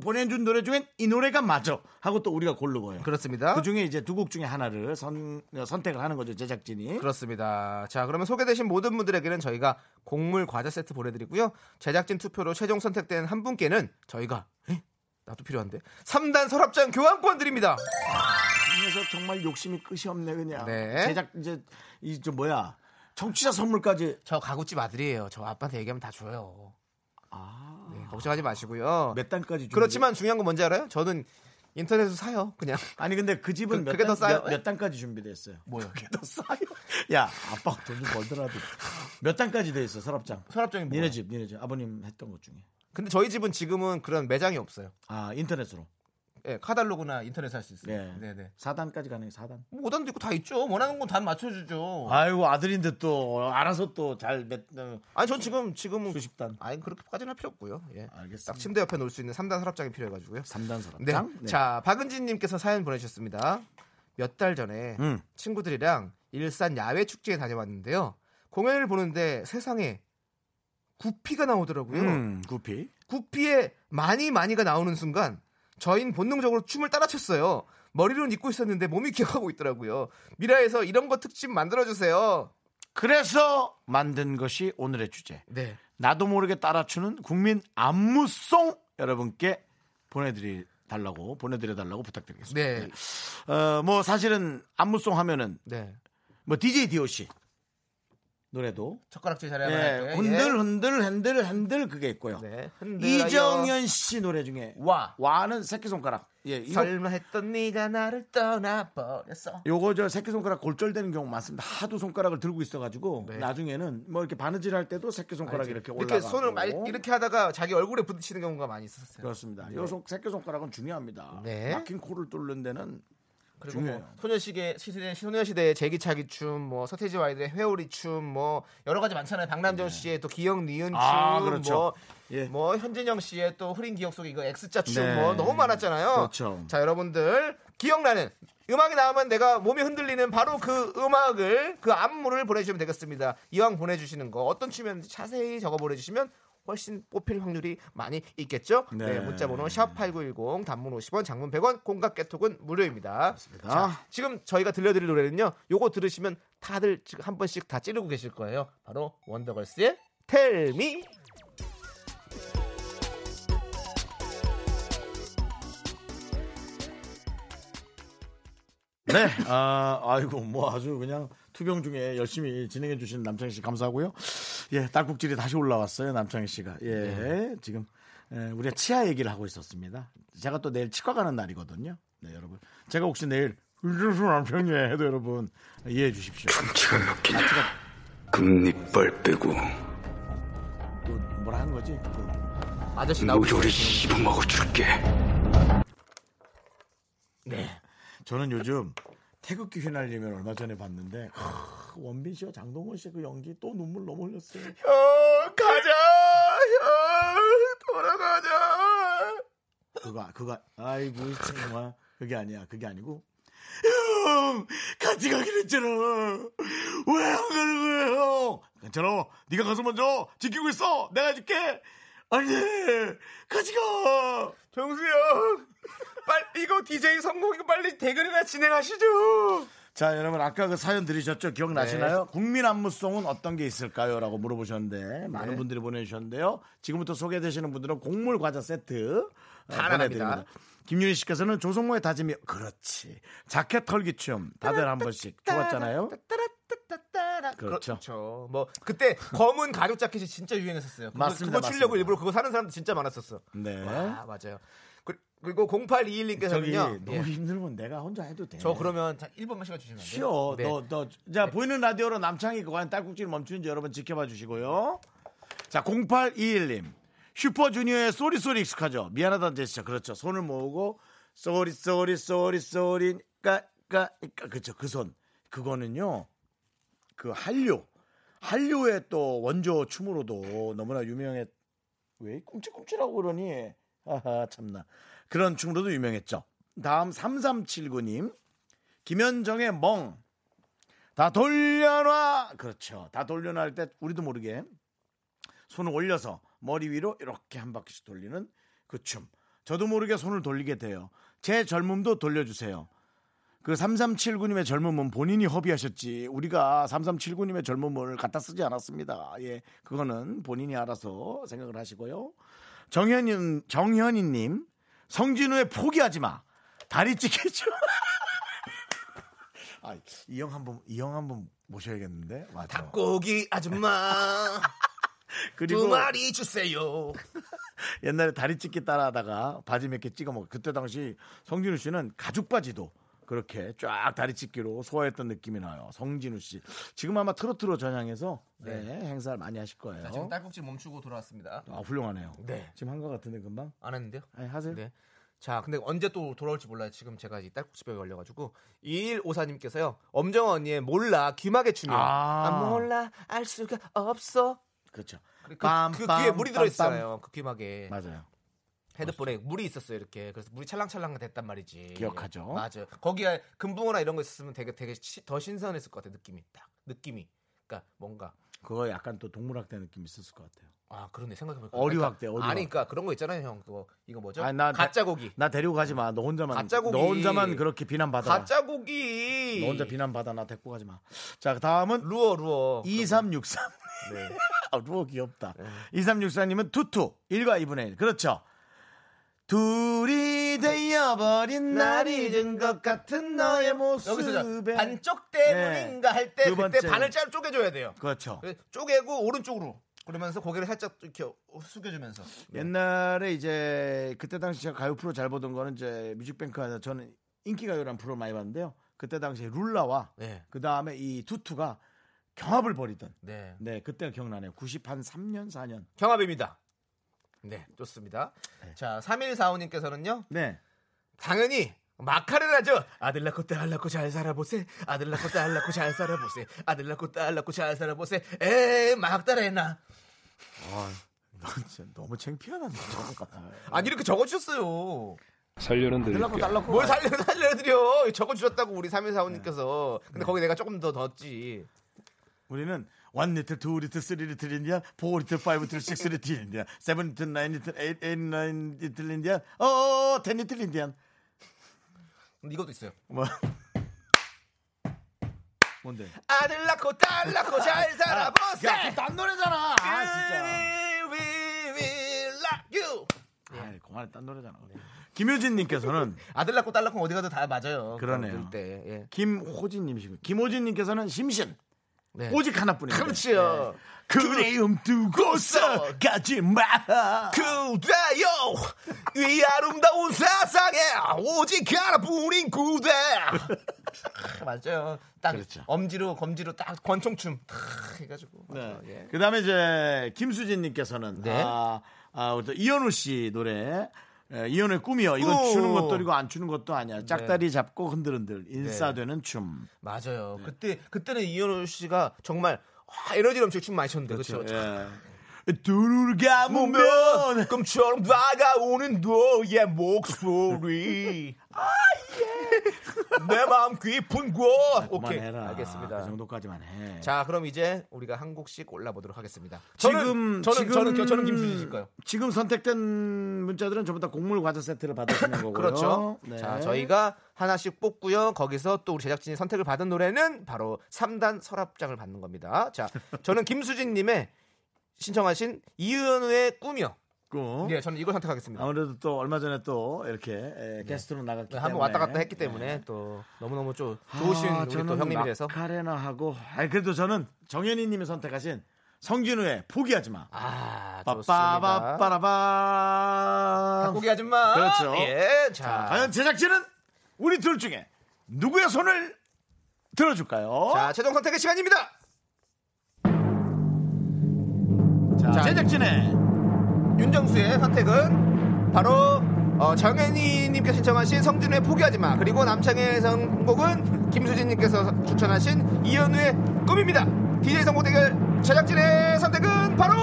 Speaker 1: 보내준 노래 중엔 이 노래가 맞아 하고 또 우리가 고르고요.
Speaker 2: 그렇습니다.
Speaker 1: 그 중에 이제 두 곡 중에 하나를 선, 선택을 하는 거죠 제작진이.
Speaker 2: 그렇습니다. 자, 그러면 소개되신 모든 분들에게는 저희가 곡물 과자 세트 보내드리고요. 제작진 투표로 최종 선택된 한 분께는 저희가 에? 나도 필요한데 3단 서랍장 교환권 드립니다.
Speaker 1: 그래서 정말 욕심이 끝이 없네 그냥.
Speaker 2: 네.
Speaker 1: 제작 이제 이저 뭐야 청취자 선물까지
Speaker 2: 저 가구집 아들이에요. 저 아빠한테 얘기하면 다 줘요. 네, 걱정하지 마시고요.
Speaker 1: 몇 단까지 주
Speaker 2: 그렇지만 중요한 건 뭔지 알아요? 저는 인터넷에서 사요. 그냥
Speaker 1: 아니 근데 그 집은
Speaker 2: 그-
Speaker 1: 몇,
Speaker 2: 그게
Speaker 1: 단,
Speaker 2: 더 싸요?
Speaker 1: 몇, 몇 단까지 준비됐어요.
Speaker 2: 뭐요?
Speaker 1: 더 싸요. 야 아빠가 돈좀 벌더라도 몇 단까지 돼 있어 서랍장.
Speaker 2: 서랍장이 뭐예요?
Speaker 1: 니네 집 니네 집 아버님 했던 것 중에.
Speaker 2: 근데 저희 집은 지금은 그런 매장이 없어요.
Speaker 1: 아 인터넷으로.
Speaker 2: 예, 카달로그나 인터넷 할 수 있어요.
Speaker 1: 네.
Speaker 2: 네, 네.
Speaker 1: 4단까지 가능해 4단.
Speaker 2: 뭐 오단도 있고 다 있죠. 원하는 건 다 맞춰주죠.
Speaker 1: 뭐. 아이고 아들인데 또 알아서 또 잘몇 어.
Speaker 2: 아니 전 지금 지금은
Speaker 1: 수십 단.
Speaker 2: 아니 그렇게까지는 할 필요 없고요. 예.
Speaker 1: 알겠습니다.
Speaker 2: 딱 침대 옆에 놓을 수 있는 3단 서랍장이 필요해가지고요.
Speaker 1: 3단
Speaker 2: 네.
Speaker 1: 서랍장. 네.
Speaker 2: 자 박은진님께서 사연 보내주셨습니다. 몇 달 전에
Speaker 1: 음.
Speaker 2: 친구들이랑 일산 야외 축제에 다녀왔는데요. 공연을 보는데 세상에 구피가 나오더라고요.
Speaker 1: 음, 구피.
Speaker 2: 구피에 많이 많이가 나오는 순간 저희는 본능적으로 춤을 따라췄어요. 머리로는 잊고 있었는데 몸이 기억하고 있더라고요. 미라에서 이런 거 특집 만들어주세요.
Speaker 1: 그래서 만든 것이 오늘의 주제.
Speaker 2: 네.
Speaker 1: 나도 모르게 따라추는 국민 안무송 여러분께 보내드리 달라고 보내드려 달라고 부탁드리겠습니다.
Speaker 2: 네.
Speaker 1: 어, 뭐 사실은 안무송 하면은
Speaker 2: 네.
Speaker 1: 뭐 DJ DOC 노래도
Speaker 2: 젓가락질 잘해야 할
Speaker 1: 예,
Speaker 2: 거예요.
Speaker 1: 흔들 흔들 흔들 흔들 그게 있고요.
Speaker 2: 네. 흔들어요.
Speaker 1: 이정현 씨 노래 중에
Speaker 2: 와.
Speaker 1: 와는 새끼 손가락 예, 이거-
Speaker 2: 설마 했던 네가 나를 떠나버렸어.
Speaker 1: 요거 저 새끼손가락 골절되는 경우 많습니다. 하도 손가락을 들고 있어가지고
Speaker 2: 네.
Speaker 1: 나중에는 뭐 이렇게 바느질 할 때도 새끼손가락이 이렇게 올라가고
Speaker 2: 이렇게 손을 많이 이렇게 하다가 자기 얼굴에 부딪히는 경우가 많이 있었어요.
Speaker 1: 그렇습니다. 요 손, 새끼손가락은 중요합니다.
Speaker 2: 네.
Speaker 1: 막힌 코를 뚫는 데는
Speaker 2: 그리고
Speaker 1: 중요해요.
Speaker 2: 뭐 소녀시대 시대 소녀시대의 제기차기 춤, 뭐 서태지와 아이들의 회오리 춤, 뭐 여러 가지 많잖아요. 박남정 씨의 또 기억 니은 춤,
Speaker 1: 네. 아, 그렇죠.
Speaker 2: 뭐,
Speaker 1: 예.
Speaker 2: 뭐 현진영 씨의 또 흐린 기억 속에 이거 X자 춤,
Speaker 1: 네.
Speaker 2: 뭐 너무 많았잖아요.
Speaker 1: 그렇죠.
Speaker 2: 자 여러분들 기억나는 음악이 나오면 내가 몸이 흔들리는 바로 그 음악을 그 안무를 보내주시면 되겠습니다. 이왕 보내주시는 거 어떤 춤이었는지 자세히 적어 보내주시면. 훨씬 뽑힐 확률이 많이 있겠죠?
Speaker 1: 네.
Speaker 2: 네. 문자번호 샵8910 단문 50원, 장문 100원, 공각 개톡은 무료입니다.
Speaker 1: 아.
Speaker 2: 자, 지금 저희가 들려드릴 노래는요. 요거 들으시면 다들 지금 한 번씩 다 찌르고 계실 거예요. 바로 원더걸스의 텔미.
Speaker 1: 네, 아, 아이고 뭐 아주 그냥 투병 중에 열심히 진행해 주신 남창희 씨 감사하고요. 예, 딸꾹질이 다시 올라왔어요 남창희 씨가. 예,
Speaker 2: 네.
Speaker 1: 지금 예, 우리가 치아 얘기를 하고 있었습니다. 제가 또 내일 치과 가는 날이거든요. 네, 여러분. 제가 혹시 내일 윤정수 남편이에요 해도 여러분 이해해 주십시오.
Speaker 7: 치가 엮이냐 금리빨 빼고
Speaker 1: 또 뭐라 한 거지? 또.
Speaker 2: 아저씨 나오고
Speaker 7: 노조리 씹어먹어 줄게
Speaker 1: 저는 요즘 태극기 휘날리면 얼마 전에 봤는데 하, 원빈 씨와 장동건 씨의 그 연기 또 눈물 너무 흘렸어요.
Speaker 2: 형, 가자! 형, 돌아가자!
Speaker 1: 그거 그거 아이고 정말 그게 아니야 그게 아니고 형 같이 가기로 했잖아 왜 안 가는 거야 형 괜찮아 네가 가서 먼저 지키고 있어 내가 해줄게 아니 같이 가
Speaker 2: 정수 형! 빨리, 이거 DJ 성공, 이거 빨리 대결이나 진행하시죠!
Speaker 1: 자 여러분 아까 그 사연 들으셨죠 기억나시나요
Speaker 2: 네.
Speaker 1: 국민 안무송은 어떤 게 있을까요 라고 물어보셨는데
Speaker 2: 네.
Speaker 1: 많은 분들이 보내주셨는데요 지금부터 소개되시는 분들은 곡물 과자 세트 어,
Speaker 2: 나갑니다.
Speaker 1: 보내드립니다 김윤희 씨께서는 조성모의 다짐이 그렇지 자켓 털기춤 다들 한 번씩 좋았잖아요
Speaker 2: 따라따따따따라.
Speaker 1: 그렇죠.
Speaker 2: 그렇죠. 뭐 그때 검은 가죽 자켓이 진짜 유행했었어요. 그거,
Speaker 1: 맞습니다,
Speaker 2: 그거 추려고
Speaker 1: 맞습니다.
Speaker 2: 일부러 그거 사는 사람도 진짜 많았었어.
Speaker 1: 네.
Speaker 2: 와 맞아요. 그- 그리고 0821님께서는요. 예,
Speaker 1: 너무 힘들면 내가 혼자 해도 돼.
Speaker 2: 저 그러면 자, 1분만 시간 주시면 안 돼요?
Speaker 1: 쉬어.
Speaker 2: 네.
Speaker 1: 너, 너. 자, 보이는 라디오로 남창이 그간 딸꾹질 멈추는지 여러분 지켜봐 주시고요. 자, 0821님. 슈퍼주니어의 쏘리쏘리 익숙하죠? 미안하다는 제스처. 그렇죠. 손을 모으고, 쏘리, 쏘리, 쏘리, 쏘리, 까, 까, 까. 그쵸. 그 손. 그거는요. 그 한류. 한류의 또 원조 춤으로도 너무나 유명했, 왜 꿈찔꿈찔하고 그러니? 하하, 참나. 그런 춤으로도 유명했죠. 다음 3379님. 김현정의 멍. 다 돌려놔. 그렇죠. 다 돌려놔 할 때 우리도 모르게 손을 올려서 머리 위로 이렇게 한 바퀴씩 돌리는 그 춤. 저도 모르게 손을 돌리게 돼요. 제 젊음도 돌려주세요. 그 3379님의 젊음은 본인이 허비하셨지 우리가 3379님의 젊음을 갖다 쓰지 않았습니다. 예, 그거는 본인이 알아서 생각을 하시고요. 정현님, 정현이님, 성진우의 포기하지 마. 다리 찢겠죠. 아, 이 형 한번 이 형 한번 모셔야겠는데. 맞아.
Speaker 2: 닭고기 아줌마
Speaker 1: 그리고
Speaker 2: 두 마리 주세요.
Speaker 1: 옛날에 다리 찢기 따라하다가 바지 몇 개 찍어 먹어. 그때 당시 성진우 씨는 가죽 바지도 그렇게 쫙 다리 찢기로 소화했던 느낌이 나요. 성진우 씨 지금 아마 트로트로 전향해서 네, 행사를 많이 하실 거예요.
Speaker 2: 자, 지금 딸꾹질 멈추고 돌아왔습니다.
Speaker 1: 아 훌륭하네요.
Speaker 2: 네.
Speaker 1: 지금 한 것 같은데 금방.
Speaker 2: 안 했는데요?
Speaker 1: 아니, 하세요.
Speaker 2: 네. 자, 근데 언제 또 돌아올지 몰라요. 지금 제가 이 딸꾹질병에 걸려가지고 2154님께서요. 엄정화 언니의 몰라 귀마개 춤이요.
Speaker 1: 아.
Speaker 2: 아, 몰라 알 수가 없어.
Speaker 1: 그렇죠.
Speaker 2: 그, 그,
Speaker 1: 빰,
Speaker 2: 그
Speaker 1: 빰,
Speaker 2: 귀에 물이
Speaker 1: 빰,
Speaker 2: 들어있잖아요. 그 귀마개.
Speaker 1: 맞아요.
Speaker 2: 헤드폰에 물이 있었어요. 이렇게. 그래서 물이 찰랑찰랑 됐단 말이지.
Speaker 1: 기억하죠.
Speaker 2: 맞아요. 거기에 금붕어나 이런 거 있었으면 되게 되게 시- 더 신선했을 것 같아요. 느낌이 딱 느낌이. 그러니까 뭔가
Speaker 1: 그거 약간 또 동물학대 느낌 있었을 것 같아요.
Speaker 2: 아 그러네 생각해보니까
Speaker 1: 어류학대,
Speaker 2: 그러니까-
Speaker 1: 어류학대.
Speaker 2: 아니 그러니까 그런 거 있잖아요 형 그거 이거 뭐죠
Speaker 1: 아니, 나-
Speaker 2: 가짜 고기
Speaker 1: 나 데리고 가지 마. 너 혼자만.
Speaker 2: 가짜 고기.
Speaker 1: 너 혼자만 그렇게 비난 받아.
Speaker 2: 가짜 고기
Speaker 1: 너 혼자 비난 받아. 나 데리고 가지 마. 자 다음은
Speaker 2: 루어 루어
Speaker 1: 2363.
Speaker 2: 네.
Speaker 1: 아, 루어 귀엽다. 2364님은 투투. 1과 2분의 1. 그렇죠. 둘이 되어버린 날이 잊은 것 같은 너의
Speaker 2: 네. 여기서
Speaker 1: 모습에. 네.
Speaker 2: 반쪽 때문인가 할 때
Speaker 1: 두
Speaker 2: 그때
Speaker 1: 번째.
Speaker 2: 반을 짤 쪼개줘야 돼요
Speaker 1: 그렇죠.
Speaker 2: 그래서 쪼개고 오른쪽으로 그러면서 고개를 살짝 이렇게 숙여주면서
Speaker 1: 옛날에 이제 그때 당시 제가 가요 프로 잘 보던 거는 이제 뮤직뱅크 에서 저는 인기가요라는 프로 많이 봤는데요. 그때 당시에 룰라와
Speaker 2: 네.
Speaker 1: 그 다음에 이 투투가 경합을 벌이던
Speaker 2: 네
Speaker 1: 네 그때가 기억나네요. 90한 3년 4년
Speaker 2: 경합입니다. 네 좋습니다. 자 3145님께서는요
Speaker 1: 네
Speaker 2: 당연히 마카를 하죠. 아들 낳고 딸 낳고 잘 살아보세. 아들 낳고 딸 낳고 잘 살아보세. 아들 낳고 딸 낳고 잘 살아보세. 에이 막달해나.
Speaker 1: 아, 진짜 너무 창피하다 진짜.
Speaker 2: 아니 그러니까. 이렇게 적어주셨어요.
Speaker 8: 살려는
Speaker 1: 달라고 달라고
Speaker 2: 뭘 살려 살려드려. 적어주셨다고 우리 3145님께서. 근데 거기 내가 조금 더 넣었지.
Speaker 1: 우리는 1 리틀, 2 리틀, 3 리틀 인디안, 4 리틀, 5 리틀, 6 리틀 인디안, 7 리틀, 9 리틀, 8, 8, 9 리틀 인디안, 어, 10 리틀 인디안.
Speaker 2: 근데 이것도 있어요.
Speaker 1: 뭐 뭔데?
Speaker 2: 아들 낳고 딸 낳고 잘 살아보세.
Speaker 1: 야, 그딴 노래잖아. 아, 진짜.
Speaker 2: We will love you.
Speaker 1: 아, 그만해, 딴 노래잖아. 김효진님께서는
Speaker 2: 아들 낳고 딸 낳고 어디 가도 다 맞아요.
Speaker 1: 그러네요.
Speaker 2: 그럴 때. 예.
Speaker 1: 김호진님이시고, 김호진님께서는 심신.
Speaker 2: 네.
Speaker 1: 오직 하나뿐입니다.
Speaker 2: 그렇지요.
Speaker 1: 그리움 두고서 가지 마.
Speaker 2: 그대여 이 아름다운 세상에 오직 하나뿐인 그대 맞아요 딱
Speaker 1: 그렇죠.
Speaker 2: 엄지로 검지로 딱 권총춤 탁 해가지고 맞아요. 예.
Speaker 1: 그 다음에 이제 김수진님께서는
Speaker 2: 네.
Speaker 1: 아, 아, 우리 또 이현우 씨 노래 에, 이현우의 꿈이요. 이건
Speaker 2: 오. 네.
Speaker 1: 추는 것도 아니고 안 추는 것도 아니야. 짝다리 잡고 흔들흔들 인싸되는 춤.
Speaker 2: 맞아요
Speaker 1: 네.
Speaker 2: 그때 그때는 이현우 씨가 정말 와, 에너지 넘치게 춤 많이 췄는데 그렇죠
Speaker 1: 예. 네. 두루루 가보면
Speaker 2: 보면 꿈처럼 다가오는 너의 목소리
Speaker 1: 아,
Speaker 2: 내 마음 깊은 곳 오케이
Speaker 1: 예. 그만해라.
Speaker 2: 알겠습니다
Speaker 1: 그 정도까지만 해.
Speaker 2: 자, 그럼 이제 우리가 한 곡씩 올라보도록 하겠습니다.
Speaker 1: 지금
Speaker 2: 저는 저는
Speaker 1: 지금-
Speaker 2: 저는 저는 김수진일까요?
Speaker 1: 지금 선택된 문자들은 전부 다 곡물 과자 세트를 받으시는 거고요.
Speaker 2: 그렇죠.
Speaker 1: 네.
Speaker 2: 자, 저희가 하나씩 뽑고요. 거기서 또 우리 제작진이 선택을 받은 노래는 바로 3단 서랍장을 받는 겁니다. 자, 저는 김수진 님의 신청하신 이은우의 꿈이요.
Speaker 1: 있고.
Speaker 2: 네, 저는 이걸 선택하겠습니다.
Speaker 1: 예. 아무래도 또 얼마 전에 또 이렇게 에, 게스트로 나갔기 때문에 네.
Speaker 2: 네, 한번 왔다 갔다 했기 때문에 또 너무너무 좀 좋으신
Speaker 1: 아,
Speaker 2: 우리 또 형님이 돼서
Speaker 1: 카레나 하고 아니 그래도 저는 정현이님이 선택하신 성진우의 포기하지 마.
Speaker 2: 아, 좋습니다.
Speaker 1: 빠빠빠빠라바.
Speaker 2: 고기 아줌마.
Speaker 1: 그렇죠.
Speaker 2: 예,
Speaker 1: 자,
Speaker 2: 자.
Speaker 1: 과연 제작진은 우리 둘 중에 누구의 손을 들어줄까요?
Speaker 2: 자, 최종 선택의 시간입니다.
Speaker 1: 자,
Speaker 2: 자.
Speaker 1: 제작진의
Speaker 2: 윤정수의 선택은 바로 어, 정현이님께서 신청하신 성준의 포기하지마 그리고 남창의 선곡은 김수진님께서 추천하신 이현우의 꿈입니다 DJ 선곡 대결 제작진의 선택은 바로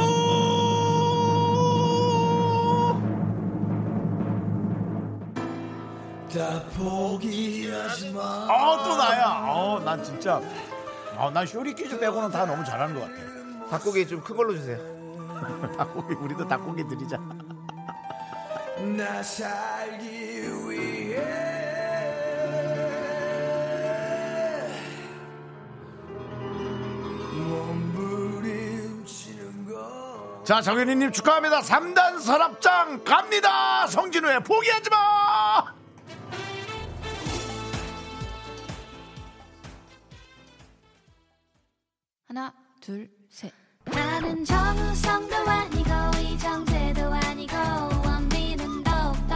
Speaker 1: 어또 나야. 어난 진짜 어난 쇼리 퀴즈 빼고는 다 너무 잘하는 것 같아.
Speaker 2: 닭고기 좀 큰 걸로 주세요
Speaker 1: 닭고기 우리도 닭고기 드리자. 자 정현이님 축하합니다. 3단 서랍장 갑니다. 성진우의 포기하지 마.
Speaker 5: 하나, 둘, 셋.
Speaker 9: 나는 정우성도 아니고 이정재도 아니고 원빈은 더욱더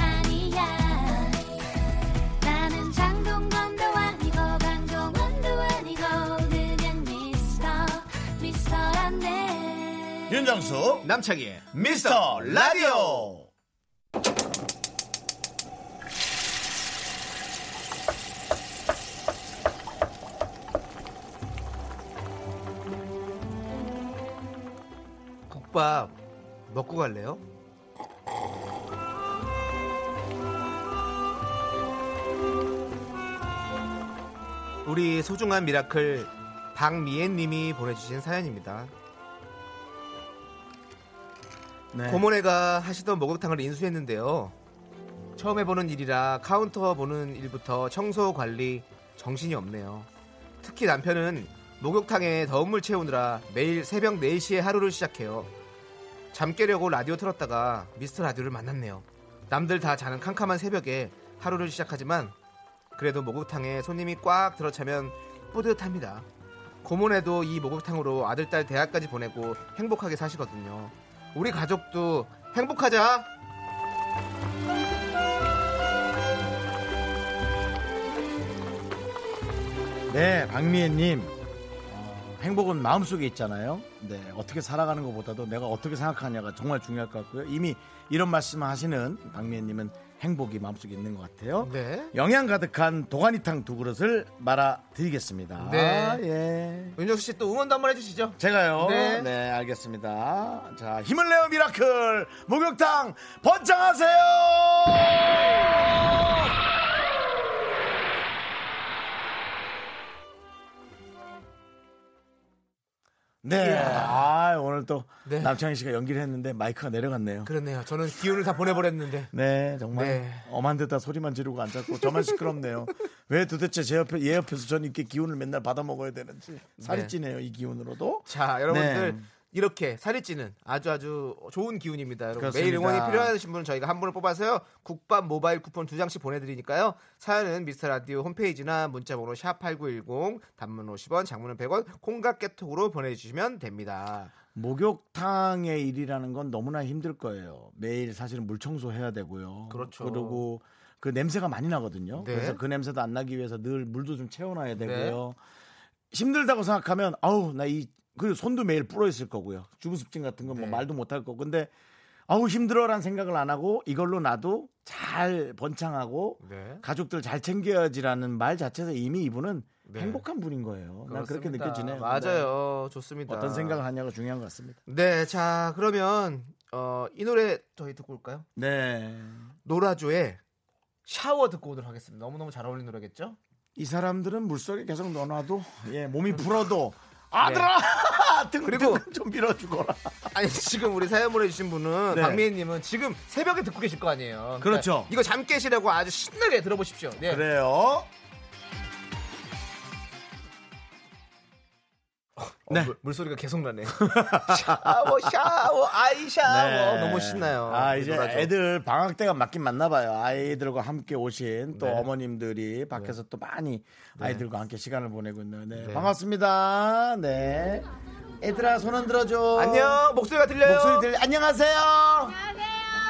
Speaker 9: 아니야 나는 장동건도 아니고 강동원도 아니고 그냥 미스터 미스터란데
Speaker 1: 윤정수
Speaker 2: 남창희의
Speaker 1: 미스터 라디오.
Speaker 2: 국밥 먹고 갈래요? 우리 소중한 미라클 박미애님이 보내주신 사연입니다.
Speaker 1: 네.
Speaker 2: 고모네가 하시던 목욕탕을 인수했는데요. 처음 해보는 일이라 카운터 보는 일부터 청소 관리 정신이 없네요. 특히 남편은 목욕탕에 더운 물 채우느라 매일 새벽 4시에 하루를 시작해요. 잠 깨려고 라디오 틀었다가 미스터 라디오를 만났네요. 남들 다 자는 캄캄한 새벽에 하루를 시작하지만 그래도 목욕탕에 손님이 꽉 들어차면 뿌듯합니다. 고모네도 이 목욕탕으로 아들 딸 대학까지 보내고 행복하게 사시거든요. 우리 가족도 행복하자.
Speaker 1: 네, 박미애님. 어, 행복은 마음속에 있잖아요. 네, 어떻게 살아가는 것보다도 내가 어떻게 생각하냐가 정말 중요할 것 같고요. 이미 이런 말씀 하시는 박미애님은 행복이 마음속에 있는 것 같아요.
Speaker 2: 네.
Speaker 1: 영양 가득한 도가니탕 두 그릇을 말아드리겠습니다.
Speaker 2: 네.
Speaker 1: 예.
Speaker 2: 윤정수 씨 또 응원도 한번 해주시죠.
Speaker 1: 제가요.
Speaker 2: 네.
Speaker 1: 네. 알겠습니다. 자, 힘을 내어 미라클 목욕탕 번창하세요. 네. 아, 오늘 또
Speaker 2: 네.
Speaker 1: 남창희 씨가 연기를 했는데 마이크가 내려갔네요.
Speaker 2: 그렇네요. 저는 기운을 다 보내버렸는데.
Speaker 1: 네, 정말
Speaker 2: 네.
Speaker 1: 엄한 데다 소리만 지르고 앉았고 저만 시끄럽네요. 왜 도대체 제 옆에 얘 옆에서 저는 이렇게 기운을 맨날 받아 먹어야 되는지 살이
Speaker 2: 네.
Speaker 1: 찌네요 이 기운으로도.
Speaker 2: 자, 여러분들
Speaker 1: 네.
Speaker 2: 이렇게 살이 찌는 아주 아주 좋은 기운입니다. 여러분
Speaker 1: 그렇습니다.
Speaker 2: 매일 응원이 필요하신 분은 저희가 한 분을 뽑아서요. 국밥 모바일 쿠폰 두 장씩 보내드리니까요. 사연은 미스터 라디오 홈페이지나 문자번호 샵 #8910 단문 50원, 장문은 100원, 콩과 깨톡으로 보내주시면 됩니다.
Speaker 1: 목욕탕의 일이라는 건 너무나 힘들 거예요. 매일 사실은 물 청소해야 되고요.
Speaker 2: 그렇죠.
Speaker 1: 그리고 그 냄새가 많이 나거든요.
Speaker 2: 네.
Speaker 1: 그래서 그 냄새도 안 나기 위해서 늘 물도 좀 채워놔야 되고요. 힘들다고 생각하면 아우 나 이 그리고 손도 매일 불어 있을 거고요. 주부습진 같은 건 뭐
Speaker 2: 네.
Speaker 1: 말도 못 할 거고. 근데 아우 힘들어란 생각을 안 하고 이걸로 나도 잘 번창하고
Speaker 2: 네.
Speaker 1: 가족들 잘 챙겨야지라는 말 자체에서 이미 이분은
Speaker 2: 네.
Speaker 1: 행복한 분인 거예요. 난 그렇게
Speaker 2: 그렇습니다.
Speaker 1: 느껴지네요.
Speaker 2: 맞아요. 좋습니다.
Speaker 1: 네. 어떤 생각을 하냐가 중요한 것 같습니다.
Speaker 2: 네, 자 그러면 어, 이 노래 저희 듣고 올까요?
Speaker 1: 네.
Speaker 2: 노라조의 샤워 듣고 오도록 하겠습니다. 너무너무 잘 어울리는 노래겠죠?
Speaker 1: 이 사람들은 물속에 계속 넣어놔도 예 몸이 불어도 아들아 등
Speaker 2: 네. 그리고-
Speaker 1: 등좀 밀어주거라.
Speaker 2: 아니 지금 우리 사연 보내주신 분은
Speaker 1: 네.
Speaker 2: 박미애님은 지금 새벽에 듣고 계실 거 아니에요. 그러니까
Speaker 1: 그렇죠.
Speaker 2: 이거 잠 깨시라고 아주 신나게 들어보십시오. 네.
Speaker 1: 그래요.
Speaker 2: 어,
Speaker 1: 네.
Speaker 2: 물, 소리가 계속 나네. 샤워 샤워 아이 샤워
Speaker 1: 네.
Speaker 2: 너무 신나요.
Speaker 1: 아
Speaker 2: 이
Speaker 1: 이제
Speaker 2: 노래죠.
Speaker 1: 애들 방학 때가 맞긴 맞나 봐요. 아이들과 함께 오신 또
Speaker 2: 네.
Speaker 1: 어머님들이 밖에서 또 많이 아이들과 함께 시간을 보내고 있네요. 네,
Speaker 2: 네.
Speaker 1: 반갑습니다. 네. 애들아 손 안 들어줘.
Speaker 2: 안녕 목소리가 들려요.
Speaker 1: 목소리 들리 안녕하세요.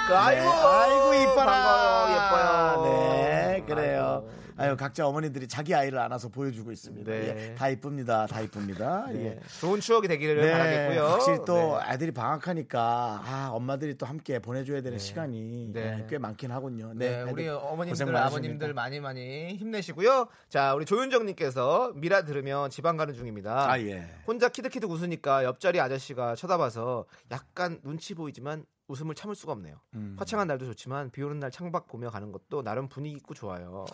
Speaker 2: 그, 아이고
Speaker 1: 네. 아이고 이뻐라
Speaker 2: 반가워, 예뻐요.
Speaker 1: 네 그래요
Speaker 2: 아이고.
Speaker 1: 아유 각자 어머니들이 자기 아이를 안아서 보여주고 있습니다
Speaker 2: 네.
Speaker 1: 예, 다 이쁩니다 다 이쁩니다 예.
Speaker 2: 아, 좋은 추억이 되기를 바라겠고요.
Speaker 1: 네. 확실히 또
Speaker 2: 네.
Speaker 1: 아들이 방학하니까 아 엄마들이 또 함께 보내줘야 되는 시간이
Speaker 2: 네.
Speaker 1: 예, 꽤 많긴 하군요.
Speaker 2: 네,
Speaker 1: 네,
Speaker 2: 우리
Speaker 1: 아들 고생
Speaker 2: 어머님들,
Speaker 1: 많으십니다.
Speaker 2: 아버님들 많이 많이 힘내시고요. 자, 우리 조윤정님께서 미라 들으면 지방 가는 중입니다.
Speaker 1: 아 예.
Speaker 2: 혼자 키득키득 웃으니까 옆자리 아저씨가 쳐다봐서 약간 눈치 보이지만 웃음을 참을 수가 없네요. 화창한 날도 좋지만 비 오는 날 창밖 보며 가는 것도 나름 분위기 있고 좋아요.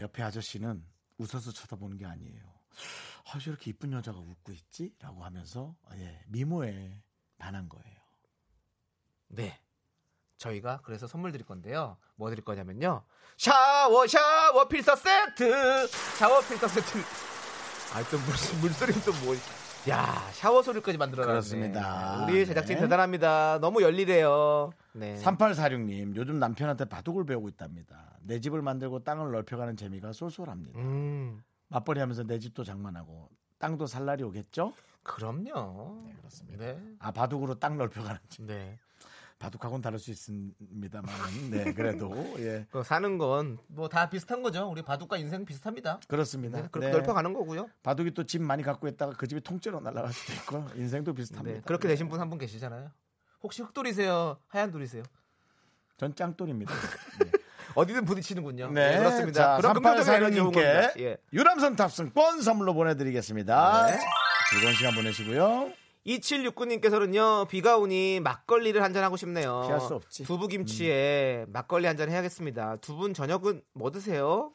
Speaker 1: 옆에 아저씨는 웃어서 쳐다보는 게 아니에요. 아 저렇게 이쁜 여자가 웃고 있지?라고 하면서 예 미모에 반한 거예요.
Speaker 2: 네. 저희가 그래서 선물 드릴 건데요. 뭐 드릴 거냐면요. 샤워 샤워 필터 세트. 샤워 필터 세트. 아또 물소리 또 뭐. 야 샤워 소리까지 만들어놨네.
Speaker 1: 그렇습니다.
Speaker 2: 우리 제작진
Speaker 1: 네.
Speaker 2: 대단합니다. 너무 열일해요. 네.
Speaker 1: 3846님, 요즘 남편한테 바둑을 배우고 있답니다. 내 집을 만들고 땅을 넓혀가는 재미가 쏠쏠합니다.
Speaker 2: 음
Speaker 1: 맞벌이 하면서 내 집도 장만하고 땅도 살 날이 오겠죠?
Speaker 2: 그럼요. 네 그렇습니다. 네.
Speaker 1: 아, 바둑으로 땅 넓혀가는 집. 바둑하고는 다를 수 있습니다만, 네, 그래도, 예.
Speaker 2: 그 사는 건 뭐 다 비슷한 거죠. 우리 바둑과 인생 비슷합니다.
Speaker 1: 그렇습니다.
Speaker 2: 네, 그렇게
Speaker 1: 네.
Speaker 2: 넓혀가는 거고요.
Speaker 1: 바둑이 또 집 많이 갖고 있다가 그 집이 통째로 날아갈 수도 있고, 인생도 비슷합니다.
Speaker 2: 네, 그렇게 되신 분 한 분 계시잖아요. 혹시 흑돌이세요? 하얀 돌이세요?
Speaker 1: 전 짱돌입니다.
Speaker 2: 어디든 부딪히는군요.
Speaker 1: 네,
Speaker 2: 네, 그렇습니다.
Speaker 1: 자,
Speaker 2: 그런 긍정적인 에너지 좋은 겁니다.
Speaker 1: 3846님께
Speaker 2: 예.
Speaker 1: 유람선 탑승권 선물로 보내드리겠습니다.
Speaker 2: 네.
Speaker 1: 즐거운 시간 보내시고요.
Speaker 2: 2769님께서는요 비가 오니 막걸리를 한잔 하고 싶네요.
Speaker 1: 피할 수 없지. 음.
Speaker 2: 두부김치에 막걸리 한잔 해야겠습니다. 두 분 저녁은 뭐 드세요?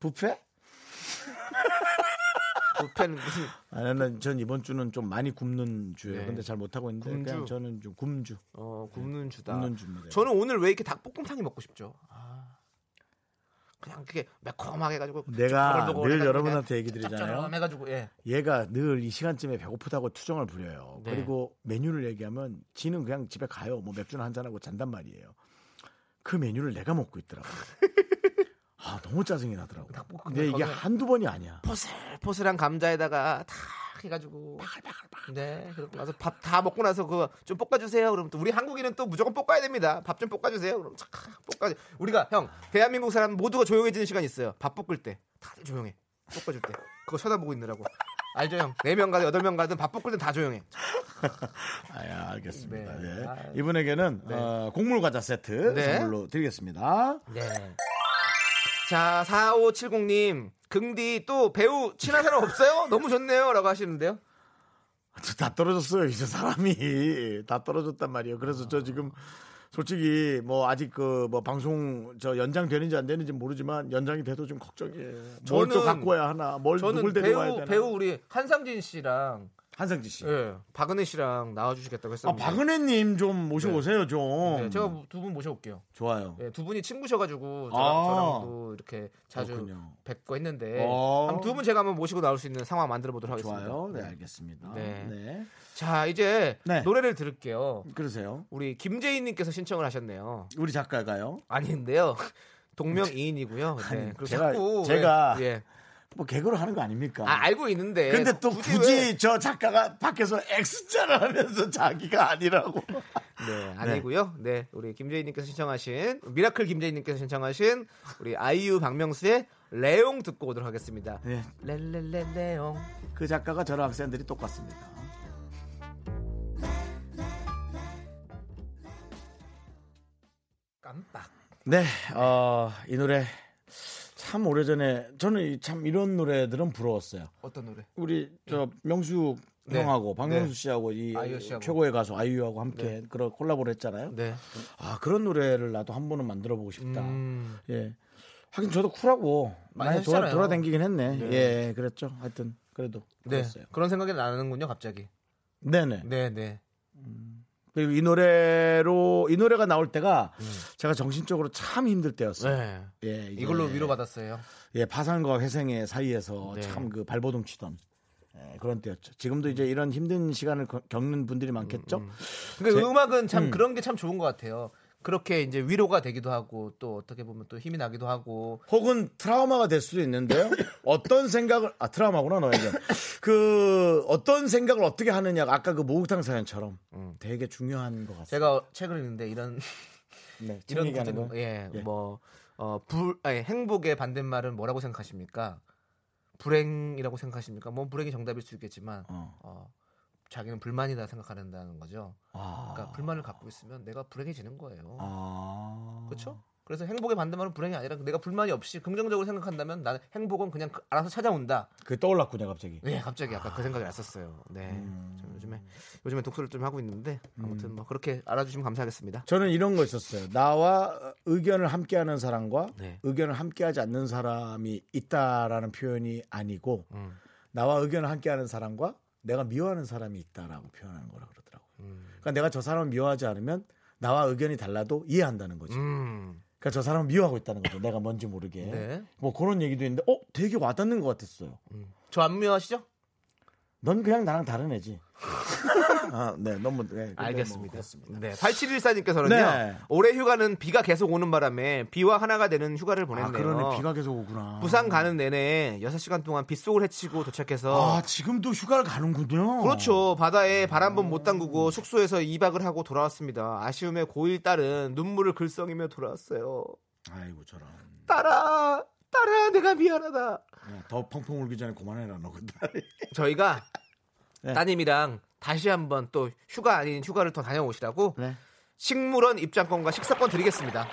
Speaker 1: 부페?
Speaker 2: 뷔페는 무슨
Speaker 1: 아니, 난, 전 이번 주는 좀 많이 굽는 주예요.
Speaker 2: 네.
Speaker 1: 근데 잘 못하고 있는데
Speaker 2: 굶주.
Speaker 1: 그냥 저는 좀 굶주.
Speaker 2: 어, 굽는 주다.
Speaker 1: 굽는 주입니다. 네.
Speaker 2: 저는 오늘 왜 이렇게 닭볶음탕이 먹고 싶죠? 아. 그냥 그게 매콤하게 해가지고
Speaker 1: 내가
Speaker 2: 짭조글하고
Speaker 1: 늘
Speaker 2: 해가지고
Speaker 1: 여러분한테
Speaker 2: 그냥
Speaker 1: 얘기 드리잖아요.
Speaker 2: 짭조름해가지고 예.
Speaker 1: 얘가 늘 이 시간쯤에 배고프다고 투정을 부려요.
Speaker 2: 네.
Speaker 1: 그리고 메뉴를 얘기하면 지는 그냥 집에 가요. 뭐 맥주나 한잔하고 잔단 말이에요. 그 메뉴를 내가 먹고 있더라고요. 아, 너무 짜증이 나더라고요.
Speaker 2: 닭볶음탕
Speaker 1: 근데 이게
Speaker 2: 거기에
Speaker 1: 한두 번이 아니야.
Speaker 2: 포슬포슬한 감자에다가 다 팍 해가지고 네 그리고 나서 밥 다 먹고 나서 그거 좀 볶아주세요 그러면 또 우리 한국인은 또 무조건 볶아야 됩니다 밥 좀 볶아주세요 그럼 착 볶아 우리가 형 대한민국 사람 모두가 조용해지는 시간이 있어요 밥 볶을 때 다들 조용해 볶아줄 때 그거 쳐다보고 있느라고 알죠 형? 4명 가든 8명 가든 밥 볶을 때 다 조용해
Speaker 1: 아, 예, 알겠습니다.
Speaker 2: 네.
Speaker 1: 예.
Speaker 2: 아,
Speaker 1: 이분에게는 어, 곡물 과자 세트
Speaker 2: 네.
Speaker 1: 선물로 드리겠습니다.
Speaker 2: 네. 자, 4570님. 긍디 또 배우 친한 사람 없어요? 너무 좋네요. 라고 하시는데요.
Speaker 1: 다 떨어졌어요. 이제 사람이 다 떨어졌단 말이에요. 그래서 저 지금 솔직히 뭐 아직 그 뭐 방송 저 연장되는지 안 되는지 모르지만 연장이 돼도 좀 걱정이에요. 뭘 또
Speaker 2: 저는-
Speaker 1: 갖고 와야 하나? 뭘
Speaker 2: 저는
Speaker 1: 누굴 데려와야
Speaker 2: 배우,
Speaker 1: 되나?
Speaker 2: 배우 우리 한상진 씨랑
Speaker 1: 한상진 씨.
Speaker 2: 예, 박은혜 씨랑 나와주시겠다고
Speaker 1: 아
Speaker 2: 했었는데.
Speaker 1: 박은혜님 좀 모시고
Speaker 2: 네.
Speaker 1: 오세요 좀.
Speaker 2: 네, 제가 두 분 모셔올게요.
Speaker 1: 좋아요.
Speaker 2: 예, 두 분이 친구셔가지고 저랑,
Speaker 1: 아.
Speaker 2: 도 이렇게 자주
Speaker 1: 그렇군요.
Speaker 2: 뵙고 했는데
Speaker 1: 어.
Speaker 2: 한번 두분 제가 한번 모시고 나올 수 있는 상황 만들어 보도록 하겠습니다.
Speaker 1: 좋아요. 네 알겠습니다. 네.
Speaker 2: 네. 자 이제
Speaker 1: 네.
Speaker 2: 노래를 들을게요.
Speaker 1: 그러세요.
Speaker 2: 우리 김재인님께서 신청을 하셨네요.
Speaker 1: 우리 작가가요.
Speaker 2: 아닌데요. 동명이인이고요. 네.
Speaker 1: 아니,
Speaker 2: 그리고
Speaker 1: 제가-
Speaker 2: 자꾸
Speaker 1: 제가-
Speaker 2: 왜- 예.
Speaker 1: 뭐 개그로 하는 거 아닙니까?
Speaker 2: 아, 알고 있는데.
Speaker 1: 근데 또 굳이,
Speaker 2: 왜-
Speaker 1: 저 작가가 밖에서 X자를 하면서 자기가 아니라고.
Speaker 2: 네, 아니고요. 네. 우리 김재희님께서 신청하신 미라클 김재희님께서 신청하신 우리 아이유 박명수의 레옹 듣고 오도록 하겠습니다.
Speaker 1: 네.
Speaker 2: 렐렐레 레옹.
Speaker 1: 그 작가가 저랑 학생들이 똑같습니다.
Speaker 2: 깜빡.
Speaker 1: 네, 어, 이 노래 참 오래전에 저는 이- 참 이런 노래들은 부러웠어요.
Speaker 2: 어떤 노래?
Speaker 1: 우리 저 명수
Speaker 2: 네.
Speaker 1: 형하고 박명수
Speaker 2: 네.
Speaker 1: 씨하고 이
Speaker 2: 아이유 씨하고.
Speaker 1: 최고의 가수 아이유하고 함께 그런 콜라보를 했잖아요.
Speaker 2: 네.
Speaker 1: 아 그런 노래를 나도 한 번은 만들어 보고 싶다.
Speaker 2: 음.
Speaker 1: 예. 하긴 저도 쿨하고
Speaker 2: 많이
Speaker 1: 많이 돌아,
Speaker 2: 했잖아요.
Speaker 1: 돌아다니긴 했네. 예, 그랬죠. 하여튼 그래도
Speaker 2: 네.
Speaker 1: 그랬어요.
Speaker 2: 그런 생각이 나는군요, 갑자기.
Speaker 1: 네, 네.
Speaker 2: 네, 네.
Speaker 1: 그리고 이 노래로 이 노래가 나올 때가 제가 정신적으로 참 힘들 때였어요.
Speaker 2: 네.
Speaker 1: 예, 이제
Speaker 2: 이걸로 위로받았어요.
Speaker 1: 예, 파산과 회생의 사이에서
Speaker 2: 네.
Speaker 1: 참 그 발버둥 치던 예, 그런 때였죠. 지금도 이제 이런 힘든 시간을 거- 겪는 분들이 많겠죠.
Speaker 2: 그러니까
Speaker 1: 제-
Speaker 2: 음악은 참 그런 게 참 좋은 것 같아요. 그렇게 이제 위로가 되기도 하고 또 어떻게 보면 또 힘이 나기도 하고
Speaker 1: 혹은 트라우마가 될 수도 있는데요. 어떤 생각을 아 트라우마구나 너에게 그 어떤 생각을 어떻게 하느냐 가 아까 그 목욕탕 사연처럼
Speaker 2: 음.
Speaker 1: 되게 중요한 것 같아요.
Speaker 2: 제가 책을 읽는데 이런
Speaker 1: 네,
Speaker 2: 이런
Speaker 1: 재미있게 하는
Speaker 2: 구절-
Speaker 1: 거예요?
Speaker 2: 예,
Speaker 1: 예.
Speaker 2: 뭐 어, 불, 아니, 행복의 반대말은 뭐라고 생각하십니까? 불행이라고 생각하십니까? 뭐 불행이 정답일 수 있겠지만
Speaker 1: 어.
Speaker 2: 어, 자기는 불만이다 생각한다는 거죠.
Speaker 1: 아,
Speaker 2: 그러니까 불만을 갖고 있으면 내가 불행해지는 거예요.
Speaker 1: 아,
Speaker 2: 그렇죠? 그래서 행복의 반대말은 불행이 아니라 내가 불만이 없이 긍정적으로 생각한다면 나는 행복은 그냥 그- 알아서 찾아온다.
Speaker 1: 그 떠올랐군요 갑자기.
Speaker 2: 네, 갑자기 아까 그 생각이 났었어요. 네,
Speaker 1: 음.
Speaker 2: 저는 요즘에 요즘에 독서를 좀 하고 있는데 아무튼 뭐 그렇게 알아주시면 감사하겠습니다.
Speaker 1: 저는 이런 거 있었어요. 나와 의견을 함께하는 사람과
Speaker 2: 네.
Speaker 1: 의견을 함께하지 않는 사람이 있다라는 표현이 아니고
Speaker 2: 음.
Speaker 1: 나와 의견을 함께하는 사람과 내가 미워하는 사람이 있다라고 표현하는 거라 그러더라고요.
Speaker 2: 음.
Speaker 1: 그러니까 내가 저 사람을 미워하지 않으면 나와 의견이 달라도 이해한다는 거지.
Speaker 2: 음,
Speaker 1: 그러니까 저 사람을 미워하고 있다는 거죠. 내가 뭔지 모르게.
Speaker 2: 네.
Speaker 1: 뭐 그런 얘기도 있는데, 어, 되게 와닿는 것 같았어요.
Speaker 2: 저 안 미워하시죠?
Speaker 1: 넌 그냥 나랑 다른 애지. 아, 네, 너무 네, 근데 뭐
Speaker 2: 알겠습니다.
Speaker 1: 그렇습니다.
Speaker 2: 네, 8714님께서는요.
Speaker 1: 네.
Speaker 2: 올해 휴가는 비가 계속 오는 바람에 비와 하나가 되는 휴가를 보냈네요.
Speaker 1: 아, 그러네. 비가 계속 오구나.
Speaker 2: 부산 가는 내내 6시간 동안 빗속을 헤치고 도착해서
Speaker 1: 아, 지금도 휴가를 가는군요.
Speaker 2: 그렇죠. 바다에 발 한 번 못 담그고 숙소에서 2박을 하고 돌아왔습니다. 아쉬움에 고1 딸은 눈물을 글썽이며 돌아왔어요.
Speaker 1: 아이고 저런.
Speaker 2: 딸아, 딸아, 내가 미안하다.
Speaker 1: 야, 더 펑펑 울기 전에 그만해라 너 근데.
Speaker 2: 저희가
Speaker 1: 네.
Speaker 2: 따님이랑 다시 한번 또 휴가 아닌 휴가를 더 다녀오시라고
Speaker 1: 네.
Speaker 2: 식물원 입장권과 식사권 드리겠습니다.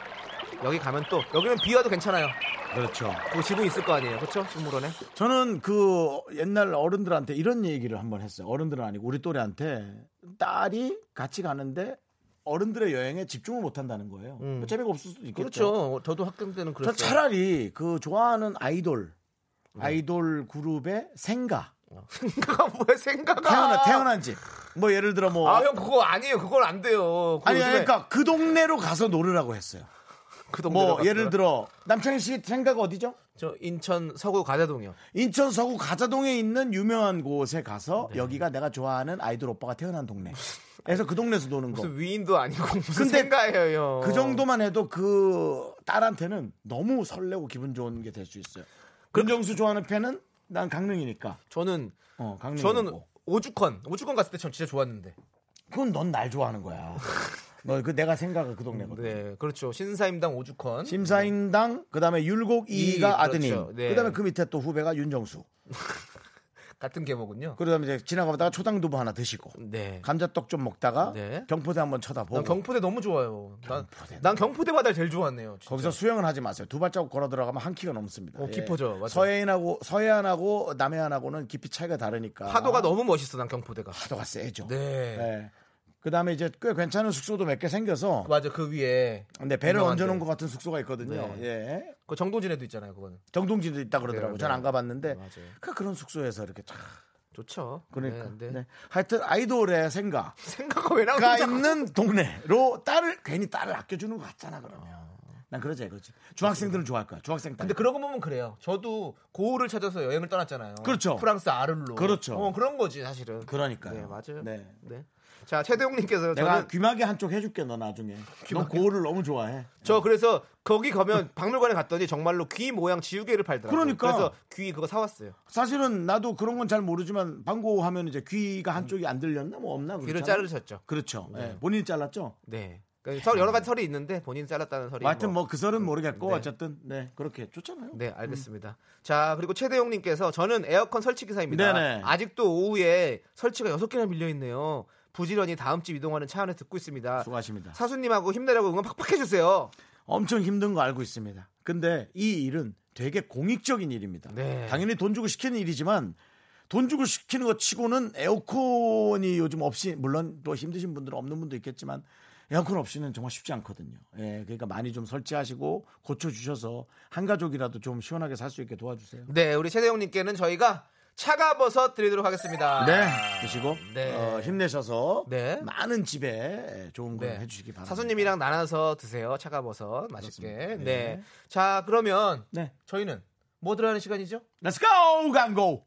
Speaker 2: 여기 가면 또 여기는 비 와도 괜찮아요.
Speaker 1: 그렇죠.
Speaker 2: 그 지붕 있을 거 아니에요, 그렇죠? 식물원에.
Speaker 1: 저는 그 옛날 어른들한테 이런 얘기를 한번 했어요. 어른들은 아니고 우리 또래한테 딸이 같이 가는데 어른들의 여행에 집중을 못 한다는 거예요. 뭐 재미가 없을 수도 있겠죠.
Speaker 2: 음. 그렇죠. 네. 저도 학교 때는
Speaker 1: 저
Speaker 2: 그랬어요.
Speaker 1: 차라리 그 좋아하는 아이돌 아이돌 그룹의 생가
Speaker 2: 생각 뭐야 생각.
Speaker 1: 태어나 태어난 집 뭐 예를 들어 뭐
Speaker 2: 아! 아형 그거 아니에요. 그건 안 돼요. 그거
Speaker 1: 아니 아니,
Speaker 2: 요즘에
Speaker 1: 그러니까 그 동네로 가서 노르라고 했어요.
Speaker 2: 그 동네로
Speaker 1: 뭐
Speaker 2: 갔어요.
Speaker 1: 예를 들어 남창희 씨 생각 어디죠?
Speaker 2: 저 인천 서구 가자동이요.
Speaker 1: 인천 서구 가자동에 있는 유명한 곳에 가서
Speaker 2: 네.
Speaker 1: 여기가 내가 좋아하는 아이돌 오빠가 태어난 동네. 그래서 그 동네에서 노는 거.
Speaker 2: 무슨 어. 위인도 아니고 무슨
Speaker 1: 근데
Speaker 2: 생가예요. 형.
Speaker 1: 그 정도만 해도
Speaker 2: 그
Speaker 1: 그 딸한테는 너무 설레고 기분 좋은 게 될 수 있어요. 금정수 좋아하는 팬은 난 강릉이니까.
Speaker 2: 저는
Speaker 1: 어, 강릉.
Speaker 2: 저는 오죽헌 오죽헌 갔을 때 전 진짜 좋았는데.
Speaker 1: 그건 넌 날 좋아하는 거야. 너 그 내가 생각을 그 동네거든.
Speaker 2: 네, 그렇죠. 신사임당 오죽헌.
Speaker 1: 심사인당 그다음에 율곡
Speaker 2: 이,
Speaker 1: 이가
Speaker 2: 그렇죠.
Speaker 1: 아드님.
Speaker 2: 네.
Speaker 1: 그다음에 그 밑에 또 후배가 윤정수.
Speaker 2: 같은 계보군요.
Speaker 1: 그다음에 이제 지나가다가 초당두부 하나 드시고
Speaker 2: 네.
Speaker 1: 감자떡 좀 먹다가
Speaker 2: 네.
Speaker 1: 경포대 한번 쳐다보고
Speaker 2: 난 경포대 너무 좋아요. 난, 난 경포대 바다를 제일 좋아하네요. 진짜.
Speaker 1: 거기서 수영은 하지 마세요. 두 발자국 걸어 들어가면 한 키가 넘습니다. 예.
Speaker 2: 어, 깊어져. 맞아요.
Speaker 1: 서해안하고 서해안하고 남해안하고는 깊이 차이가 다르니까
Speaker 2: 파도가 너무 멋있어 난 경포대가.
Speaker 1: 아. 파도가 세죠.
Speaker 2: 네.
Speaker 1: 네. 그다음에 이제 꽤 괜찮은 숙소도 몇 개 생겨서
Speaker 2: 맞아 그 위에
Speaker 1: 근데 배를
Speaker 2: 유명한데.
Speaker 1: 얹어놓은 것 같은 숙소가 있거든요. 예.
Speaker 2: 그 정동진에도 있잖아요 그거는
Speaker 1: 정동진도 있다 그러더라고. 요
Speaker 2: 네,
Speaker 1: 전 안
Speaker 2: 네.
Speaker 1: 가봤는데
Speaker 2: 맞아요.
Speaker 1: 그 그런 숙소에서 이렇게 쫙
Speaker 2: 좋죠
Speaker 1: 그러니까.
Speaker 2: 네, 아, 근데
Speaker 1: 네. 하여튼 아이돌의 생각.
Speaker 2: 생각을 왜
Speaker 1: 가
Speaker 2: 나오는지
Speaker 1: 있는 동네로 딸을 괜히 딸을 아껴주는 것 같잖아 그러면 난 그러자 이거지 중학생들은 좋아할 거야 중학생 딸
Speaker 2: 근데 그러고 보면 그래요 저도 고을을 찾아서 여행을 떠났잖아요
Speaker 1: 그렇죠.
Speaker 2: 프랑스 아를로
Speaker 1: 그렇죠.
Speaker 2: 어, 그런 거지 사실은
Speaker 1: 그러니까요
Speaker 2: 네 맞아요
Speaker 1: 네.
Speaker 2: 네. 자 최대용님께서
Speaker 1: 내가
Speaker 2: 저는
Speaker 1: 귀마개 한쪽 해줄게 너 나중에 너 고을을 너무 좋아해
Speaker 2: 저 그래서 거기 가면 박물관에 갔더니 정말로 귀 모양 지우개를 팔더라고요
Speaker 1: 그러니까.
Speaker 2: 그래서 귀 그거 사왔어요
Speaker 1: 사실은 나도 그런 건 잘 모르지만 광고하면 이제 귀가 한쪽이 안 들렸나 뭐 없나 그렇잖아.
Speaker 2: 귀를 자르셨죠
Speaker 1: 그렇죠
Speaker 2: 네.
Speaker 1: 예, 본인이 잘랐죠
Speaker 2: 네 그러니까 설- 여러 가지 설이 있는데 본인 잘랐다는 설이
Speaker 1: 뭐 하여튼
Speaker 2: 뭐
Speaker 1: 뭐 그 설은 모르겠고
Speaker 2: 네.
Speaker 1: 어쨌든 네 그렇게 좋잖아요
Speaker 2: 네, 알겠습니다. 자, 그리고 최대용님께서 저는 에어컨 설치 기사입니다.
Speaker 1: 네네.
Speaker 2: 아직도 오후에 설치가 여섯 개나 밀려 있네요. 부지런히 다음 집 이동하는 차 안에 듣고 있습니다.
Speaker 1: 수고하십니다
Speaker 2: 사수님하고 힘내라고 응원 팍팍 해주세요.
Speaker 1: 엄청 힘든 거 알고 있습니다. 근데 이 일은 되게 공익적인 일입니다.
Speaker 2: 네.
Speaker 1: 당연히 돈 주고 시키는 일이지만 돈 주고 시키는 것 치고는 에어컨이 요즘 없이 물론 또 힘드신 분들은 없는 분도 있겠지만 에어컨 없이는 정말 쉽지 않거든요. 예, 그러니까 많이 좀 설치하시고 고쳐 주셔서 한 가족이라도 좀 시원하게 살 수 있게 도와주세요.
Speaker 2: 네, 우리 최대용님께는 저희가 차가버섯 드리도록 하겠습니다.
Speaker 1: 네, 드시고
Speaker 2: 아, 네.
Speaker 1: 어, 힘내셔서
Speaker 2: 네.
Speaker 1: 많은 집에 좋은 걸
Speaker 2: 네.
Speaker 1: 해주시기 바랍니다.
Speaker 2: 사수님이랑 나눠서 드세요. 차가버섯 맛있게. 네.
Speaker 1: 그렇습니다. 네.
Speaker 2: 자, 그러면
Speaker 1: 네,
Speaker 2: 저희는 뭐 들어가는 시간이죠?
Speaker 1: Let's go 광고.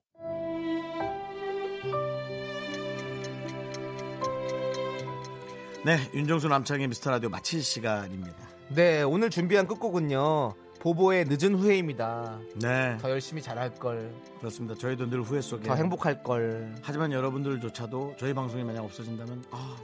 Speaker 1: 네, 윤정수 남창의 미스터 라디오 마칠 시간입니다.
Speaker 2: 네, 오늘 준비한 끝곡은요. 보보의 늦은 후회입니다.
Speaker 1: 네,
Speaker 2: 더 열심히 잘할 걸.
Speaker 1: 그렇습니다. 저희도 늘 후회 속에
Speaker 2: 더 행복할 걸.
Speaker 1: 하지만 여러분들조차도 저희 방송이 만약 없어진다면 아,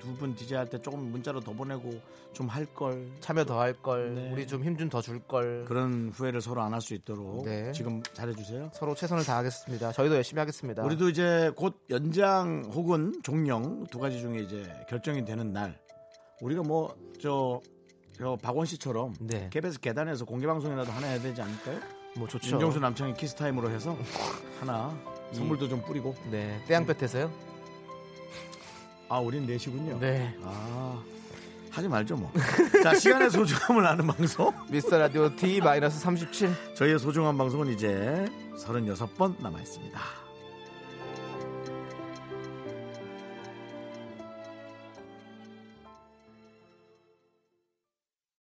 Speaker 1: 두 분 디제이 할 때 조금 문자로 더 보내고 좀 할 걸.
Speaker 2: 참여 더 할 걸.
Speaker 1: 네.
Speaker 2: 우리 좀 힘 좀 더 줄 걸.
Speaker 1: 그런 후회를 서로 안 할 수 있도록
Speaker 2: 네.
Speaker 1: 지금 잘해주세요.
Speaker 2: 서로 최선을 다하겠습니다. 저희도 열심히 하겠습니다.
Speaker 1: 우리도 이제 곧 연장 혹은 종영 두 가지 중에 이제 결정이 되는 날 우리가 뭐 저 저 박원 씨처럼
Speaker 2: 네.
Speaker 1: KBS 계단에서 공개 방송이라도 하나 해야 되지 않을까요?
Speaker 2: 뭐 좋죠.
Speaker 1: 윤정수 남창의 키스 타임으로 해서 하나 선물도 좀 뿌리고
Speaker 2: 네. 태양볕에서요?
Speaker 1: 아 우린 넷이군요.
Speaker 2: 네.
Speaker 1: 아 하지 말죠 뭐. 자 시간의 소중함을 아는 방송.
Speaker 2: 미스터 라디오 D-37.
Speaker 1: 저희의 소중한 방송은 이제 36번 남아 있습니다.